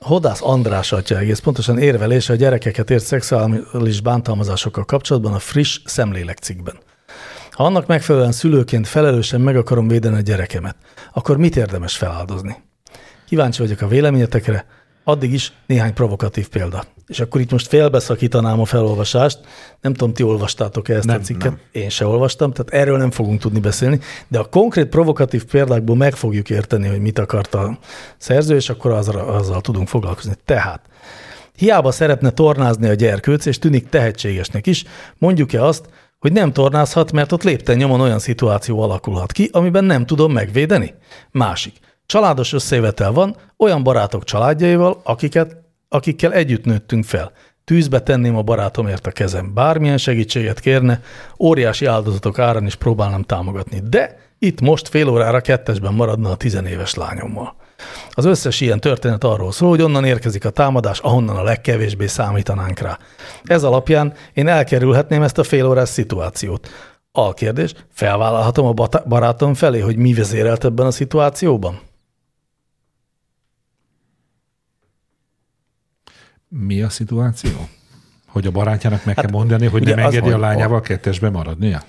Speaker 2: Hodász András atya egész pontosan érvelése a gyerekeket ért szexuális bántalmazásokkal kapcsolatban a friss szemlélek cikkben. Ha annak megfelelően szülőként felelősen meg akarom védeni a gyerekemet, akkor mit érdemes feláldozni? Kíváncsi vagyok a véleményetekre, addig is néhány provokatív példa. És akkor itt most félbeszakítanám a felolvasást. Nem tudom, ti olvastátok-e ezt nem, a cikket? Nem. Én se olvastam, tehát erről nem fogunk tudni beszélni, de a konkrét provokatív példákból meg fogjuk érteni, hogy mit akart a szerző, és akkor azzal, azzal tudunk foglalkozni. Tehát Hiába szeretne tornázni a gyerkőc, és tűnik tehetségesnek is, mondjuk-e azt, hogy nem tornázhat, mert ott lépten nyomon olyan szituáció alakulhat ki, amiben nem tudom megvédeni? Másik. Családos összejövetel van olyan barátok családjaival, akiket, akikkel együtt nőttünk fel. Tűzbe tenném a barátomért a kezem. Bármilyen segítséget kérne, óriási áldozatok árán is próbálnám támogatni. De itt most fél órára kettesben maradna a tizenéves lányommal. Az összes ilyen történet arról szól, hogy onnan érkezik a támadás, ahonnan a legkevésbé számítanánk rá. Ez alapján én elkerülhetném ezt a félórás szituációt. A kérdés, felvállalhatom a bata- barátom felé, hogy mi vezérelt ebben a szituációban?
Speaker 3: Mi a szituáció? Hogy a barátjának meg kell mondani, hogy
Speaker 2: Hát, ugye
Speaker 3: nem engedi
Speaker 2: az-
Speaker 3: a lányával kettesbe maradnia?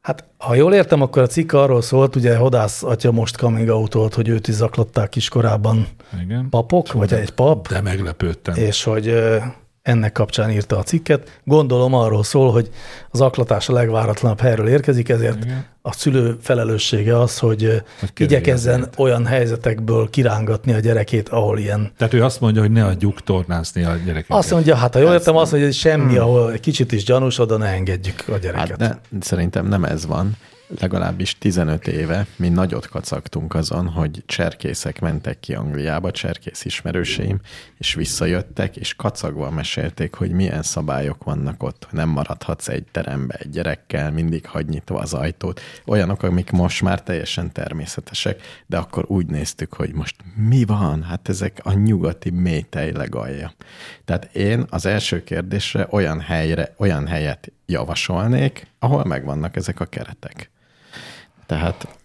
Speaker 2: Hát, ha jól értem, akkor a cikk arról szólt, ugye Hodász atya most coming out volt, hogy őt is zaklatták iskorában
Speaker 3: Igen.
Speaker 2: papok, vagy egy pap,
Speaker 3: De meglepődtem.
Speaker 2: és hogy ö, ennek kapcsán írta a cikket. Gondolom arról szól, hogy az aklatás a legváratlanabb helyről érkezik, ezért
Speaker 3: Igen.
Speaker 2: a szülő felelőssége az, hogy ö,
Speaker 3: kerülje
Speaker 2: igyekezzen
Speaker 3: ezeket.
Speaker 2: olyan helyzetekből kirángatni a gyerekét, ahol ilyen.
Speaker 3: Tehát ő azt mondja, hogy ne adjuk tornászni a gyerekeket.
Speaker 2: Azt mondja, hát ha jól értem, azt mondja, hogy semmi, ahol egy kicsit is gyanús, oda ne engedjük a gyereket.
Speaker 4: Hát de szerintem nem ez van. Legalábbis 15 éve mi nagyot kacagtunk azon, hogy cserkészek mentek ki Angliába, cserkész ismerőseim, és visszajöttek, és kacagva mesélték, hogy milyen szabályok vannak ott, hogy nem maradhatsz egy terembe egy gyerekkel, mindig hagy nyitva az ajtót. Olyanok, amik most már teljesen természetesek, de akkor úgy néztük, hogy most mi van? Hát ezek a nyugati métej legalja. Tehát én az első kérdésre olyan helyre, olyan helyet javasolnék, ahol megvannak ezek a keretek. Tehát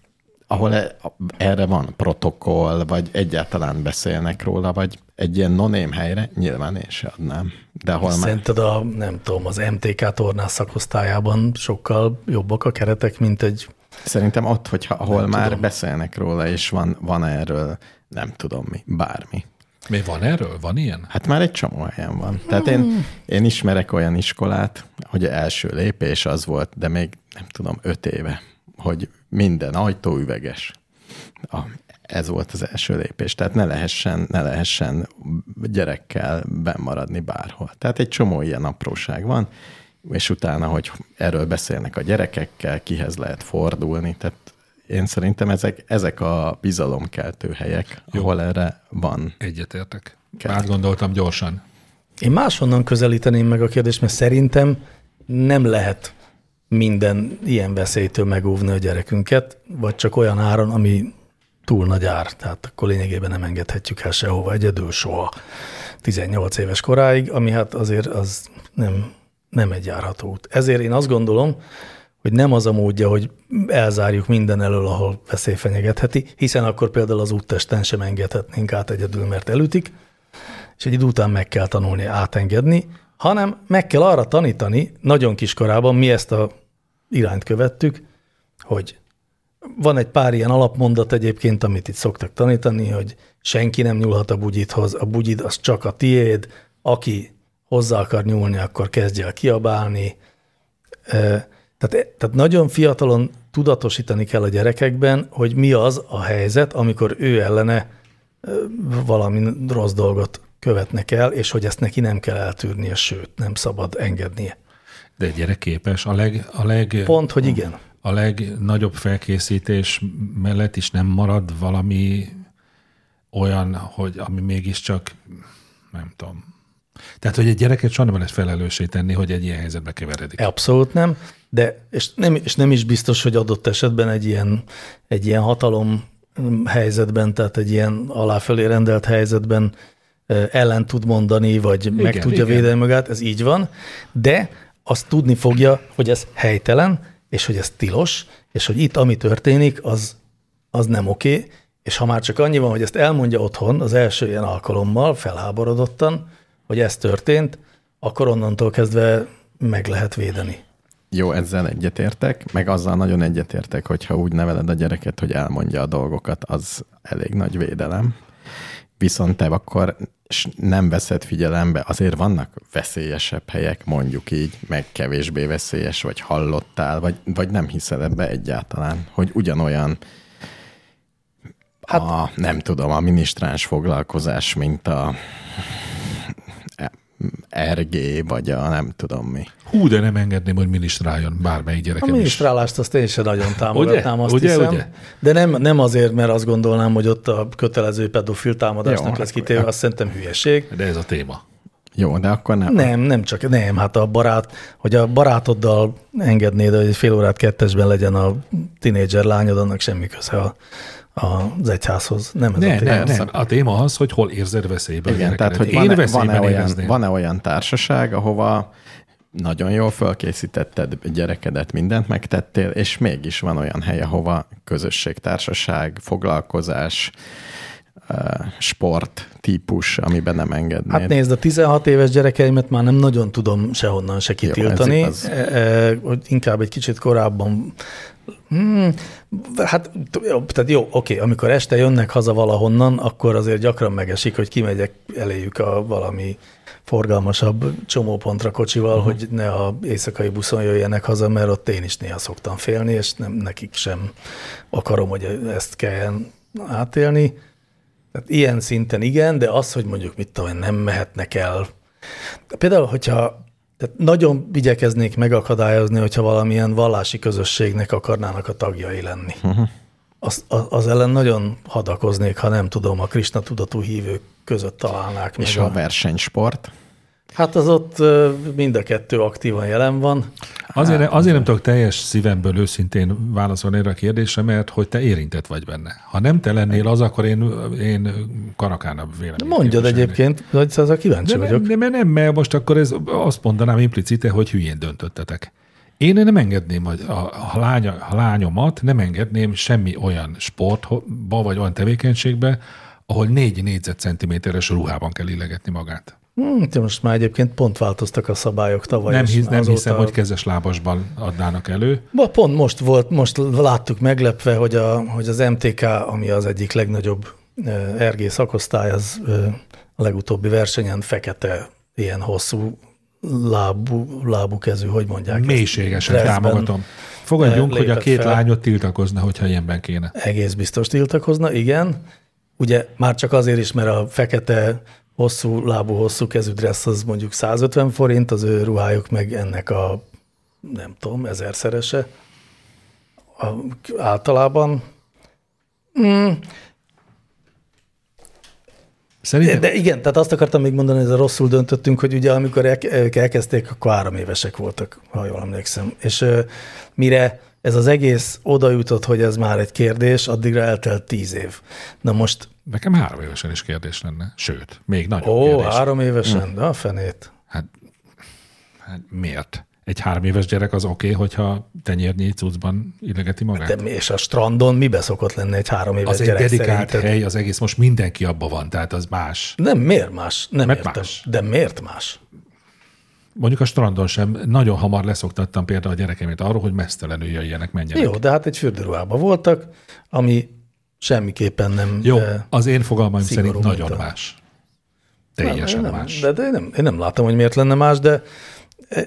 Speaker 4: ahol e- erre van protokoll, vagy egyáltalán beszélnek róla, vagy egy ilyen noném helyre nyilván én se adnám. De ahol már
Speaker 2: Szerinted a, nem tudom, az MTK tornás szakosztályában sokkal jobbak a keretek, mint egy
Speaker 4: Szerintem ott, hogyha ahol
Speaker 2: Nem
Speaker 4: már
Speaker 2: tudom.
Speaker 4: beszélnek róla, és van, van erről, nem tudom mi, bármi.
Speaker 3: Mi van erről? Van ilyen?
Speaker 4: Hát már egy csomó helyen van. Tehát én, én ismerek olyan iskolát, hogy első lépés az volt, de még nem tudom, öt éve, hogy minden ajtó üveges. A, ez volt az első lépés. Tehát ne lehessen, ne lehessen gyerekkel bennmaradni bárhol. Tehát egy csomó ilyen apróság van, és utána, hogy erről beszélnek a gyerekekkel, kihez lehet fordulni, tehát én szerintem ezek, ezek a bizalomkeltő helyek, Jó. ahol erre van
Speaker 3: Egyetértek.
Speaker 4: Kell.
Speaker 3: Már gondoltam gyorsan.
Speaker 2: Én máshonnan közelíteném meg a kérdést, mert szerintem nem lehet minden ilyen veszélytől megóvni a gyerekünket, vagy csak olyan áron, ami túl nagy ár, tehát akkor lényegében nem engedhetjük el sehova egyedül soha 18 éves koráig, ami hát azért az nem, nem egy járható út. Ezért én azt gondolom, hogy nem az a módja, hogy elzárjuk minden elől, ahol veszély fenyegetheti, hiszen akkor például az úttesten sem engedhetnénk át egyedül, mert elütik, és egy idő után meg kell tanulni átengedni, hanem meg kell arra tanítani, nagyon kiskorában mi ezt a irányt követtük, hogy van egy pár ilyen alapmondat egyébként, amit itt szoktak tanítani, hogy senki nem nyúlhat a bugyidhoz, a bugyid az csak a tiéd, aki hozzá akar nyúlni, akkor kezdje el kiabálni. Ö, Tehát, e, tehát nagyon fiatalon tudatosítani kell a gyerekekben, hogy mi az a helyzet, amikor ő ellene ö, valami rossz dolgot követnek el, és hogy ezt neki nem kell eltűrnie, sőt, nem szabad engednie.
Speaker 3: De egy gyerek képes. A, leg, a, leg,
Speaker 2: Pont, hogy igen.
Speaker 3: a legnagyobb felkészítés mellett is nem marad valami olyan, hogy ami mégiscsak, nem tudom. Tehát, hogy egy gyereket soha nem lehet felelőssé tenni, hogy egy ilyen helyzetbe keveredik.
Speaker 2: E- Abszolút nem, de és nem, és nem is biztos, hogy adott esetben egy ilyen, egy ilyen hatalom mm, helyzetben, tehát egy ilyen aláfölé rendelt helyzetben ö, ellen tud mondani, vagy igen, meg tudja
Speaker 3: igen.
Speaker 2: igen. védeni magát, ez így van, de azt tudni fogja, hogy ez helytelen, és hogy ez tilos, és hogy itt ami történik, az, az nem oké, és ha már csak annyi van, hogy ezt elmondja otthon az első ilyen alkalommal, felháborodottan, hogy ez történt, akkor onnantól kezdve meg lehet védeni.
Speaker 4: Jó, ezzel egyetértek, meg azzal nagyon egyetértek, hogyha úgy neveled a gyereket, hogy elmondja a dolgokat, az elég nagy védelem. Viszont te akkor s- nem veszed figyelembe, azért vannak veszélyesebb helyek, mondjuk így, meg kevésbé veszélyes, vagy hallottál, vagy, vagy nem hiszel ebbe egyáltalán, hogy ugyanolyan hát, a, nem tudom, a minisztráns foglalkozás, mint a RG, vagy a nem tudom mi.
Speaker 3: Hú, de nem engedném, hogy minisztráljon bármelyik
Speaker 2: A
Speaker 3: gyerekem is.
Speaker 2: minisztrálást azt én sem nagyon támogatnám,
Speaker 3: Ugye?
Speaker 2: azt
Speaker 3: Ugye,
Speaker 2: hiszem.
Speaker 3: ugye?
Speaker 2: De nem, nem azért, mert azt gondolnám, hogy ott a kötelező pedofil támadásnak
Speaker 4: Jó,
Speaker 2: lesz
Speaker 4: akkor-
Speaker 2: kitéve, azt szerintem hülyeség.
Speaker 3: De ez a téma.
Speaker 4: Jó, de akkor nem.
Speaker 2: Nem, nem csak, nem, hát a barát, hogy a barátoddal engednéd, hogy egy fél órát kettesben legyen a tinédzser lányod, annak semmi köze a, a, az egyházhoz. Nem ez a
Speaker 3: Ne,
Speaker 2: téma.
Speaker 3: ne, ne. A téma az, hogy hol érzed veszélyben
Speaker 4: Igen,
Speaker 3: a
Speaker 4: tehát hogy
Speaker 3: gyerekedet.
Speaker 4: van-e,
Speaker 3: Én
Speaker 4: van-e,
Speaker 3: veszélyben
Speaker 4: olyan,
Speaker 3: érezném.
Speaker 4: van-e olyan társaság, ahova nagyon jól fölkészítetted gyerekedet, mindent megtettél, és mégis van olyan hely, ahova közösség, társaság, foglalkozás, ö, sport típus, amiben nem engednéd.
Speaker 2: Hát nézd, a 16 éves gyerekeimet már nem nagyon tudom sehonnan se kitiltani.
Speaker 4: Jó, ez igaz.
Speaker 2: E, e, Hogy inkább egy kicsit korábban... Hmm, hát t- jó, tehát jó, oké, amikor este jönnek haza valahonnan, akkor azért gyakran megesik, hogy kimegyek eléjük a valami forgalmasabb csomópontra kocsival,
Speaker 4: Mhm.
Speaker 2: uh-huh. hogy ne a éjszakai buszon jöjjenek haza, mert ott én is néha szoktam félni, és nem nekik sem akarom, hogy ezt kelljen átélni. Tehát ilyen szinten igen, de az, hogy mondjuk mit tudom, én, nem mehetnek el. De Például, hogyha tehát nagyon igyekeznék megakadályozni, hogyha valamilyen vallási közösségnek akarnának a tagjai lenni.
Speaker 3: Mhm.
Speaker 2: Uh-huh. Az, az, az ellen nagyon hadakoznék, ha nem tudom, a Krishna tudatú hívők között találnák
Speaker 4: és
Speaker 2: meg.
Speaker 4: a
Speaker 2: A,
Speaker 4: versenysport,
Speaker 2: hát az ott ö, mind a kettő aktívan jelen van.
Speaker 3: Azért,
Speaker 4: hát-
Speaker 3: azért nem tudok teljes szívemből őszintén válaszolni erre a kérdésre, mert hogy te érintett vagy benne. Ha nem te lennél az, akkor én, én karakánabb vélemény.
Speaker 2: Mondjad egyébként, hogy ezzel kíváncsi
Speaker 3: De
Speaker 2: vagyok.
Speaker 3: nem, de mert nem, mert most akkor ez, azt mondanám implicite, hogy hülyén döntöttetek. Én nem engedném a, a, a, lánya, a lányomat, nem engedném semmi olyan sportba, vagy olyan tevékenységbe, ahol négy négyzetcentiméteres ruhában kell illegetni magát.
Speaker 2: Hm, te most már egyébként pont változtak a szabályok tavaly.
Speaker 3: nem
Speaker 2: és
Speaker 3: hisz, nem
Speaker 2: azóta-
Speaker 3: hiszem, hogy kezes lábasban adnának elő.
Speaker 2: Ma pont most volt, most láttuk meglepve, hogy, a, hogy az MTK, ami az egyik legnagyobb ö, RG szakosztály az ö, a legutóbbi versenyen fekete, ilyen hosszú lábú, lábú kezű, hogy mondják. ezt?
Speaker 3: Mélységesen
Speaker 2: Dressben
Speaker 3: támogatom. Fogadjunk,
Speaker 2: eh,
Speaker 3: hogy a
Speaker 2: lépett
Speaker 3: két
Speaker 2: fel.
Speaker 3: lányot tiltakozna, hogyha ilyenben kéne.
Speaker 2: Egész biztos tiltakozna, igen. Ugye már csak azért is, mert a fekete hosszú lábú, hosszú kezű dressz az mondjuk 150 forint, az ő ruhájuk meg ennek a nem tudom, ezerszerese a, általában.
Speaker 3: Szerintem
Speaker 2: De igen, tehát azt akartam még mondani, hogy ez a rosszul döntöttünk, hogy ugye amikor el- ők elkezdték, akkor három évesek voltak, ha jól emlékszem. És ö, mire ez az egész oda jutott, hogy ez már egy kérdés, addigra eltelt tíz év. Na most,
Speaker 3: nekem három évesen is kérdés lenne. Sőt, még nagyobb
Speaker 2: ó, hát-
Speaker 3: kérdés. Hm.
Speaker 2: három évesen, de a fenét.
Speaker 3: Hát, hát miért? Egy három éves gyerek az oké, okay, hogyha tenyérnyi cuccban illegeti magát?
Speaker 2: De mi, és a strandon mibe szokott lenni egy három éves
Speaker 3: az egy
Speaker 2: gyerek
Speaker 3: dedikált
Speaker 2: szerinted?
Speaker 3: hely, az egész most mindenki abban van, tehát az más.
Speaker 2: Nem, miért más? Nem
Speaker 3: Mert
Speaker 2: értem.
Speaker 3: más.
Speaker 2: De miért más?
Speaker 3: Mondjuk a strandon sem, nagyon hamar leszoktattam például a gyerekemet arról, hogy mesztelenül jöjjenek, menjenek.
Speaker 2: Jó, de hát egy fürdőruhában voltak, ami semmiképpen nem...
Speaker 3: Jó,
Speaker 2: eh,
Speaker 3: az én fogalmaim
Speaker 2: szigorú
Speaker 3: szerint nagyon
Speaker 2: minta.
Speaker 3: más. Teljesen
Speaker 2: nem,
Speaker 3: más.
Speaker 2: De, de én, nem, én nem látom, hogy miért lenne más, de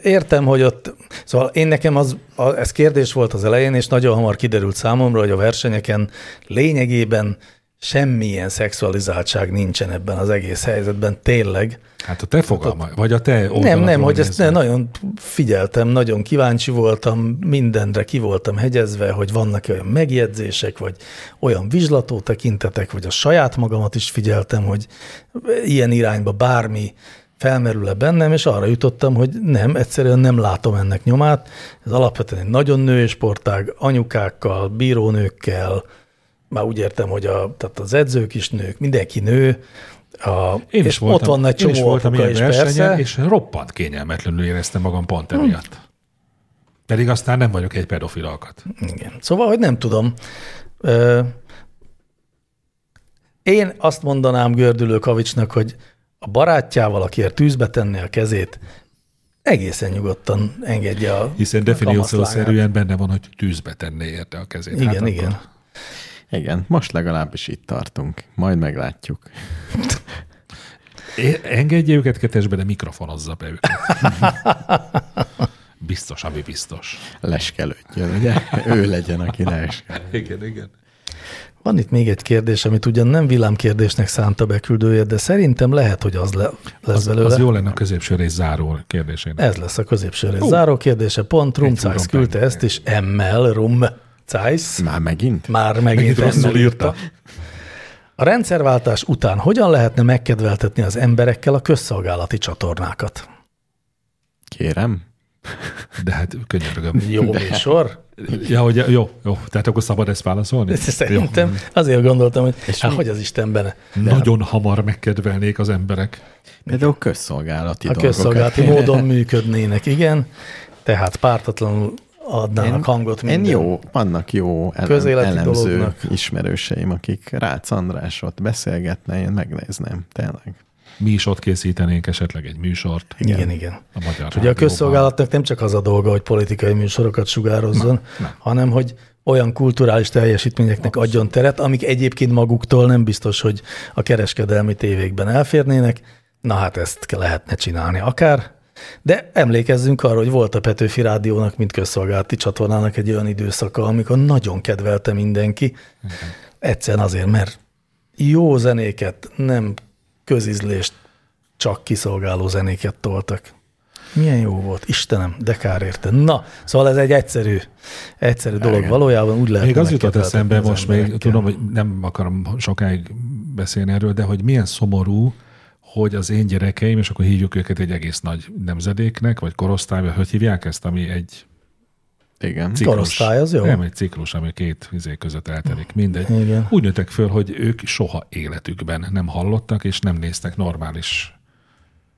Speaker 2: értem, hogy ott, szóval én nekem az, a, ez kérdés volt az elején, és nagyon hamar kiderült számomra, hogy a versenyeken lényegében semmilyen szexualizáltság nincsen ebben az egész helyzetben, tényleg.
Speaker 3: Hát a te fogalma, vagy a te
Speaker 2: Nem, nem,
Speaker 3: oldaladról
Speaker 2: hogy ezt
Speaker 3: nézve.
Speaker 2: ne, nagyon figyeltem, nagyon kíváncsi voltam, mindenre ki voltam hegyezve, hogy vannak olyan megjegyzések, vagy olyan vizslató tekintetek, vagy a saját magamat is figyeltem, hogy ilyen irányba bármi felmerül-e bennem, és arra jutottam, hogy nem, egyszerűen nem látom ennek nyomát. Ez alapvetően egy nagyon női sportág, anyukákkal, bírónőkkel, már úgy értem, hogy a, tehát az edzők is nők, mindenki nő, a,
Speaker 3: Én is
Speaker 2: és
Speaker 3: voltam,
Speaker 2: ott van egy csomó
Speaker 3: én is voltam
Speaker 2: apuka
Speaker 3: ilyen
Speaker 2: is,
Speaker 3: versenyen,
Speaker 2: persze. Hm.
Speaker 3: és roppant kényelmetlenül éreztem magam pont emiatt. Pedig aztán nem vagyok egy pedofil alkat.
Speaker 2: Igen. Szóval, hogy nem tudom. Ö, Én azt mondanám Gördülő Kavicsnak, hogy a barátjával, akiért tűzbe tenni a kezét, egészen nyugodtan engedje a
Speaker 3: Hiszen
Speaker 2: a
Speaker 3: definíciószerűen benne van, hogy tűzbe tenné érte a kezét. Hát
Speaker 2: Igen,
Speaker 3: akkor-
Speaker 2: igen.
Speaker 4: Igen, most legalábbis itt tartunk. Majd meglátjuk.
Speaker 3: É- Engedje őket ketesbe, de mikrofonozza be őket. biztos, ami biztos.
Speaker 4: Leskelődjön, ugye? Ő legyen, aki leeskel.
Speaker 3: Igen, igen.
Speaker 2: Van itt még egy kérdés, amit ugyan nem villámkérdésnek szánta beküldője, de szerintem lehet, hogy az le, lesz
Speaker 3: Az,
Speaker 2: belőle.
Speaker 3: az jó lenne a középső rész záró kérdésének.
Speaker 2: Ez lesz a középső rész. Záró kérdése, pont Rumcájsz
Speaker 3: tudom,
Speaker 2: küldte ezt is, emmel Rumcájsz.
Speaker 4: Már megint?
Speaker 2: Már megint,
Speaker 3: Megint rosszul
Speaker 2: rosszul
Speaker 3: írta.
Speaker 2: írta. A rendszerváltás után hogyan lehetne megkedveltetni az emberekkel a közszolgálati csatornákat?
Speaker 4: Kérem.
Speaker 3: De hát könyörgöm.
Speaker 2: Jó műsor?
Speaker 3: Ja, hogy, jó, jó, tehát akkor szabad ezt válaszolni?
Speaker 2: Szerintem azért gondoltam, hogy hát, hogy az Istenben
Speaker 3: Jó. Nagyon hamar megkedvelnék az emberek.
Speaker 4: Például közszolgálati
Speaker 2: a
Speaker 4: dolgokat
Speaker 2: közszolgálati
Speaker 4: kéne.
Speaker 2: módon működnének, igen. Tehát pártatlanul adnának hangot minden.
Speaker 4: Én jó, vannak jó elem,
Speaker 2: Közéleti
Speaker 4: elemző
Speaker 2: dolognak.
Speaker 4: ismerőseim, akik Rácz Andrásot beszélgetne, én megnézném, tényleg.
Speaker 3: Mi is ott készítenénk esetleg egy műsort.
Speaker 2: Igen, igen. igen.
Speaker 3: A magyar
Speaker 2: Ugye a
Speaker 3: rádióban.
Speaker 2: közszolgálatnak nem csak az a dolga, hogy politikai műsorokat sugározzon,
Speaker 3: nem.
Speaker 2: hanem hogy olyan kulturális teljesítményeknek adjon teret, amik egyébként maguktól nem biztos, hogy a kereskedelmi tévékben elférnének. Na hát ezt ke- lehetne csinálni akár. De emlékezzünk arra, hogy volt a Petőfi Rádiónak, mint közszolgálati csatornának egy olyan időszaka, amikor nagyon kedvelte mindenki. Egyszerűen azért, mert jó zenéket, nem közizlést, csak kiszolgáló zenéket toltak. Milyen jó volt, Istenem, de kár érte. Na, szóval ez egy egyszerű, egyszerű dolog valójában, úgy lehet.
Speaker 3: Még az jutott eszembe most még, tudom, hogy nem akarom sokáig beszélni erről, de hogy milyen szomorú, hogy az én gyerekeim, és akkor hívjuk őket egy egész nagy nemzedéknek, vagy korosztály, vagy hogy hívják ezt, ami egy
Speaker 4: Igen.
Speaker 3: ciklus.
Speaker 2: Korosztály, az jó.
Speaker 3: Nem, egy ciklus, ami két izé között eltelik. Mindegy.
Speaker 2: Igen.
Speaker 3: Úgy nőttek föl, hogy ők soha életükben nem hallottak, és nem néztek normális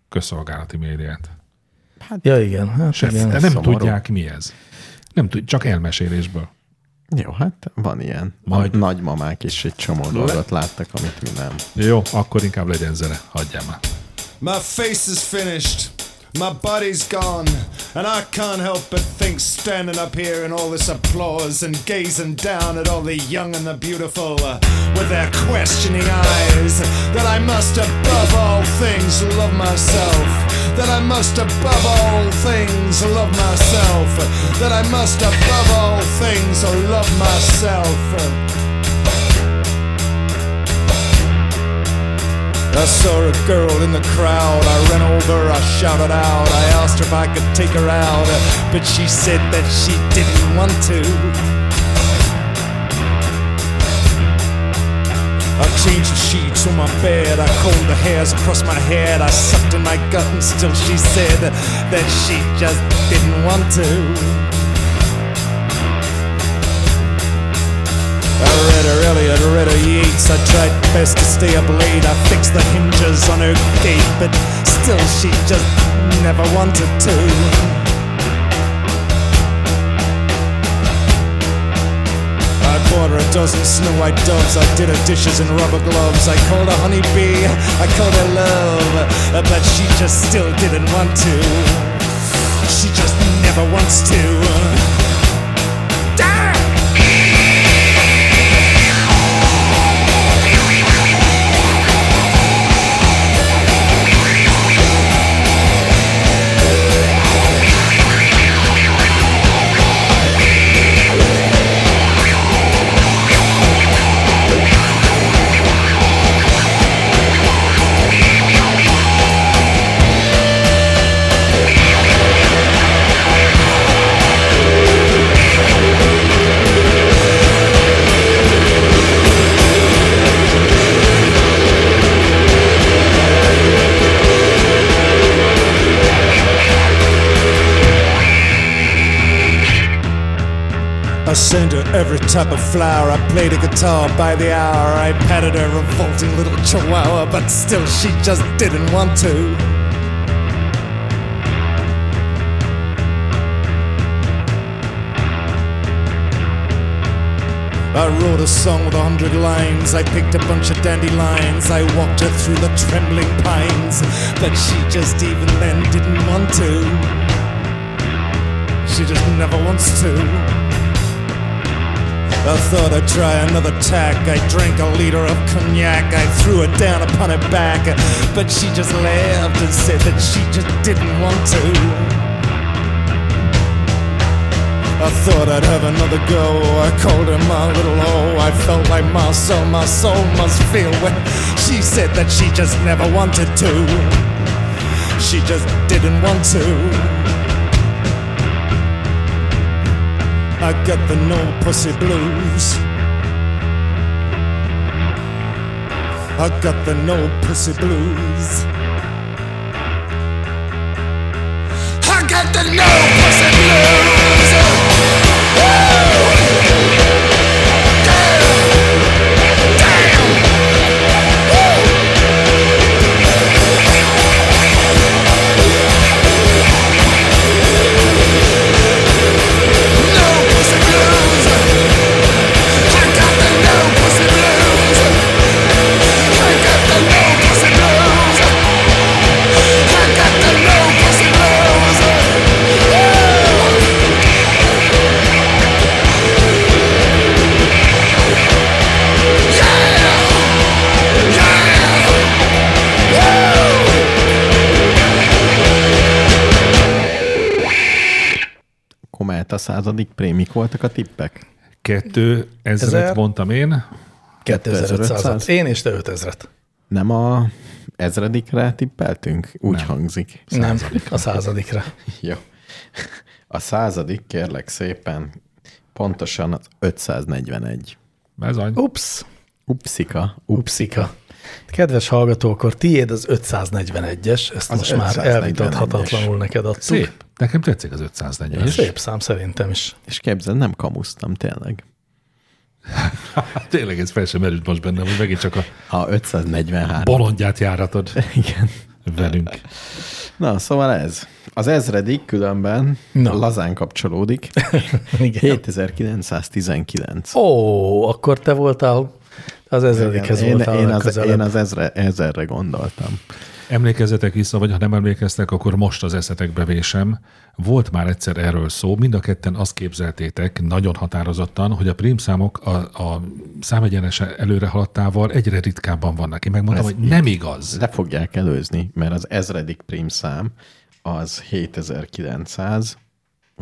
Speaker 3: közszolgálati médiát.
Speaker 2: Ja, igen. Hát
Speaker 3: Sem,
Speaker 2: igen.
Speaker 3: nem
Speaker 2: ez-
Speaker 4: szomorú.
Speaker 3: tudják, mi ez. Nem tud, csak elmesélésből.
Speaker 4: Jó, hát van ilyen.
Speaker 3: Majd.
Speaker 4: Majd. A nagymamák is egy csomó dolgot láttak, amit mi nem.
Speaker 3: Jó, akkor inkább legyen zene, hagyjál már.
Speaker 5: My face is finished.
Speaker 6: My body's gone, and I can't help but think standing up here in all this applause and gazing down at all the young and the beautiful uh, with their questioning eyes that I must above all things love myself. That I must above all things love myself. That I must above all things love myself. I saw a girl in the crowd. I ran over, I shouted out. I asked her if I could take her out, but she said that she didn't want to. I changed the sheets on my bed. I combed the hairs across my head. I sucked in my gut, and still she said that she just didn't want to. I read her Elliot, I read her Yeats. I tried best to stay up late. I fixed the hinges on her gate, but still she just never wanted to. I bought her a dozen Snow White doves. I did her dishes in rubber gloves. I called her honeybee. I called her love, but she just still didn't want to. She just never wants to. I sent her every type of flower. I played a guitar by the hour. I patted her revolting little chihuahua, but still she just didn't want to. I wrote a song with a hundred lines. I picked a bunch of dandelions. I walked her through the trembling pines, but she just even then didn't want to. She just never wants to. I thought I'd try another tack. I drank a liter of cognac. I threw it down upon her back. But she just laughed and said that she just didn't want to. I thought I'd have another go. I called her my little hoe. I felt like my soul, my soul must feel well. She said that she just never wanted to. She just didn't want to. I got the no pussy blues. I got the no pussy blues. I got the no pussy blues. Woo! Damn. Damn.
Speaker 4: Komelt a századik prémik voltak a tippek?
Speaker 3: Kettő
Speaker 2: Ezer.
Speaker 3: ezeret mondtam én.
Speaker 2: 2500 Én és te 5000-et.
Speaker 4: Nem a ezredikre tippeltünk? Úgy
Speaker 3: Nem.
Speaker 4: hangzik.
Speaker 2: Nem, a századikra.
Speaker 4: Jó. A századik, kérlek szépen, pontosan az 541.
Speaker 3: Bezony.
Speaker 2: Ups,
Speaker 4: Upszika.
Speaker 2: upszika. Kedves hallgató, akkor tiéd az 541-es, ezt
Speaker 4: Az
Speaker 2: most már
Speaker 4: 541-es.
Speaker 2: elvitathatatlanul neked adtuk.
Speaker 3: Szép. Nekem tetszik az 540-es.
Speaker 2: Szép szám szerintem is.
Speaker 4: És képzeld, nem kamusztam tényleg.
Speaker 3: Hát Tényleg ez fel sem merült most bennem, hogy megint csak a
Speaker 4: A 543.
Speaker 3: bolondját járatod
Speaker 4: Igen.
Speaker 3: velünk.
Speaker 4: Na, szóval ez. Az ezredik különben
Speaker 2: Na.
Speaker 4: Na. lazán kapcsolódik.
Speaker 2: Igen.
Speaker 4: 7919.
Speaker 2: Ó, akkor te voltál, az ezredikhez
Speaker 4: Igen, én,
Speaker 2: voltál
Speaker 4: én,
Speaker 2: a
Speaker 4: az,
Speaker 2: legközelebb.
Speaker 4: én az ezre, ezerre gondoltam.
Speaker 3: Emlékezzetek vissza, vagy ha nem emlékeztek, akkor most az eszetekbe vésem. Volt már egyszer erről szó, mind a ketten azt képzeltétek nagyon határozottan, hogy a prímszámok a, a számegyenes előre haladtával egyre ritkábban vannak. Én megmondtam,
Speaker 4: Ez
Speaker 3: hogy nem igaz.
Speaker 4: Le fogják előzni, mert az ezredik prímszám az 7900.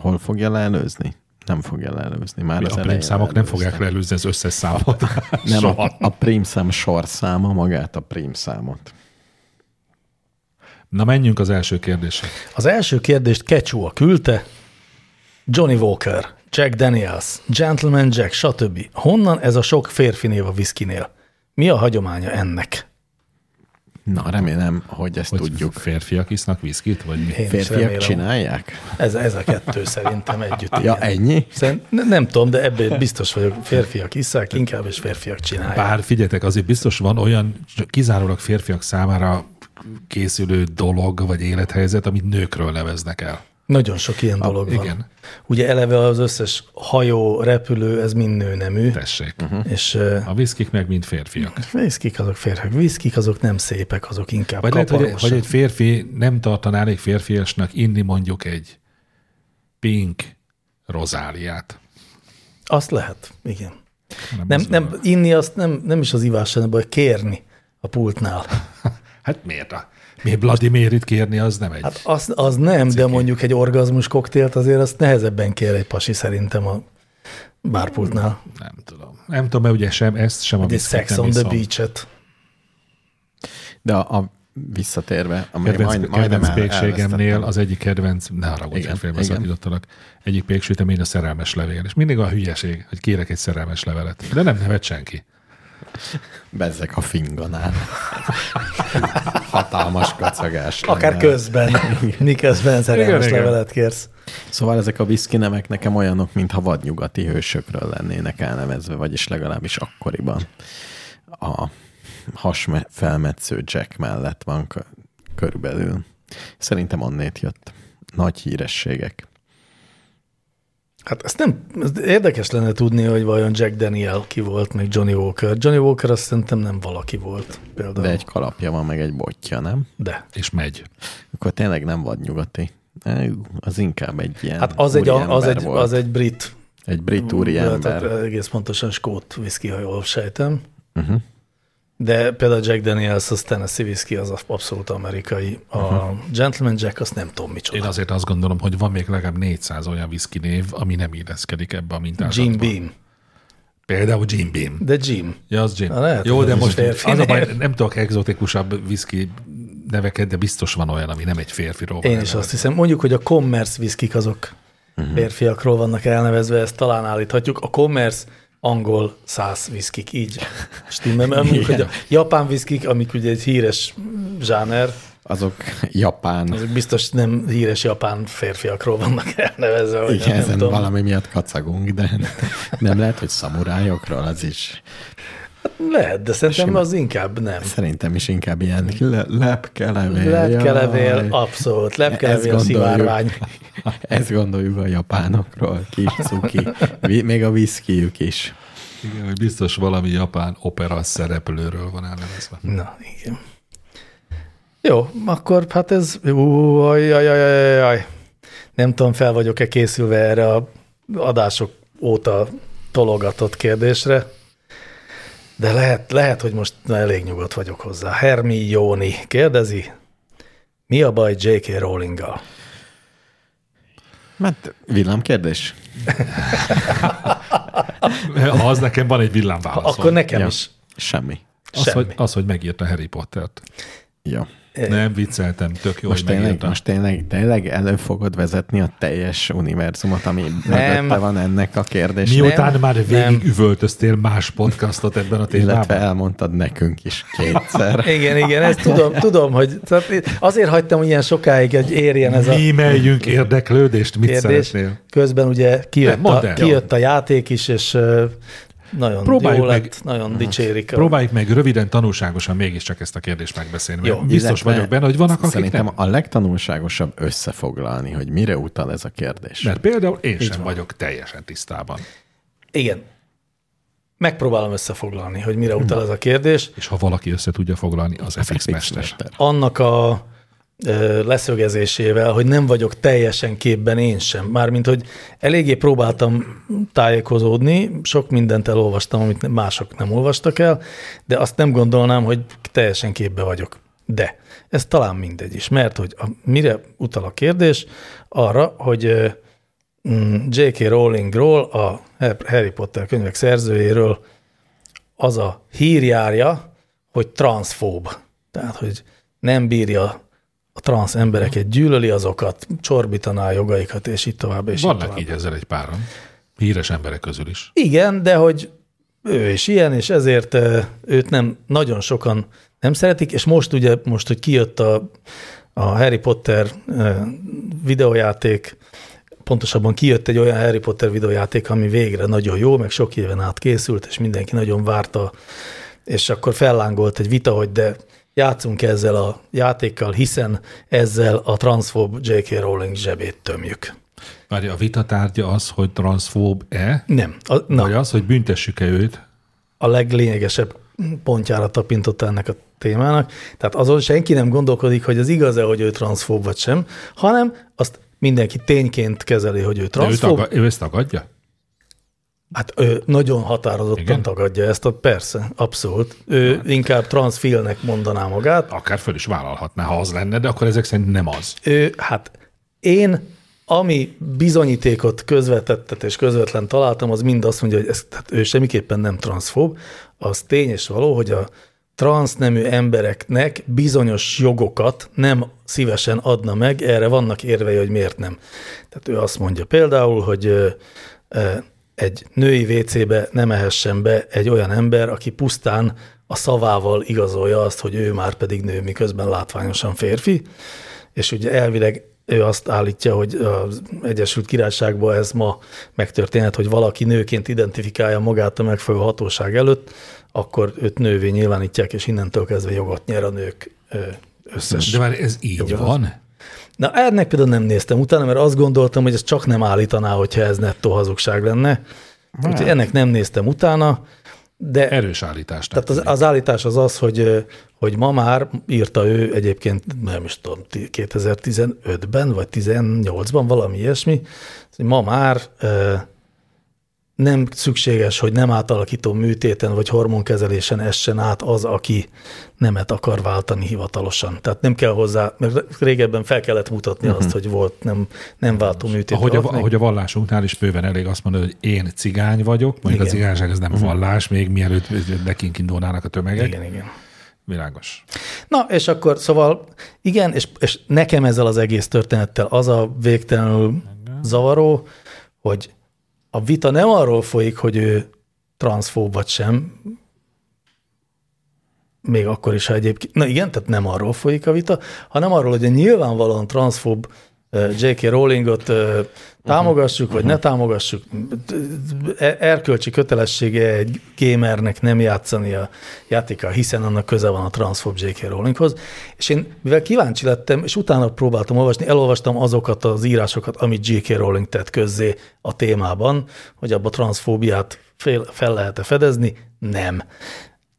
Speaker 4: Hol fogja leelőzni? Nem fogja leelőzni. Már az
Speaker 3: A
Speaker 4: elején
Speaker 3: prímszámok nem
Speaker 4: leelőzte.
Speaker 3: fogják leelőzni az összes számot.
Speaker 4: Nem,
Speaker 3: Soha.
Speaker 4: a, a prímszám sorszáma magát a prímszámot.
Speaker 3: Na menjünk az első kérdésre.
Speaker 2: Az első kérdést Kecsua küldte, Johnny Walker, Jack Daniels, Gentleman Jack, stb. Honnan ez a sok férfi név a viszkinél? Mi a hagyománya ennek?
Speaker 4: Na, remélem, hogy ezt
Speaker 3: Hogy
Speaker 4: tudjuk.
Speaker 3: Férfiak isznak viszkit, vagy mi?
Speaker 2: Én is
Speaker 4: Férfiak
Speaker 2: remélem.
Speaker 4: csinálják?
Speaker 2: Ez, ez a kettő szerintem együtt.
Speaker 4: Ja, ennyi?
Speaker 2: Szerint, ne- nem tudom, de ebből biztos vagyok, férfiak iszák inkább, és férfiak csinálják.
Speaker 3: Bár figyeljetek, azért biztos van olyan csak kizárólag férfiak számára készülő dolog vagy élethelyzet, amit nőkről neveznek el.
Speaker 2: Nagyon sok ilyen
Speaker 4: Ah,
Speaker 2: dolog van.
Speaker 3: igen.
Speaker 2: Ugye eleve az összes hajó, repülő, ez mind nőnemű,
Speaker 3: Tessék.
Speaker 2: és uh,
Speaker 3: A viszkik meg mind férfiak.
Speaker 2: viszkik azok férfiak, viszkik azok nem szépek, azok inkább
Speaker 3: Vagy lehet, hogy, hogy
Speaker 2: kaparosak.
Speaker 3: egy férfi nem tartaná elég férfiasnak inni mondjuk egy pink rozáliát.
Speaker 2: Azt lehet, igen.
Speaker 3: az
Speaker 2: Nem, nem, inni azt nem, nem is az ivás, hanem baj, kérni a pultnál.
Speaker 3: Hát miért? A, miért Vladimirit kérni, az nem egy.
Speaker 2: Hát az, az nem, de mondjuk egy orgazmus koktélt azért azt nehezebben kér egy pasi szerintem a bárpultnál.
Speaker 3: nem tudom. Nem tudom, mert ugye sem ezt, sem a
Speaker 2: Egy
Speaker 3: viszkit
Speaker 2: Sex
Speaker 3: nem
Speaker 2: on the
Speaker 3: iszom.
Speaker 2: Beach-et.
Speaker 4: De a, a visszatérve, ami
Speaker 3: kedvenc,
Speaker 4: majd, majdnem
Speaker 3: kedvenc
Speaker 4: el-
Speaker 3: pékségemnél
Speaker 4: elvesztettem.
Speaker 3: az egyik kedvenc, ne haragudj,
Speaker 4: Igen,
Speaker 3: hogy
Speaker 4: igen.
Speaker 3: félbeszakítottalak, egyik péksütemény a szerelmes levél. És mindig a hülyeség, hogy kérek egy szerelmes levelet. De nem nevet senki.
Speaker 4: Bezzek a finganál. Hatalmas kacagás.
Speaker 2: Akár
Speaker 4: lenne.
Speaker 2: közben, miközben szerelmes
Speaker 3: igen.
Speaker 2: levelet kérsz.
Speaker 4: Szóval ezek a viszkinemek nekem olyanok, mintha vadnyugati hősökről lennének elnevezve, vagyis legalábbis akkoriban. A has me- felmetsző Jack mellett van kö- körülbelül. Szerintem onnét jött. Nagy hírességek.
Speaker 2: Hát ezt nem, ezt érdekes lenne tudni, hogy vajon Jack Daniel ki volt, meg Johnny Walker. Johnny Walker azt szerintem nem valaki volt például.
Speaker 4: De egy kalapja van, meg egy botja, nem?
Speaker 2: De.
Speaker 3: És megy.
Speaker 4: Akkor tényleg nem vadnyugati. Ú, Az inkább egy ilyen
Speaker 2: Hát az egy,
Speaker 4: úriember
Speaker 2: az, egy,
Speaker 4: volt.
Speaker 2: az egy hát brit
Speaker 4: egy brit úriember.
Speaker 2: Tehát egész pontosan skót whisky, ha jól sejtem. Uh-huh. De például Jack Daniels, az Tennessee whisky, az abszolút amerikai. A uh-huh. Gentleman Jack, azt nem tudom micsoda.
Speaker 3: Én azért azt gondolom, hogy van még legalább 400 olyan viszki név, ami nem illeszkedik ebbe a mintázatba.
Speaker 2: Jim Beam.
Speaker 3: Például Jim Beam.
Speaker 2: De Jim.
Speaker 3: Ja, az Jim.
Speaker 2: Na, lehet,
Speaker 3: Jó,
Speaker 2: hogy
Speaker 3: de
Speaker 2: ez is
Speaker 3: most
Speaker 2: férfi
Speaker 3: az a baj,
Speaker 2: név.
Speaker 3: nem tudok egzotikusabb viszki neveket, de biztos van olyan, ami nem egy férfiról van
Speaker 2: Én is
Speaker 3: elnevezve.
Speaker 2: azt hiszem. Mondjuk, hogy a commerce viszkik azok uh-huh. férfiakról vannak elnevezve, ezt talán állíthatjuk. A commerce angol száz viszkik, így stimmel. Mert Mondjuk, hogy a japán viszkik, amik ugye egy híres zsáner,
Speaker 4: Azok japán.
Speaker 2: azok biztos nem híres japán férfiakról vannak elnevezve. vagy
Speaker 4: Igen,
Speaker 2: nem
Speaker 4: ezen
Speaker 2: tudom.
Speaker 4: valami miatt kacagunk, de nem lehet, hogy szamurájokról az is.
Speaker 2: Lehet, de szerintem az inkább nem.
Speaker 4: Szerintem is inkább ilyen le- lepkelevél.
Speaker 2: Lepkelevél,
Speaker 4: jaj.
Speaker 2: abszolút. Lepkelevél,
Speaker 4: Ezt gondoljuk.
Speaker 2: szivárvány.
Speaker 4: Ezt gondoljuk a japánokról, kis cuki, Vi- még a viszkijük is.
Speaker 3: Igen, hogy biztos valami japán opera szereplőről van elnevezve.
Speaker 2: Na, igen. Jó, akkor hát ez... Ú, Jaj, jaj, jaj, jaj, jaj. Nem tudom, fel vagyok-e készülve erre a adások óta tologatott kérdésre, de lehet, lehet hogy most na, elég nyugodt vagyok hozzá. Hermione kérdezi, mi a baj J.K. Rowling-gal?
Speaker 4: Mert villámkérdés.
Speaker 3: Ha az nekem van egy villámválasz.
Speaker 2: Akkor nekem ja. is.
Speaker 4: Semmi.
Speaker 3: Az
Speaker 2: Semmi.
Speaker 3: hogy, az, hogy megírta Harry Pottert.
Speaker 4: Jó.
Speaker 3: Nem vicceltem, tök jó,
Speaker 4: Most
Speaker 3: hogy
Speaker 4: tényleg,
Speaker 3: megírta.
Speaker 4: most tényleg, tényleg elő fogod vezetni a teljes univerzumot, ami mögötte van ennek a kérdésnek.
Speaker 3: Miután
Speaker 2: nem,
Speaker 3: nem, már végig
Speaker 2: nem.
Speaker 3: nem. üvöltöztél más podcastot ebben a
Speaker 4: Illetve
Speaker 3: témában.
Speaker 4: elmondtad nekünk is kétszer.
Speaker 2: Igen, igen, ezt tudom, tudom, hogy tehát én azért hagytam, hogy ilyen sokáig hogy érjen ez a
Speaker 3: Mímeljünk érdeklődést, mit
Speaker 2: kérdés.
Speaker 3: szeretnél?
Speaker 2: Közben ugye kijött,
Speaker 3: Nem, mondd
Speaker 2: a,
Speaker 3: el.
Speaker 2: kijött a játék is, és ö, nagyon
Speaker 3: Próbáljuk
Speaker 2: jó lett,
Speaker 3: meg.
Speaker 2: nagyon dicsérik. a-
Speaker 3: Próbáljuk meg röviden, tanulságosan mégiscsak ezt a kérdést megbeszélni.
Speaker 2: Jó.
Speaker 3: Jó, biztos
Speaker 4: Illetve
Speaker 3: vagyok benne, hogy vannak, akik
Speaker 4: Szerintem
Speaker 3: nem.
Speaker 4: a legtanulságosabb összefoglalni, hogy mire utal ez a kérdés.
Speaker 3: Mert például én sem vagyok teljesen tisztában.
Speaker 2: Igen. Megpróbálom összefoglalni, hogy mire utal ez a kérdés.
Speaker 3: És ha valaki össze tudja foglalni, az FX mester.
Speaker 2: annak a ö, leszögezésével, hogy nem vagyok teljesen képben én sem. Mármint, hogy eléggé próbáltam tájékozódni, sok mindent elolvastam, amit mások nem olvastak el, de azt nem gondolnám, hogy teljesen képbe vagyok. De ez talán mindegy is, mert hogy a, mire utal a kérdés? Arra, hogy ö, mm, J.K. Rowlingról, a Harry Potter könyvek szerzőjéről az a hírjárja, hogy transzfób. Tehát, hogy nem bírja a transz embereket, gyűlöli azokat, csorbítaná a jogaikat, és így tovább, és így
Speaker 3: Vannak
Speaker 2: tovább.
Speaker 3: így ezzel egy páran. Híres emberek közül is.
Speaker 2: Igen, de hogy ő is ilyen, és ezért ö, őt nem nagyon sokan nem szeretik, és most ugye, most, hogy kijött a, a Harry Potter ö, videójáték, pontosabban kijött egy olyan Harry Potter videójáték, ami végre nagyon jó, meg sok éven át készült, és mindenki nagyon várta, és akkor fellángolt egy vita, hogy de játszunk ezzel a játékkal, hiszen ezzel a transzfób J.K. Rowling zsebét tömjük.
Speaker 3: Várja, a vita tárgya az, hogy transzfób-e,
Speaker 2: Nem. A, na,
Speaker 3: vagy az, hogy büntessük-e őt,
Speaker 2: a leglényegesebb pontjára tapintott ennek a témának. Tehát azon senki nem gondolkodik, hogy az igaz-e, hogy ő transzfób vagy sem, hanem azt mindenki tényként kezeli, hogy ő
Speaker 3: de ő,
Speaker 2: transzfób.
Speaker 3: taga, ő ezt tagadja?
Speaker 2: Hát ő nagyon határozottan
Speaker 3: Igen?
Speaker 2: Igen? tagadja ezt, a persze, abszolút. Ő hát. inkább transzfilnek mondaná magát.
Speaker 3: Akár föl is vállalhatná, ha az lenne, de akkor ezek szerint nem az.
Speaker 2: Ő, hát én, ami bizonyítékot közvetettet és közvetlen találtam, az mind azt mondja, hogy ez, tehát ő semmiképpen nem transzfób. Az tény és való, hogy a transznemű embereknek bizonyos jogokat nem szívesen adna meg, erre vannak érvei, hogy miért nem. Tehát ő azt mondja például, hogy ö, ö, egy női WC-be nem ehessen be egy olyan ember, aki pusztán a szavával igazolja azt, hogy ő már pedig nő, miközben látványosan férfi és ugye elvileg ő azt állítja, hogy az Egyesült Királyságban ez ma megtörténhet, hogy valaki nőként identifikálja magát a megfelelő hatóság előtt, akkor őt nővé nyilvánítják, és innentől kezdve jogot nyer a nők ö, összes.
Speaker 3: De már ez így
Speaker 2: Jó,
Speaker 3: van?
Speaker 2: Na, ennek például nem néztem utána, mert azt gondoltam, hogy ez csak nem állítaná, hogyha ez nettó hazugság lenne. Úgyhogy ennek nem néztem utána, de
Speaker 3: Erős állítás.
Speaker 2: tehát az, az állítás az az, hogy, ö, hogy ma már írta ő egyébként, nem is tudom, ti- 2015-ben vagy 18-ban, valami ilyesmi, hogy ma már ö, nem szükséges, hogy nem átalakító műtéten vagy hormonkezelésen essen át az, aki nemet akar váltani hivatalosan. Tehát nem kell hozzá, mert régebben fel kellett mutatni azt, hogy volt nem, nem váltó műtét.
Speaker 3: Mhm. ahogy, a,
Speaker 2: alatt,
Speaker 3: ahogy a vallásunknál is bőven elég azt mondani, hogy én cigány vagyok, mondjuk Igen. a
Speaker 2: Igen. Mhm.
Speaker 3: cigányság ez nem vallás, még mielőtt nekünk indulnának a tömegek.
Speaker 2: igen, igen.
Speaker 3: Világos.
Speaker 2: Na, és akkor szóval igen, és, és nekem ezzel az egész történettel az a végtelenül zavaró, hogy a vita nem arról folyik, hogy ő transzfób vagy sem, még akkor is, ha egyébként, na igen, tehát nem arról folyik a vita, hanem arról, hogy a nyilvánvalóan transzfób ö, J.K. Rowlingot ö, támogassuk, vagy ne támogassuk, E- erkölcsi kötelessége egy gamernek nem játszani a játékkal, hiszen annak köze van a transzfób J.K. Rowlinghoz. És én, mivel kíváncsi lettem, és utána próbáltam olvasni, elolvastam azokat az írásokat, amit J.K. Rowling tett közzé a témában, hogy abba transzfóbiát fél, fel lehet-e fedezni, nem.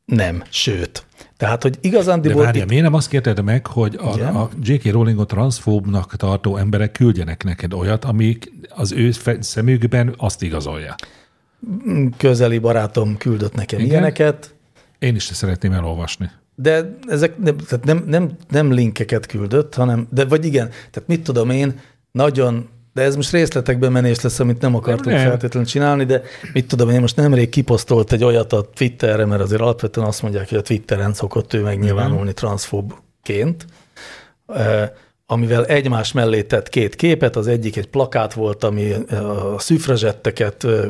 Speaker 2: Nem, sőt. Tehát, hogy
Speaker 3: De
Speaker 2: igazándiból...
Speaker 3: várja, miért nem azt kérted meg, hogy
Speaker 2: Igen?
Speaker 3: a, a J.K. Rowlingot transzfóbnak tartó emberek küldjenek neked olyat, amik az ő fe- szemükben azt igazolja?
Speaker 2: itt közeli barátom küldött nekem
Speaker 3: Igen?
Speaker 2: Igen? ilyeneket,
Speaker 3: Én is szeretném elolvasni.
Speaker 2: de ezek nem, tehát nem, nem, nem linkeket küldött, hanem, de vagy igen, tehát mit tudom én, nagyon, de ez most részletekben menés lesz, amit nem akartunk
Speaker 3: Nem.
Speaker 2: nem. feltétlenül csinálni, de mit tudom én, most nemrég kiposztolt egy olyat a Twitterre, mert azért alapvetően azt mondják, hogy a Twitteren szokott ő megnyilvánulni transzfóbként, eh, amivel egymás mellé tett két képet, az egyik egy plakát volt, ami eh, a szüfrezsetteket eh,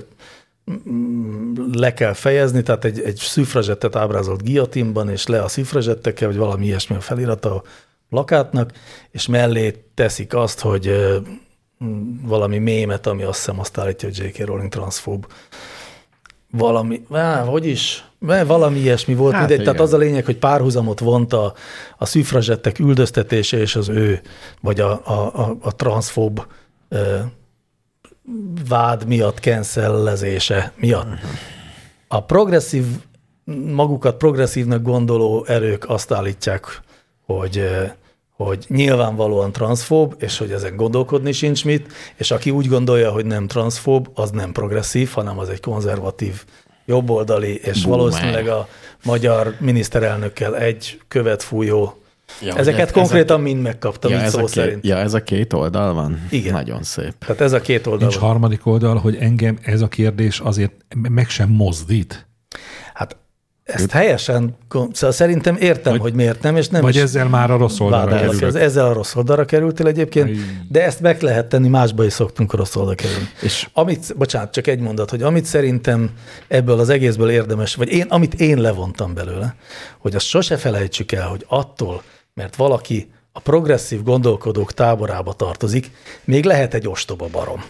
Speaker 2: le kell fejezni, tehát egy, egy szüfrezsettet ábrázolt guillotinban, és le a szüfrezsettekkel, vagy valami ilyesmi a felirata a plakátnak, és mellé teszik azt, hogy ö, m, valami mémet, ami azt hiszem azt állítja, hogy J.K. Rowling transzfób. Valami, á, hogy is, Á, valami ilyesmi volt,
Speaker 4: Hát
Speaker 2: hát mindegy. Tehát
Speaker 4: igen.
Speaker 2: az a lényeg, hogy párhuzamot vont a, a szüfrezsettek üldöztetése és az ő, vagy a, a, a, a transzfób ö, vád miatt, cancellezése miatt. a progresszív, magukat progresszívnak gondoló erők azt állítják, hogy, eh, hogy nyilvánvalóan transzfób, és hogy ezen gondolkodni sincs mit, és aki úgy gondolja, hogy nem transzfób, az nem progresszív, hanem az egy konzervatív jobboldali, és
Speaker 4: Boomer.
Speaker 2: valószínűleg a magyar miniszterelnökkel egy követ fújó.
Speaker 4: Ja,
Speaker 2: Ja, Ezeket
Speaker 4: ez-
Speaker 2: konkrétan mind megkaptam,
Speaker 4: ja,
Speaker 2: ja, így
Speaker 4: ez a
Speaker 2: szó
Speaker 4: két,
Speaker 2: szerint.
Speaker 4: ja, ez a két oldal van?
Speaker 2: Igen.
Speaker 4: Nagyon szép.
Speaker 2: Tehát ez a két oldal.
Speaker 3: Nincs
Speaker 2: van.
Speaker 3: harmadik oldal, hogy engem ez a kérdés azért meg sem mozdít.
Speaker 2: Hát ezt helyesen, kon- szóval szerintem értem,
Speaker 3: Vagy-
Speaker 2: hogy miért nem, és nem
Speaker 3: Vagy
Speaker 2: is
Speaker 3: ezzel már a rossz oldalra
Speaker 2: vádolok. Ez,
Speaker 3: kerülök.
Speaker 2: ezzel a rossz oldalra kerültél egyébként,
Speaker 3: Aj.
Speaker 2: de ezt meg lehet tenni, másba is szoktunk a rossz oldalra kerülni.
Speaker 4: És
Speaker 2: Amit, bocsánat, csak egy mondat, hogy amit szerintem ebből az egészből érdemes, vagy én, amit én levontam belőle, hogy azt sose felejtsük el, hogy attól, mert valaki a progresszív gondolkodók táborába tartozik, még lehet egy ostoba barom.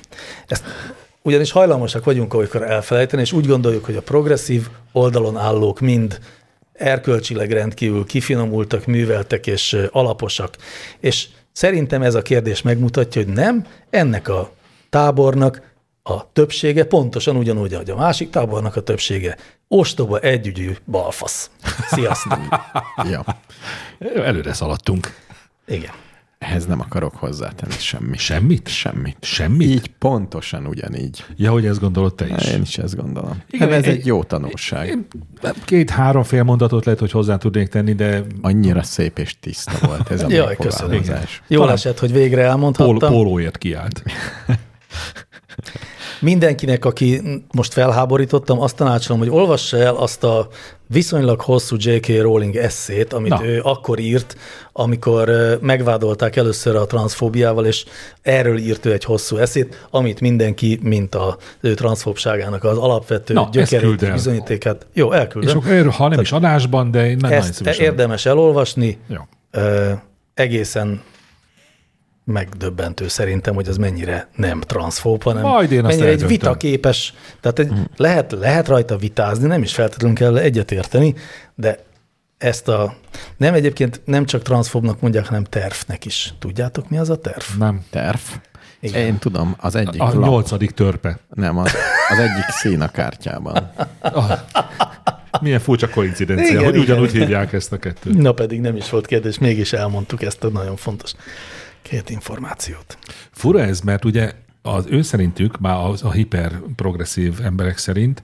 Speaker 2: Ezt ugyanis hajlamosak vagyunk olykor elfelejteni, és úgy gondoljuk, hogy a progresszív oldalon állók mind erkölcsileg rendkívül kifinomultak, műveltek és ö, alaposak. És szerintem ez a kérdés megmutatja, hogy nem, ennek a tábornak a többsége pontosan ugyanúgy, ahogy a másik tábornak a többsége. Ostoba együgyű balfasz. Sziasztok.
Speaker 4: ja,
Speaker 3: Előre szaladtunk.
Speaker 2: Igen.
Speaker 4: ehhez nem akarok hozzátenni semmit.
Speaker 3: Semmit?
Speaker 4: Semmit.
Speaker 3: Semmit?
Speaker 4: Így pontosan ugyanígy.
Speaker 3: Ja, hogy ezt gondolod te is.
Speaker 4: Én is ezt gondolom.
Speaker 3: Igen,
Speaker 4: Igen, ez
Speaker 3: én-
Speaker 4: egy jó tanulság.
Speaker 3: Két-három fél mondatot lehet, hogy hozzá tudnék tenni, de
Speaker 4: Annyira szép és tiszta volt ez a
Speaker 2: Jaj, köszönöm.
Speaker 4: megfogalmazás.
Speaker 2: Jól
Speaker 3: Talán-
Speaker 2: esett, hogy végre
Speaker 3: pól-
Speaker 2: elmondhattam.
Speaker 3: pólóért kiállt.
Speaker 2: Mindenkinek, aki most felháborítottam, azt tanácsolom, hogy olvassa el azt a viszonylag hosszú J.K. Rowling eszét, amit
Speaker 3: Na.
Speaker 2: Na. ő akkor írt, amikor ö, megvádolták először a transzfóbiával, és erről írt ő egy hosszú eszét, amit mindenki, mint a ő transzfóbságának az alapvető
Speaker 3: Na, ezt
Speaker 2: Na,
Speaker 3: küld
Speaker 2: gyökerét,
Speaker 3: el.
Speaker 2: bizonyítékát. Jó,
Speaker 3: És
Speaker 2: elküldöm.
Speaker 3: akkor erről, ha nem is adásban, de én nem nagyon
Speaker 2: Ezt
Speaker 3: szívesen.
Speaker 2: érdemes elolvasni,
Speaker 3: Jó.
Speaker 2: ö, egészen megdöbbentő szerintem, hogy az mennyire nem transzfób, hanem
Speaker 3: Majd én azt
Speaker 2: mennyire egy
Speaker 3: eldöntöm. Mm.
Speaker 2: vitaképes, tehát egy, lehet, lehet rajta vitázni, nem is feltétlenül kell egyetérteni, de ezt a, nem egyébként nem csak transzfóbnak mondják, hanem tervnek is. Tudjátok, mi az a terv?
Speaker 3: Nem.
Speaker 4: Terv.
Speaker 2: Igen.
Speaker 4: Én tudom, az egyik
Speaker 3: A
Speaker 4: lap,
Speaker 3: nyolcadik törpe.
Speaker 4: nem, az, az egyik szín a kártyában.
Speaker 3: Ah, milyen furcsa koincidencia,
Speaker 2: Igen,
Speaker 3: hogy
Speaker 2: igen.
Speaker 3: ugyanúgy hívják ezt a kettőt.
Speaker 2: Na pedig nem is volt kérdés, mégis elmondtuk ezt a nagyon fontos két információt.
Speaker 3: Fura ez, mert ugye az ő szerintük, már az, a hiperprogresszív emberek szerint,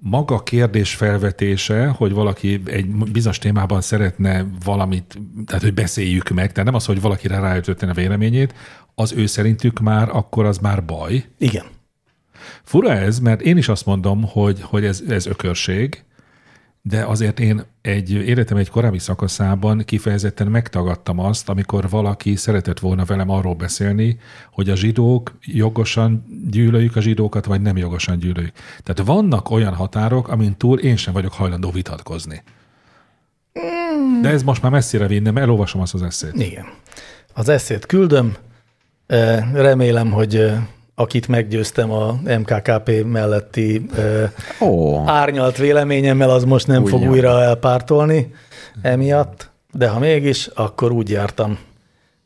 Speaker 3: maga a kérdés felvetése, hogy valaki egy bizonyos témában szeretne valamit, tehát hogy beszéljük meg, tehát nem az, hogy valakire ráütötten a véleményét, az ő szerintük már akkor az már baj.
Speaker 2: Igen.
Speaker 3: Fura ez, mert én is azt mondom, hogy, hogy ez, ez ökörség, de azért én egy életem egy korábbi szakaszában kifejezetten megtagadtam azt, amikor valaki szeretett volna velem arról beszélni, hogy a zsidók jogosan gyűlöljük a zsidókat, vagy nem jogosan gyűlöljük. Tehát vannak olyan határok, amin túl én sem vagyok hajlandó vitatkozni. De ez most már messzire vinnem, elolvasom azt az eszét.
Speaker 2: Igen. Az eszét küldöm. Ö, Remélem, hogy ö, akit meggyőztem a MKKP melletti ö,
Speaker 4: Ó,
Speaker 2: árnyalt véleményemmel, az most nem
Speaker 4: Úgy
Speaker 2: fog
Speaker 4: jár.
Speaker 2: újra elpártolni emiatt, de ha mégis, akkor úgy jártam.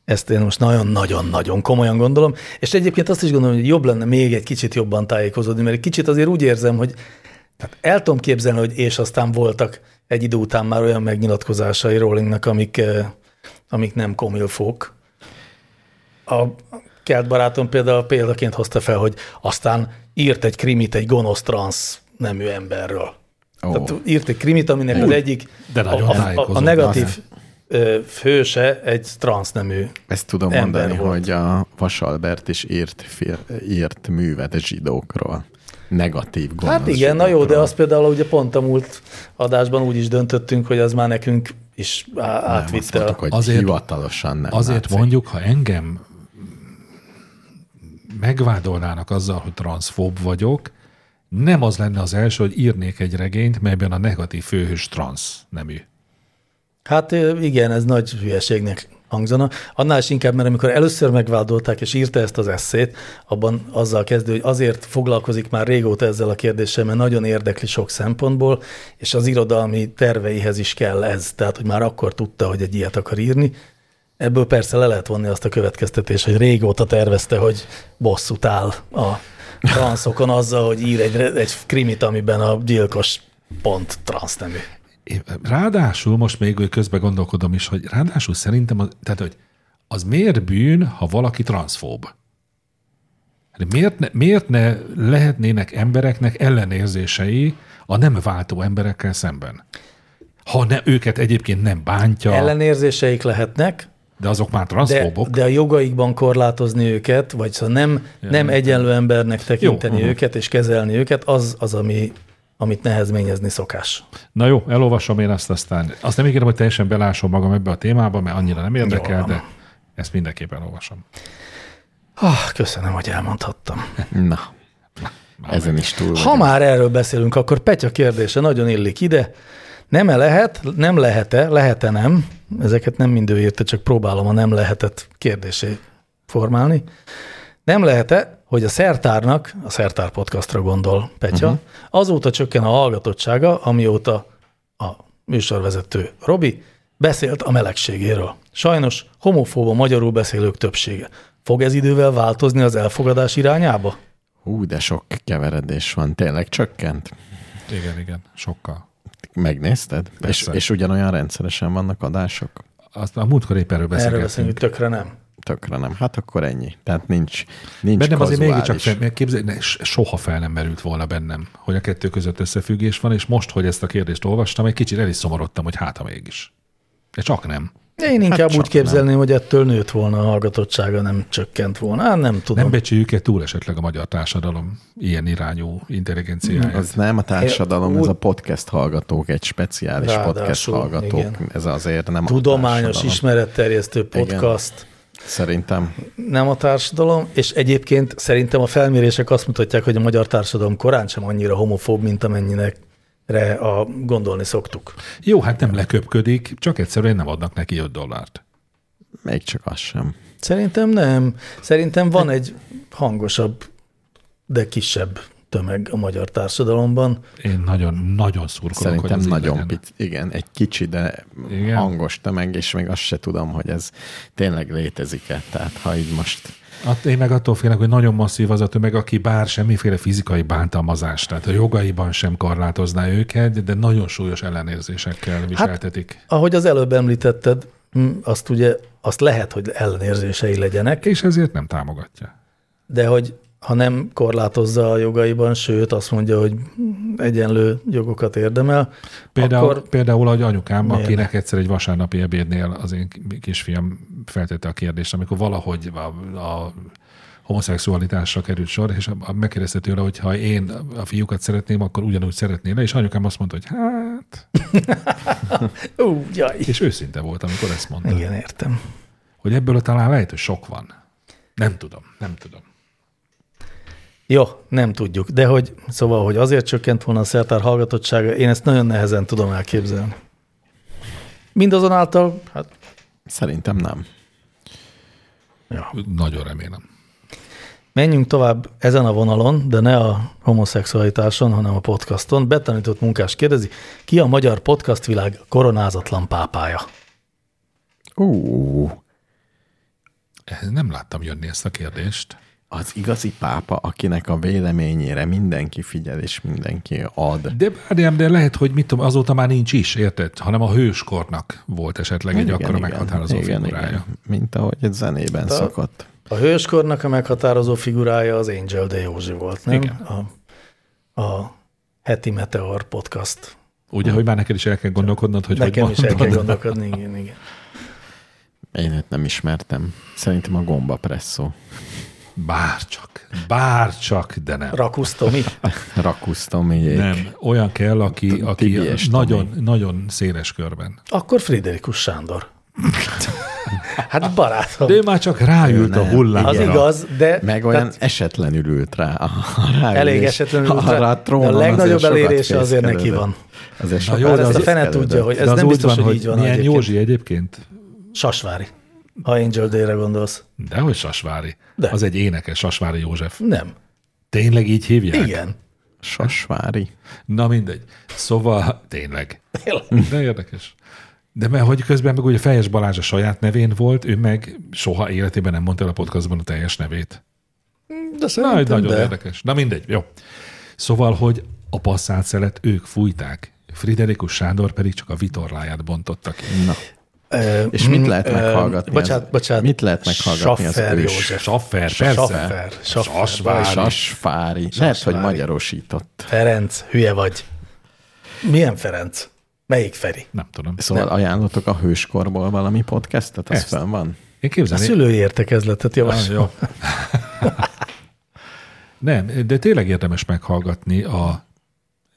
Speaker 2: Ezt én most nagyon-nagyon-nagyon komolyan gondolom, és egyébként azt is gondolom, hogy jobb lenne még egy kicsit jobban tájékozódni, mert egy kicsit azért úgy érzem, hogy tehát el tudom képzelni, hogy és aztán voltak egy idő után már olyan megnyilatkozásai Rowlingnak, amik, eh, amik nem komilfók. A kelt barátom például példaként hozta fel, hogy aztán írt egy krimit egy gonosz transz nemű emberről.
Speaker 4: Ó.
Speaker 2: Oh. Tehát írt egy krimit, aminek az egyik
Speaker 3: De nagyon
Speaker 2: a, a, a
Speaker 3: tájékozott,
Speaker 2: negatív ö, hőse egy transznemű.
Speaker 4: ezt tudom
Speaker 2: Ember
Speaker 4: mondani,
Speaker 2: volt.
Speaker 4: hogy a Vasalbert is írt, fil- írt művet zsidókról. Negatív gonosz
Speaker 2: Hát igen, na jó, de
Speaker 4: zsidókról.
Speaker 2: az például ugye pont a múlt adásban úgy is döntöttünk, hogy az már nekünk is á-
Speaker 4: nem, azt
Speaker 2: átvitte.
Speaker 4: mondtuk,
Speaker 2: a-
Speaker 4: hogy
Speaker 3: Azért-
Speaker 4: azért, hivatalosan nem
Speaker 3: Azért
Speaker 4: látszik.
Speaker 3: mondjuk, ha engem megvádolnának azzal, hogy transzfób vagyok, nem az lenne az első, hogy írnék egy regényt, melyben a negatív főhős transz nemű.
Speaker 2: Hát ö, igen, ez nagy hülyeségnek hangzana. Annál is inkább, mert amikor először megvádolták és írta ezt az eszét, abban azzal kezdő, hogy azért foglalkozik már régóta ezzel a kérdéssel, mert nagyon érdekli sok szempontból, és az irodalmi terveihez is kell ez. Tehát, hogy már akkor tudta, hogy egy ilyet akar írni. Ebből persze le lehet vonni azt a következtetés, hogy régóta tervezte, hogy bosszút áll a transzokon azzal, hogy ír egy, egy krimit, amiben a gyilkos pont transz nemű.
Speaker 3: Én- Ráadásul most még hogy közben gondolkodom is, hogy ráadásul szerintem, az, tehát hogy az miért bűn, ha valaki transzfób? Hát Miért ne, miért ne lehetnének embereknek ellenérzései a nem váltó emberekkel szemben? Ha ne, őket egyébként nem bántja, Ellen...
Speaker 2: Ellenérzéseik lehetnek,
Speaker 3: de azok már
Speaker 2: de,
Speaker 3: transzfóbok. De,
Speaker 2: de a jogaikban korlátozni őket, vagy szóval nem, nem egyenlő embernek tekinteni
Speaker 3: aha.
Speaker 2: őket és kezelni őket, az az, ami, amit nehezményezni szokás.
Speaker 3: Na jó, elolvasom én azt aztán. Azt nem ígérem, hogy teljesen belásom magam ebbe a témába, mert annyira nem érdekel,
Speaker 2: Jól van.
Speaker 3: de ezt mindenképpen olvasom.
Speaker 2: Ah, köszönöm, hogy elmondhattam.
Speaker 4: Na, ezen is túl
Speaker 2: Ha már erről beszélünk, akkor Petya kérdése nagyon illik ide. Nem-e lehet, nem lehet-e, lehet-e nem? Ezeket nem mind ő írta, csak próbálom a nem lehetett kérdésé formálni. Nem lehet-e, hogy a szertárnak, a szertár podcastra gondol Petya, uh-huh. azóta csökken a hallgatottsága, amióta a műsorvezető Robi beszélt a melegségéről. Sajnos homofób a magyarul beszélők többsége. Fog ez idővel változni az elfogadás irányába?
Speaker 4: Hú, de sok keveredés van. Tényleg csökkent.
Speaker 3: Igen, igen, sokkal.
Speaker 4: Megnézted? És,
Speaker 3: Persze.
Speaker 4: és ugyanolyan rendszeresen vannak adások?
Speaker 3: Azt a múltkor épp erről
Speaker 2: Erről
Speaker 3: beszélgettünk.
Speaker 2: beszélünk, tökre nem.
Speaker 4: Tökre nem. Hát akkor ennyi. Tehát nincs, nincs
Speaker 3: Bennem azért mégiscsak
Speaker 4: kazuális.
Speaker 3: fel, mert képzelj, ne, s- soha fel nem merült volna bennem, hogy a kettő között összefüggés van, és most, hogy ezt a kérdést olvastam, egy kicsit el is szomorodtam, hogy hát ha mégis. De csak nem.
Speaker 2: De én inkább hát
Speaker 4: csak
Speaker 2: úgy képzelném, nem. hogy ettől nőtt volna a hallgatottsága, nem csökkent volna. Hát nem tudom.
Speaker 3: Nem
Speaker 2: Nem
Speaker 3: becsüljük-e túl esetleg a magyar társadalom ilyen irányú intelligenciáját?
Speaker 4: Mm, Az nem a társadalom,
Speaker 2: Én
Speaker 4: ez
Speaker 2: úgy-
Speaker 4: a podcast hallgatók, egy speciális
Speaker 2: Ráadásul,
Speaker 4: podcast hallgatók.
Speaker 2: igen.
Speaker 4: Ez azért nem a
Speaker 2: Tudományos
Speaker 4: társadalom.
Speaker 2: ismeretterjesztő
Speaker 4: Igen.
Speaker 2: podcast,
Speaker 4: Szerintem
Speaker 2: nem a társadalom, és egyébként szerintem a felmérések azt mutatják, hogy a magyar társadalom korán sem annyira homofób, mint amennyinek re a gondolni szoktuk.
Speaker 3: Jó, hát nem leköpködik, csak egyszerűen nem adnak neki 5 dollárt.
Speaker 4: még csak az sem.
Speaker 2: Szerintem nem. Szerintem van egy hangosabb, de kisebb tömeg a magyar társadalomban.
Speaker 3: Én nagyon-nagyon szurkolok,
Speaker 4: Szerintem
Speaker 3: hogy ez így
Speaker 4: nagyon
Speaker 3: legyen.
Speaker 4: pici, igen, egy kicsi, de
Speaker 3: Igen.
Speaker 4: igen. hangos tömeg, és még azt se tudom, hogy ez tényleg létezik-e. Tehát ha így most
Speaker 3: Att, Hát én meg attól félek, hogy nagyon masszív az a tömeg, aki bár semmiféle fizikai bántalmazást, tehát a jogaiban sem korlátozná őket, de nagyon súlyos ellenérzésekkel viseltetik. Hát,
Speaker 2: Ahogy az előbb említetted, m, azt ugye, azt lehet, hogy ellenérzései legyenek,
Speaker 3: és ezért nem támogatja.
Speaker 2: De hogy ha nem korlátozza a jogaiban, sőt azt mondja, hogy egyenlő jogokat érdemel,
Speaker 3: Például,
Speaker 2: akkor
Speaker 3: Akkor például ahogy anyukám,
Speaker 2: Miért?
Speaker 3: miért? akinek egyszer egy vasárnapi ebédnél az én kisfiam feltette a kérdést, amikor valahogy a, a homoszexualitásra került sor, és a- a- megkérdezte tőle, hogy ha én a fiúkat szeretném, akkor ugyanúgy szeretnél, és anyukám azt mondta, hogy hát,
Speaker 2: ú, jaj.
Speaker 3: és őszinte volt, amikor ezt mondta.
Speaker 2: Igen, értem.
Speaker 3: Hogy ebből talán lehet, hogy sok van. Nem tudom, nem tudom.
Speaker 2: Jó, nem tudjuk. De hogy, szóval, hogy azért csökkent volna a szertár hallgatottsága, én ezt nagyon nehezen tudom elképzelni. Mindazonáltal, hát,
Speaker 4: szerintem nem.
Speaker 2: ja.
Speaker 3: Nagyon remélem.
Speaker 2: Menjünk tovább ezen a vonalon, de ne a homoszexualitáson, hanem a podcaston. Betanított munkás kérdezi, ki a magyar podcast világ koronázatlan pápája?
Speaker 4: Ú,
Speaker 3: Eh, Nem láttam jönni ezt a kérdést.
Speaker 4: az igazi pápa, akinek a véleményére mindenki figyel, és mindenki ad.
Speaker 3: De várjám, de lehet, hogy mit tudom, azóta már nincs is, érted? Hanem a hőskornak volt esetleg egy akkora meghatározó figurája.
Speaker 4: Mint ahogy egy zenében
Speaker 2: a-
Speaker 4: szokott.
Speaker 2: A hőskornak a meghatározó figurája az Angel de Józsi volt, nem?
Speaker 3: Igen.
Speaker 2: A, a heti Meteor podcast.
Speaker 3: Ugye, hogy már neked is el kell gondolkodnod, hogy
Speaker 2: Nekem
Speaker 3: hogy
Speaker 2: is el kell
Speaker 3: mondod.
Speaker 2: gondolkodni, igen, igen.
Speaker 4: Én őt nem ismertem. Szerintem a gomba presszó.
Speaker 3: Bárcsak, bárcsak, de nem.
Speaker 2: Rakusztomi.
Speaker 4: Rakusztom így.
Speaker 3: Nem, olyan kell, aki, aki
Speaker 4: Tibi és
Speaker 3: nagyon, nagyon széles körben.
Speaker 2: Akkor Friderikus Sándor. Hát barátom.
Speaker 3: De ő már csak ráült a
Speaker 4: nem.
Speaker 3: hullámra.
Speaker 2: az igaz, de
Speaker 4: Meg olyan
Speaker 2: tehát
Speaker 4: Tehát esetlenül ült rá. Ráülés,
Speaker 2: elég esetlenül. ült rá,
Speaker 4: Arra a,
Speaker 2: de a
Speaker 4: trónon
Speaker 2: legnagyobb
Speaker 4: azért
Speaker 2: elérése
Speaker 4: sokat
Speaker 2: azért neki
Speaker 4: fészkelődött.
Speaker 2: van.
Speaker 4: Azért
Speaker 3: Na
Speaker 4: sokat
Speaker 3: jó,
Speaker 2: Hát
Speaker 3: de
Speaker 2: ezt a
Speaker 3: az-
Speaker 2: fene
Speaker 4: fészkelődött.
Speaker 2: tudja, hogy
Speaker 3: De
Speaker 2: ez
Speaker 3: az
Speaker 2: nem
Speaker 3: úgy
Speaker 2: biztos, hogy így van
Speaker 3: Milyen
Speaker 2: egyébként.
Speaker 3: Józsi egyébként?
Speaker 2: Sasvári. Ha Angel Day-re gondolsz.
Speaker 3: Dehogy Sasvári.
Speaker 2: De.
Speaker 3: De. Az egy énekes, Sasvári József.
Speaker 2: Nem.
Speaker 3: Tényleg így hívják?
Speaker 2: Igen.
Speaker 4: Sasvári.
Speaker 3: Na mindegy. Szóval tényleg. De érdekes. De mert hogy közben meg ugye Fejes Balázs a saját nevén volt, ő meg soha életében nem mondta el a podcastban a teljes nevét.
Speaker 2: De
Speaker 3: Na,
Speaker 2: szerintem
Speaker 3: hogy nagyon
Speaker 2: de.
Speaker 3: érdekes. Na mindegy, jó. Szóval, hogy a passzált szelet ők fújták, Friderikus Sándor pedig csak a vitorláját bontotta ki.
Speaker 4: Na.
Speaker 2: Ö,
Speaker 4: És mit lehet
Speaker 2: Mm, ö,
Speaker 4: meghallgatni?
Speaker 2: Bocsánat,
Speaker 4: az-
Speaker 2: bocsánat.
Speaker 4: Mit lehet meghallgatni az
Speaker 2: Saffer
Speaker 4: ős?
Speaker 2: József.
Speaker 3: Saffer, persze.
Speaker 2: Saffer. Saffer.
Speaker 3: Sasvári.
Speaker 4: Sasfári. Lehet, hogy magyarosított.
Speaker 2: Ferenc, hülye vagy. Milyen Ferenc? Melyik Feri?
Speaker 3: Nem tudom.
Speaker 4: Szóval nem. ajánlotok a hőskorból valami podcastet? Az
Speaker 3: Ezt.
Speaker 4: fenn van?
Speaker 3: Én
Speaker 2: A
Speaker 3: képzelni,
Speaker 2: szülői értekezletet
Speaker 3: Ah,
Speaker 2: javaslom.
Speaker 3: jó. Nem, de tényleg érdemes meghallgatni a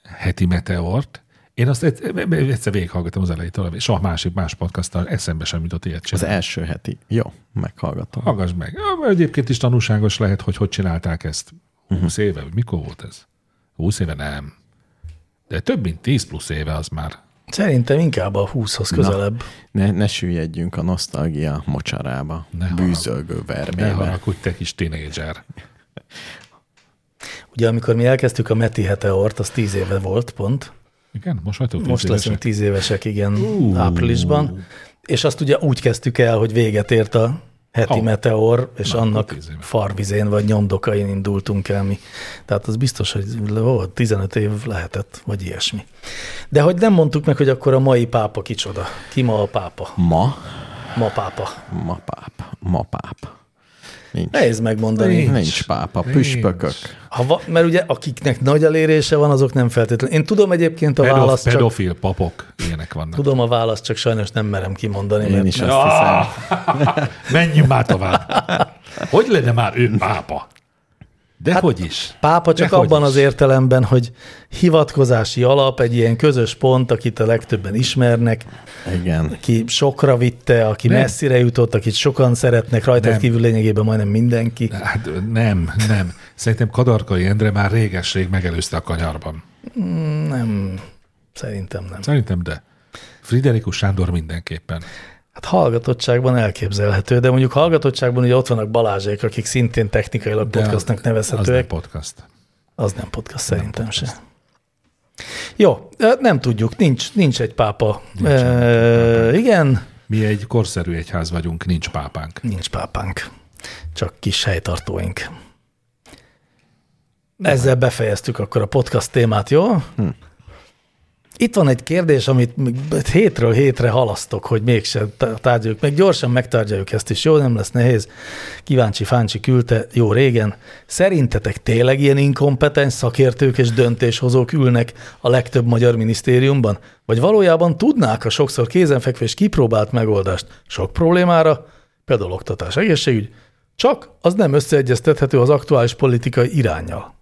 Speaker 3: heti meteort. Én azt egy- egyszer végighallgattam az elejétől, és soha másik más podcasttal eszembe sem jutott ilyet
Speaker 4: Az
Speaker 3: csinálni.
Speaker 4: első heti. Jó, meghallgatom.
Speaker 3: Hallgass meg. Ah, Egyébként is tanulságos lehet, hogy hogy csinálták ezt. 20
Speaker 2: Mhm.
Speaker 3: éve, vagy mikor volt ez? 20 éve nem. De több mint 10 plusz éve az már.
Speaker 2: Szerintem inkább a 20-hoz közelebb.
Speaker 4: Ne, ne süllyedjünk a nosztalgia mocsarába,
Speaker 3: Ne
Speaker 4: ne
Speaker 3: haragudj.
Speaker 4: bűzölgő
Speaker 3: Ne
Speaker 4: vermébe.
Speaker 3: haragudj, te kis tínédzser.
Speaker 2: Ugye amikor mi elkezdtük a Meti Heteort, az 10 éve volt pont.
Speaker 3: Igen, most vagytok tíz
Speaker 2: Most leszünk
Speaker 3: évesek?
Speaker 2: 10 évesek, igen, áprilisban. És azt ugye úgy kezdtük el, hogy véget ért a heti
Speaker 3: Ó.
Speaker 2: meteor, és
Speaker 3: Na,
Speaker 2: annak
Speaker 3: akkor 10 éve.
Speaker 2: farvizén vagy nyomdokain indultunk el mi. Tehát az biztos, hogy volt 15 év lehetett, vagy ilyesmi. De hogy nem mondtuk meg, hogy akkor a mai pápa kicsoda. Ki ma a pápa?
Speaker 4: Ma,
Speaker 2: Ma pápa.
Speaker 4: ma páp, ma páp. Nincs,
Speaker 2: Nehéz megmondani.
Speaker 4: nincs, nincs pápa,
Speaker 3: Nincs.
Speaker 4: püspökök.
Speaker 2: Ha va, mert ugye akiknek nagy elérése van, azok nem feltétlenül. Én tudom egyébként a
Speaker 3: Pedof-
Speaker 2: választ, szóval csak,
Speaker 3: Pedofil papok ilyenek vannak.
Speaker 2: tudom a választ, csak sajnos nem merem kimondani,
Speaker 4: Én
Speaker 2: mert
Speaker 4: is azt
Speaker 3: Ah!
Speaker 4: hiszem.
Speaker 3: Menjünk már tovább. Hogy lenne már ő pápa? De hát, hogy is?
Speaker 2: Pápa csak
Speaker 3: Dehogy
Speaker 2: abban
Speaker 3: is.
Speaker 2: az értelemben, hogy hivatkozási alap, egy ilyen közös pont, akit a legtöbben ismernek,
Speaker 4: Igen.
Speaker 2: ki sokra vitte, aki
Speaker 3: Nem.
Speaker 2: nem. messzire jutott, akit sokan szeretnek, rajta
Speaker 3: Nem.
Speaker 2: kívül lényegében majdnem mindenki. Nem.
Speaker 3: Hát nem, nem. Szerintem Kadarkai Endre már réges-rég megelőzte a kanyarban.
Speaker 2: Szerintem nem.
Speaker 3: Szerintem de. Friderikus Sándor mindenképpen.
Speaker 2: Hát hallgatottságban elképzelhető, de mondjuk hallgatottságban ugye ott vannak Balázsék, akik szintén technikailag
Speaker 3: De
Speaker 2: podcastnak
Speaker 3: Az nem
Speaker 2: nevezhetőek.
Speaker 3: podcast.
Speaker 2: Az nem podcast, szerintem nem podcast. se. Jó, ö, nem tudjuk, nincs, nincs egy pápa. Nincs
Speaker 3: egy
Speaker 2: ö, igen,
Speaker 3: Mi egy korszerű egyház vagyunk, nincs pápánk.
Speaker 2: nincs pápánk, csak kis helytartóink. Ezzel befejeztük akkor a podcast témát, jó? Hm. Itt van egy kérdés, amit még hétről hétre halasztok, hogy mégsem tá- tárgyaljuk. Meg gyorsan megtárgyaljuk ezt is, jó? Nem lesz nehéz. Kíváncsi Fáncsi küldte jó régen. Szerintetek tényleg ilyen inkompetens szakértők és döntéshozók ülnek a legtöbb magyar minisztériumban? Vagy valójában tudnák a sokszor kézenfekvő és kipróbált megoldást sok problémára, például oktatás, egészségügy, csak az nem összeegyeztethető az aktuális politikai irányjal.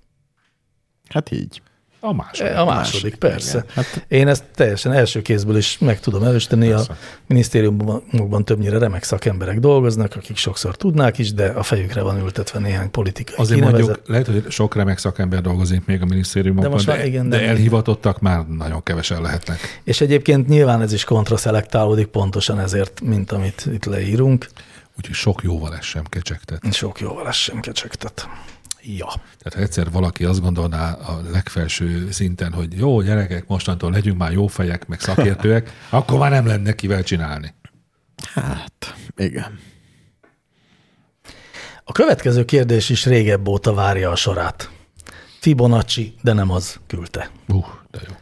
Speaker 4: Hát így.
Speaker 3: A másik.
Speaker 2: A második, persze.
Speaker 4: igen.
Speaker 2: Hát, Én ezt teljesen első kézből is meg tudom erősíteni. A
Speaker 3: Persze.
Speaker 2: minisztériumokban többnyire remek szakemberek dolgoznak, akik sokszor tudnák is, de a fejükre van ültetve néhány politikai
Speaker 3: Azért
Speaker 2: kinevezet.
Speaker 3: mondjuk, lehet, hogy sok remek szakember dolgozik még a minisztériumokban,
Speaker 2: De most
Speaker 3: de,
Speaker 2: már igen,
Speaker 3: de
Speaker 2: nem.
Speaker 3: elhivatottak már nagyon kevesen lehetnek.
Speaker 2: És egyébként nyilván ez is kontraszelektálódik pontosan ezért, mint amit itt leírunk.
Speaker 3: Úgyhogy sok jóval ez sem kecsegtet.
Speaker 2: Sok jóval ez sem kecsegtet. Ja.
Speaker 3: Tehát ha egyszer valaki azt gondolná a legfelső szinten, hogy jó gyerekek, mostantól legyünk már jó fejek, meg szakértőek, akkor már nem lenne kivel csinálni.
Speaker 4: Hát, igen.
Speaker 2: A következő kérdés is régebb óta várja a sorát. Fibonacci, de nem az küldte.
Speaker 3: Uh, de jó.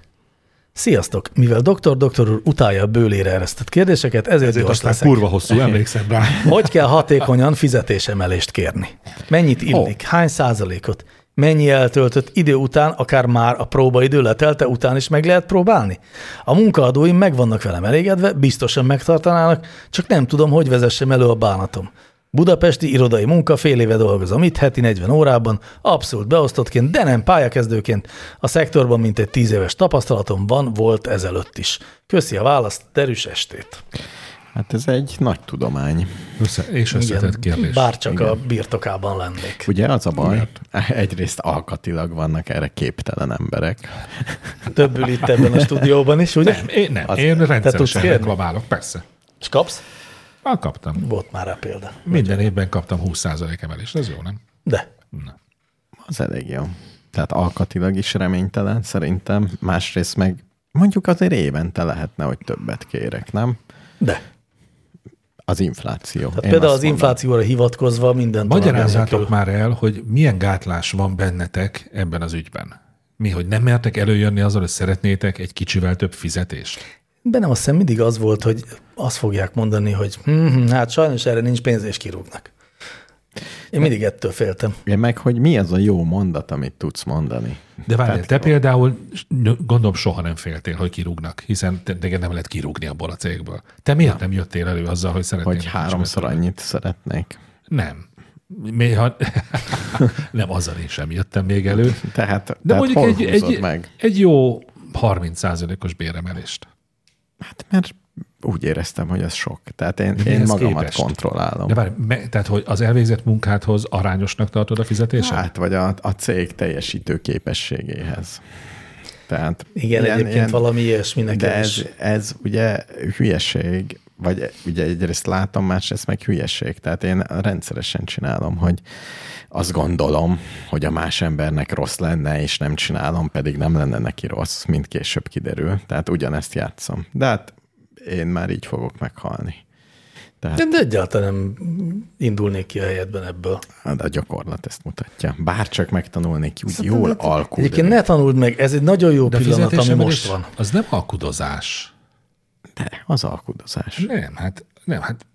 Speaker 2: Sziasztok! Mivel doktor doktor úr utálja a bőlére eresztett kérdéseket, ezért, ezért
Speaker 3: Ezért
Speaker 2: gyors
Speaker 3: aztán
Speaker 2: leszek.
Speaker 3: kurva hosszú, emlékszem rá.
Speaker 2: Hogy kell hatékonyan fizetésemelést kérni? Mennyit illik? Hány százalékot? Mennyi eltöltött idő után, akár már a próbaidő letelte után is meg lehet próbálni? A munkaadóim meg vannak velem elégedve, biztosan megtartanának, csak nem tudom, hogy vezessem elő a bánatom. Budapesti irodai munka, fél éve dolgozom itt, heti 40 órában, abszolút beosztottként, de nem pályakezdőként. A szektorban mintegy 10 éves tapasztalatom van, volt ezelőtt is. Köszi a választ, derűs estét.
Speaker 4: Hát ez egy nagy tudomány.
Speaker 3: Össze, és összetett kérdés.
Speaker 2: Bárcsak a birtokában lennék.
Speaker 4: Ugye az a baj, egyrészt alkatilag vannak erre képtelen emberek.
Speaker 2: Többül itt ebben a stúdióban is, ugye?
Speaker 3: Nem, én, nem.
Speaker 4: Az-
Speaker 3: én
Speaker 2: tudsz
Speaker 3: rendszeresen
Speaker 2: kérni?
Speaker 3: reklamálok, persze.
Speaker 2: És kapsz?
Speaker 3: Már kaptam.
Speaker 2: Volt már rá példa.
Speaker 3: Minden évben kaptam 20% emelést, ez jó, nem?
Speaker 2: De.
Speaker 4: Az elég jó. Tehát alkatilag is reménytelen szerintem, másrészt meg mondjuk azért évente lehetne, hogy többet kérek, nem?
Speaker 2: De.
Speaker 4: az infláció.
Speaker 3: Hát
Speaker 4: Tehát
Speaker 2: Hát Például az inflációra hivatkozva minden
Speaker 3: Magyarázzátok már el, hogy milyen gátlás van bennetek ebben az ügyben. Mi, hogy nem mertek előjönni azzal, hogy szeretnétek egy kicsivel több fizetést?
Speaker 2: Bennem azt hiszem mindig az volt, hogy azt fogják mondani, hogy hm, hát sajnos erre nincs pénz, és kirúgnak. Én mindig ettől féltem.
Speaker 4: Én meg, hogy mi az a jó mondat, amit tudsz mondani.
Speaker 3: De várjál,
Speaker 4: Tehát-
Speaker 3: te például gondolom soha nem féltél, hogy kirúgnak, hiszen te- téged nem lehet kirúgni abból a cégből. Te miért nem jöttél elő azzal, hogy szeretnél?
Speaker 4: Hogy
Speaker 3: egy kicsivel
Speaker 4: háromszor
Speaker 3: többet?
Speaker 4: annyit szeretnék.
Speaker 3: Nem. Még, ha... nem, azzal én sem jöttem még elő.
Speaker 4: Tehát, De
Speaker 3: De
Speaker 4: tehát
Speaker 3: mondjuk
Speaker 4: hol
Speaker 3: egy, egy,
Speaker 4: meg?
Speaker 3: egy jó 30%-os béremelést.
Speaker 4: Hát mert úgy éreztem, hogy ez sok. Tehát én,
Speaker 3: De
Speaker 4: én
Speaker 3: mihez
Speaker 4: magamat
Speaker 3: képest?
Speaker 4: kontrollálom.
Speaker 3: De várj, me, tehát hogy az elvégzett munkádhoz arányosnak tartod a fizetésed?
Speaker 4: Hát, vagy a, a cég teljesítő képességéhez. Tehát
Speaker 2: Igen, ilyen, egyébként ilyen, valami ilyesmi nekem
Speaker 4: De
Speaker 2: is.
Speaker 4: ez, ez ugye hülyeség, vagy e, ugye egyrészt látom, másrészt meg hülyeség. Tehát én rendszeresen csinálom, hogy azt gondolom, hogy a más embernek rossz lenne, és nem csinálom, pedig nem lenne neki rossz, mint később kiderül. Tehát ugyanezt játszom. De hát én már így fogok meghalni.
Speaker 2: De, de egyáltalán nem indulnék ki a helyedben ebből.
Speaker 4: Hát a gyakorlat ezt mutatja. Bár csak megtanulnék úgy jól alkudni.
Speaker 2: hát Egyébként ne tanuld meg, ez egy nagyon jó
Speaker 3: De a
Speaker 2: pillanat, ami
Speaker 3: fizetésemelés
Speaker 2: most van.
Speaker 3: Az nem alkudozás.
Speaker 4: De, az alkudozás.
Speaker 3: Nem, hát nem, hát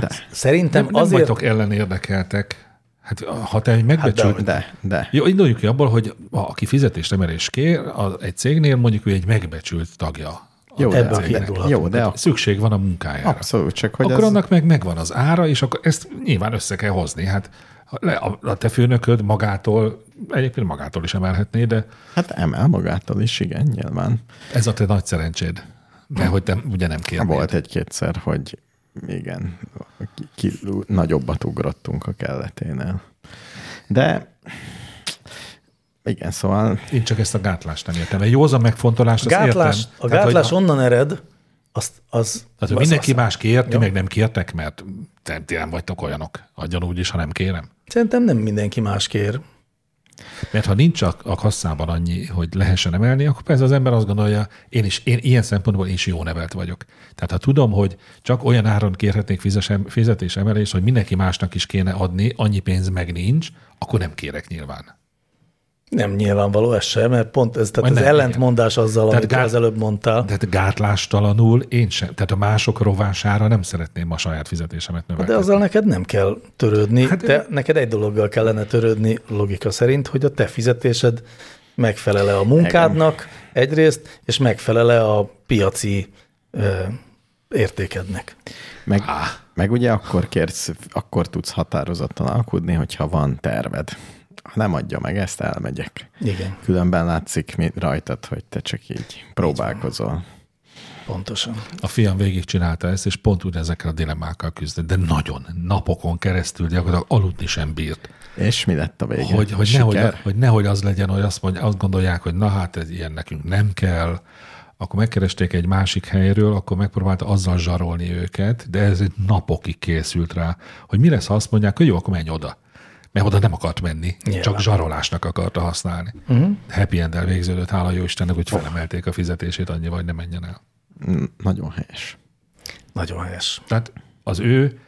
Speaker 4: De,
Speaker 2: Szerintem
Speaker 3: nem, nem azért...
Speaker 2: azért...
Speaker 3: vagytok ellenérdekeltek. Hát ha te egy megbecsült...
Speaker 2: de-
Speaker 4: de, de.
Speaker 3: Jó, induljunk ki abból, hogy ha aki fizetést emelés kér, az egy cégnél mondjuk ő egy megbecsült tagja. A
Speaker 4: Jó,
Speaker 2: Ebből
Speaker 4: de, de,
Speaker 2: kiindulhatunk.
Speaker 4: jó, de
Speaker 3: Tehát
Speaker 4: ak-
Speaker 3: Szükség van a munkájára.
Speaker 4: abszolút, csak hogy
Speaker 3: akkor
Speaker 4: az...
Speaker 3: annak meg megvan az ára, és akkor ezt nyilván össze kell hozni. Hát ha le- a, a te főnököd magától, egyébként magától is emelhetné, de
Speaker 4: Hát emel magától is, igen, nyilván.
Speaker 3: ez a te nagy szerencséd. Mert hogy te ugye nem kérnéd.
Speaker 4: Volt egy-kétszer, hogy igen, ki, ki, nagyobbat ugrottunk a kelleténél. De igen, szóval
Speaker 3: Én csak ezt a gátlást nem értem. Egy józan megfontolást,
Speaker 2: A
Speaker 3: azt
Speaker 2: gátlás,
Speaker 3: értem.
Speaker 2: a
Speaker 3: Tehát, hogy-
Speaker 2: gátlás onnan ered, azt, az,
Speaker 3: Tehát, hogy mindenki más kért, ti meg nem kértek, mert te, ti nem vagytok olyanok. Adjon úgy is, ha nem kérem.
Speaker 2: Szerintem nem mindenki más kér.
Speaker 3: Mert ha nincs a, a kasszában annyi, hogy lehessen emelni, akkor persze az ember azt gondolja, én is, én ilyen szempontból én is jó nevelt vagyok. Tehát ha tudom, hogy csak olyan áron kérhetnék fizesem- fizetésemelést, hogy mindenki másnak is kéne adni, annyi pénz meg nincs, akkor nem kérek nyilván.
Speaker 2: Nem nyilvánvaló ez sem, mert pont ez, tehát
Speaker 3: Vagy
Speaker 2: az
Speaker 3: nem,
Speaker 2: ellentmondás azzal,
Speaker 3: Tehát
Speaker 2: amit
Speaker 3: gát-
Speaker 2: az előbb mondtál. De,
Speaker 3: Tehát gátlástalanul én sem, tehát a mások rovására nem szeretném a saját fizetésemet növelni.
Speaker 2: de azzal neked nem kell törődni.
Speaker 3: Hát
Speaker 2: Hát te, neked egy dologgal kellene törődni logika szerint, hogy a te fizetésed megfelele a munkádnak egyrészt, és megfelele a piaci ö, értékednek.
Speaker 4: meg, meg ugye akkor kérsz, akkor tudsz határozottan alkudni, hogyha van terved. Ha nem adja meg ezt, elmegyek.
Speaker 2: Igen,
Speaker 4: Különben látszik mi rajtad, hogy te csak így próbálkozol.
Speaker 2: pontosan.
Speaker 3: A fiam végig csinálta ezt, és pont úgy ezekkel a dilemmákkal küzdött, de nagyon napokon keresztül gyakorlatilag aludni sem bírt.
Speaker 4: És mi lett a vége?
Speaker 3: Hogy, hogy,
Speaker 4: Siker?
Speaker 3: nehogy, hogy nehogy az legyen, hogy azt, mondja, azt gondolják, hogy na hát ez ilyen nekünk nem kell, akkor megkeresték egy másik helyről, akkor megpróbálta azzal zsarolni őket, de ez egy napokig készült rá, hogy mi lesz, ha azt mondják, hogy jó, akkor menj oda. Mert oda nem akart menni, Nyilván.
Speaker 2: Nyilván.
Speaker 3: csak zsarolásnak akarta használni.
Speaker 4: Mhm.
Speaker 3: Uh-huh. Happy end végződött, hála jó Istennek, hogy
Speaker 4: Oh.
Speaker 3: felemelték a fizetését annyi, hogy ne menjen el.
Speaker 4: Nagyon helyes.
Speaker 2: Nagyon helyes.
Speaker 3: Tehát az ő,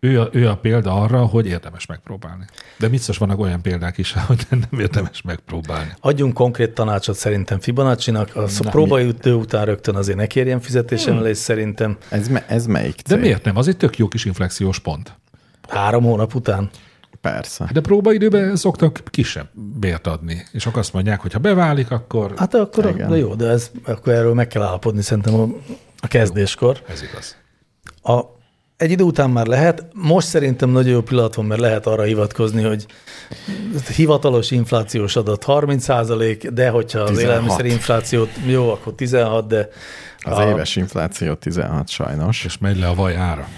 Speaker 3: ő, a, ő a példa arra, hogy érdemes megpróbálni. De biztos vannak olyan példák is, hogy nem érdemes megpróbálni.
Speaker 2: Adjunk konkrét tanácsot szerintem Fibonacci-nak. A szó- próbaidő után rögtön azért ne kérjen fizetésemelést szerintem.
Speaker 4: Ez, me- ez melyik
Speaker 3: De
Speaker 4: cég?
Speaker 3: miért nem? Az egy tök jó kis inflexiós pont.
Speaker 2: Három hónap után.
Speaker 4: Persze.
Speaker 3: De próbaidőben szoktak kisebb bért adni, és akkor azt mondják, hogy ha beválik, akkor hát,
Speaker 2: Hát akkor
Speaker 4: Igen.
Speaker 2: de jó, de ez, akkor erről meg kell állapodni szerintem a, a kezdéskor.
Speaker 3: ez igaz.
Speaker 2: A, egy idő után már lehet, most szerintem nagyon jó pillanat van, mert lehet arra hivatkozni, hogy hivatalos inflációs adat 30 százalék, de hogyha az
Speaker 4: 16.
Speaker 2: élelmiszerinflációt jó, akkor 16, de
Speaker 4: Az
Speaker 2: a-
Speaker 4: éves infláció 16 sajnos.
Speaker 3: És megy le a vaj ára.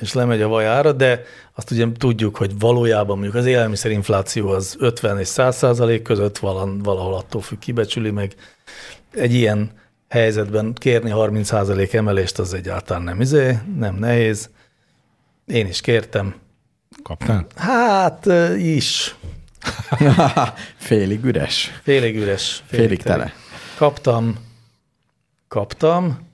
Speaker 2: és lemegy a vaj ára, de azt ugye tudjuk, hogy valójában mondjuk az élelmiszerinfláció az 50 és 100 százalék között valan, valahol attól függ, kibecsüli meg. Egy ilyen helyzetben kérni 30 százalék emelést az egyáltalán nem izé, nem nehéz. Én is kértem.
Speaker 3: Kaptál?
Speaker 2: Hát ö, is.
Speaker 4: Félig üres.
Speaker 2: Félig üres.
Speaker 4: Félig tele.
Speaker 2: Kaptam, kaptam,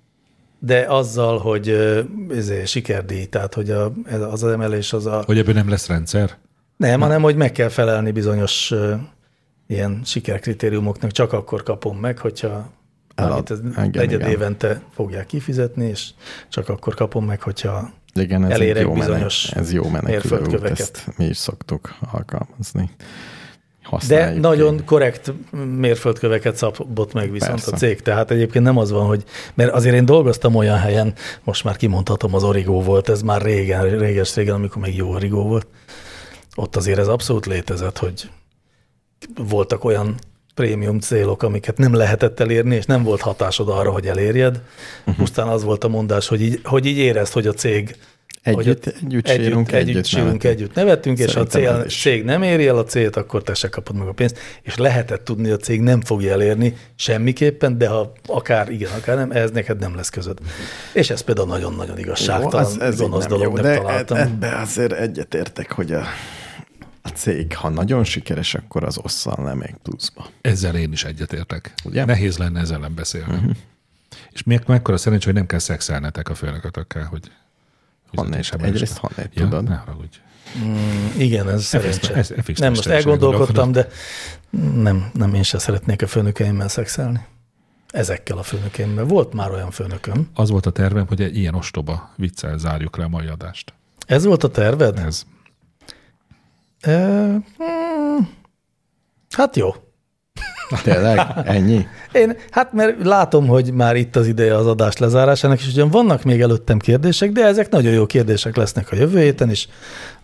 Speaker 2: de azzal, hogy ö, izé, sikerdíj, tehát hogy a, ez az az emelés az a...
Speaker 3: Hogy ebből nem lesz rendszer?
Speaker 2: Nem, hanem hogy meg kell felelni bizonyos ö, ilyen sikerkritériumoknak, csak akkor kapom meg, hogyha
Speaker 4: Elad.
Speaker 2: amit ez
Speaker 4: Igen,
Speaker 2: negyed
Speaker 4: igen.
Speaker 2: évente fogják kifizetni, és csak akkor kapom meg, hogyha
Speaker 4: Igen, ez
Speaker 2: Elér
Speaker 4: egy
Speaker 2: egy
Speaker 4: jó, menek,
Speaker 2: bizonyos
Speaker 4: ez jó menekülő út,
Speaker 2: mérföldköveket.
Speaker 4: ezt mi is szoktuk alkalmazni.
Speaker 2: De
Speaker 4: Használjuk
Speaker 2: nagyon
Speaker 4: ki.
Speaker 2: korrekt mérföldköveket szabott meg viszont
Speaker 4: Persze.
Speaker 2: a cég. Tehát egyébként nem az van, hogy, mert azért én dolgoztam olyan helyen, most már kimondhatom, az origó volt, ez már régen, réges régen, amikor még jó origó volt. Ott azért ez abszolút létezett, hogy voltak olyan prémium célok, amiket nem lehetett elérni, és nem volt hatásod arra, hogy elérjed. Uh-huh.
Speaker 4: Mhm.
Speaker 2: Pusztán az volt a mondás, hogy így, hogy így érezd, hogy a cég
Speaker 4: Együtt,
Speaker 2: hogy a-
Speaker 4: együtt, sírunk, együtt,
Speaker 2: együtt sírunk,
Speaker 4: nevetünk.
Speaker 2: együtt nevetünk, és ha a
Speaker 4: Szerintem
Speaker 2: cél,
Speaker 4: ez is.
Speaker 2: cég nem éri el a célt, akkor te se kapod meg a pénzt, és lehetett tudni, hogy a cég nem fogja elérni semmiképpen, de ha akár igen, akár nem, ehhez neked nem lesz közöd. És ez például nagyon-nagyon igazságtalan,
Speaker 4: Jó, így
Speaker 2: gonosz
Speaker 4: nem
Speaker 2: dolog, nem
Speaker 4: de hát,
Speaker 2: találtam.
Speaker 4: eb- Ebbe azért egyetértek, hogy a, a cég, ha nagyon sikeres, akkor az osszal le még pluszba.
Speaker 3: Ezzel én is egyetértek.
Speaker 4: Ugye? Mhm.
Speaker 3: Ugye? Nehéz lenne ezzel nem beszélni. Uh-huh. És miért mekkora szerencsé, hogy nem kell szexelnetek a főnökötökkel, hogy
Speaker 4: Honnét,
Speaker 3: fizetésemelésre-
Speaker 4: egyrészt honnét
Speaker 3: ja,
Speaker 4: tudod.
Speaker 3: Ne haragudj.
Speaker 2: igen, ez
Speaker 3: F-X-ben-
Speaker 2: szerencse.
Speaker 3: F-X-ben
Speaker 2: Nem, most
Speaker 3: is
Speaker 2: elgondolkodtam, de nem, nem én se szeretnék a főnökeimmel szexelni. Ezekkel a főnökeimmel. Volt már olyan főnököm.
Speaker 3: Az volt a tervem, hogy egy ilyen ostoba viccel zárjuk le a mai adást.
Speaker 2: Ez volt a terved?
Speaker 3: Ez.
Speaker 2: Ö, mm, Hát jó.
Speaker 4: Tényleg? Ennyi?
Speaker 2: Én, hát mert látom, hogy már itt az ideje az adás lezárásának, és ugyan vannak még előttem kérdések, de ezek nagyon jó kérdések lesznek a jövő héten is,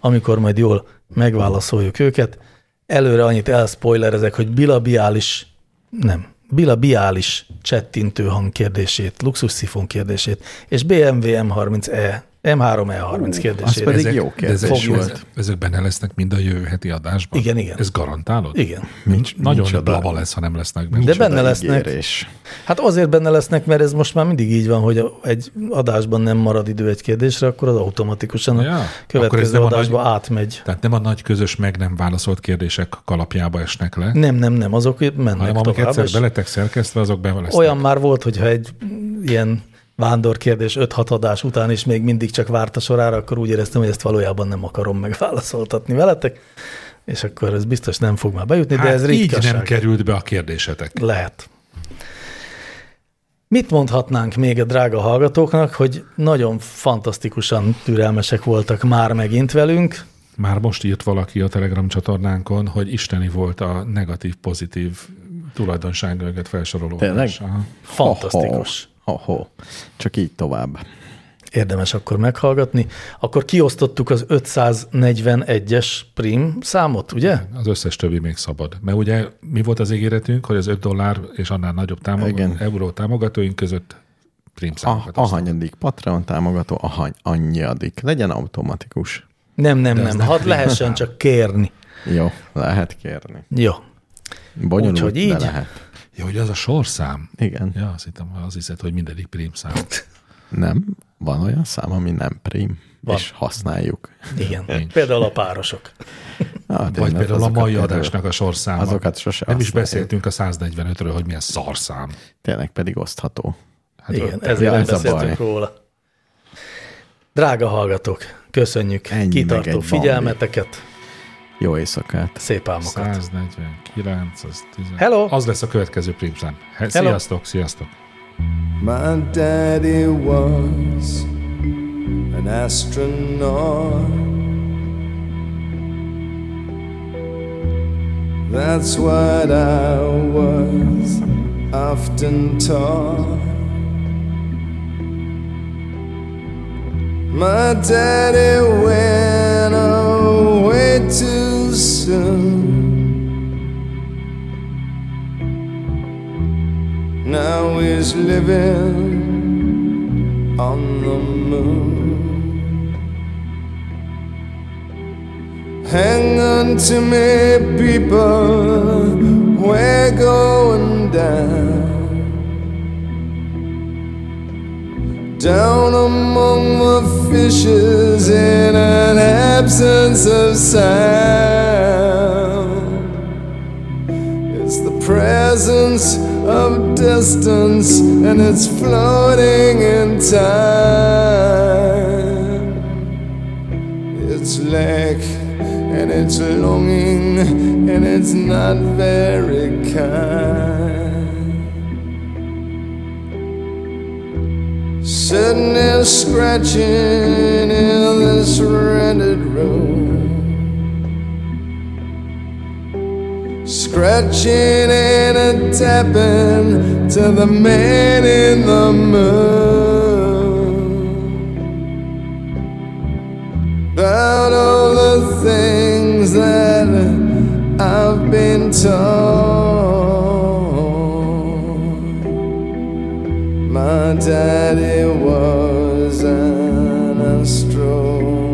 Speaker 2: amikor majd jól megválaszoljuk őket. Előre annyit elspoilerezek, hogy bilabiális, nem, bilabiális csettintő hang kérdését, luxusszifon kérdését, és BMW M30e, M3E30
Speaker 4: az
Speaker 2: E kérdését.
Speaker 4: pedig
Speaker 2: Ezek-
Speaker 4: jó kérdés
Speaker 3: ezek,
Speaker 2: volt.
Speaker 3: ezek- ezek benne lesznek mind a jövő heti adásban?
Speaker 2: Igen, igen.
Speaker 3: Ez garantálod?
Speaker 2: Igen.
Speaker 3: Nincs, nagyon
Speaker 4: nincs
Speaker 3: nincs
Speaker 4: oda.
Speaker 3: blaba lesz, ha nem lesznek benne.
Speaker 2: De
Speaker 3: Sőt,
Speaker 2: benne
Speaker 4: Oda
Speaker 2: lesznek.
Speaker 4: ígérés.
Speaker 2: Hát azért benne lesznek, mert ez most már mindig így van, hogy a- egy adásban nem marad idő egy kérdésre, akkor az automatikusan
Speaker 3: Ja,
Speaker 2: ja, a
Speaker 3: akkor ez
Speaker 2: következő
Speaker 3: nem a
Speaker 2: adásba nagy... átmegy.
Speaker 3: Tehát nem a nagy közös meg nem válaszolt kérdések kalapjába esnek le,
Speaker 2: Nem, nem, nem, azok mennek
Speaker 3: hanem amik
Speaker 2: tovább.
Speaker 3: egyszer
Speaker 2: és
Speaker 3: beletek szerkesztve, azok be lesznek.
Speaker 2: Olyan már volt, hogyha egy ilyen vándorkérdés 5-6 adás után is még mindig csak várt a sorára, akkor úgy éreztem, hogy ezt valójában nem akarom megválaszoltatni veletek, és akkor ez biztos nem fog már bejutni, de
Speaker 3: Hát
Speaker 2: ez
Speaker 3: így
Speaker 2: ritkaság.
Speaker 3: nem került be a kérdésetek.
Speaker 2: Lehet. Mit mondhatnánk még a drága hallgatóknak, hogy nagyon fantasztikusan türelmesek voltak már megint velünk.
Speaker 3: Már most írt valaki a Telegram csatornánkon, hogy isteni volt a negatív-pozitív tulajdonságokat felsoroló.
Speaker 4: Tényleg?
Speaker 3: adás. Aha.
Speaker 2: Fantasztikus.
Speaker 4: Ho-ho. Csak így tovább.
Speaker 2: Érdemes akkor meghallgatni. Akkor kiosztottuk az 541-es prim számot, ugye?
Speaker 3: Az összes többi még szabad. Mert ugye mi volt az ígéretünk, hogy az 5 dollár és annál nagyobb
Speaker 4: Igen.
Speaker 3: támogat, euró támogatóink között
Speaker 4: A,
Speaker 3: prímszámokat. osztunk.
Speaker 4: ahanyadik Patreon támogató, ahany, annyiadik. Legyen automatikus.
Speaker 2: Nem, nem,
Speaker 3: De ez
Speaker 2: nem.
Speaker 3: nem
Speaker 2: Hadd
Speaker 3: prim.
Speaker 2: lehessen csak kérni.
Speaker 4: Jó, lehet kérni.
Speaker 2: Jó.
Speaker 4: Bonyolult,
Speaker 2: Úgyhogy
Speaker 4: de
Speaker 2: így?
Speaker 4: lehet.
Speaker 3: Ja, hogy az a sorszám.
Speaker 4: Igen.
Speaker 3: Ja, azt hittem, az hiszed, hogy mindegyik prímszám.
Speaker 4: Nem, van olyan szám, ami nem prim,
Speaker 2: Van.
Speaker 4: és használjuk.
Speaker 2: Igen.
Speaker 3: Nincs.
Speaker 2: Például a párosok.
Speaker 4: Na,
Speaker 3: Vagy
Speaker 4: tényleg,
Speaker 3: például a
Speaker 4: azokat
Speaker 3: mai
Speaker 4: például-
Speaker 3: adásnak a sorszáma.
Speaker 4: Azokat sose
Speaker 3: Nem is
Speaker 4: használjuk.
Speaker 3: beszéltünk a 145-ről, hogy milyen szarszám.
Speaker 4: Tényleg pedig osztható.
Speaker 3: Hát
Speaker 2: Igen,
Speaker 3: ö,
Speaker 2: ezért
Speaker 4: ja,
Speaker 2: nem
Speaker 4: ez a
Speaker 2: beszéltünk
Speaker 4: baj.
Speaker 2: róla. Drága hallgatók, köszönjük
Speaker 4: Ennyi meg egy
Speaker 2: kitartó
Speaker 4: bambi.
Speaker 2: figyelmeteket,
Speaker 4: Jó éjszakát.
Speaker 2: szép álmokat.
Speaker 3: 149, az 10.
Speaker 2: Hello!
Speaker 3: Az lesz a következő prímszám. He-
Speaker 2: Hello.
Speaker 3: Sziasztok, sziasztok!
Speaker 5: My daddy was an astronaut. That's what I was often taught. My daddy went away too soon. now is living on the moon. Hang on to me, people, we're going down. Down among the fishes in an absence of sound. It's the presence of death
Speaker 6: distance and it's floating in time. It's lack and it's longing and it's not very kind. Sitting there scratching in this rented room. Scratching and a tapping to the man in the moon. About all the things that I've been told. My daddy was an astronaut.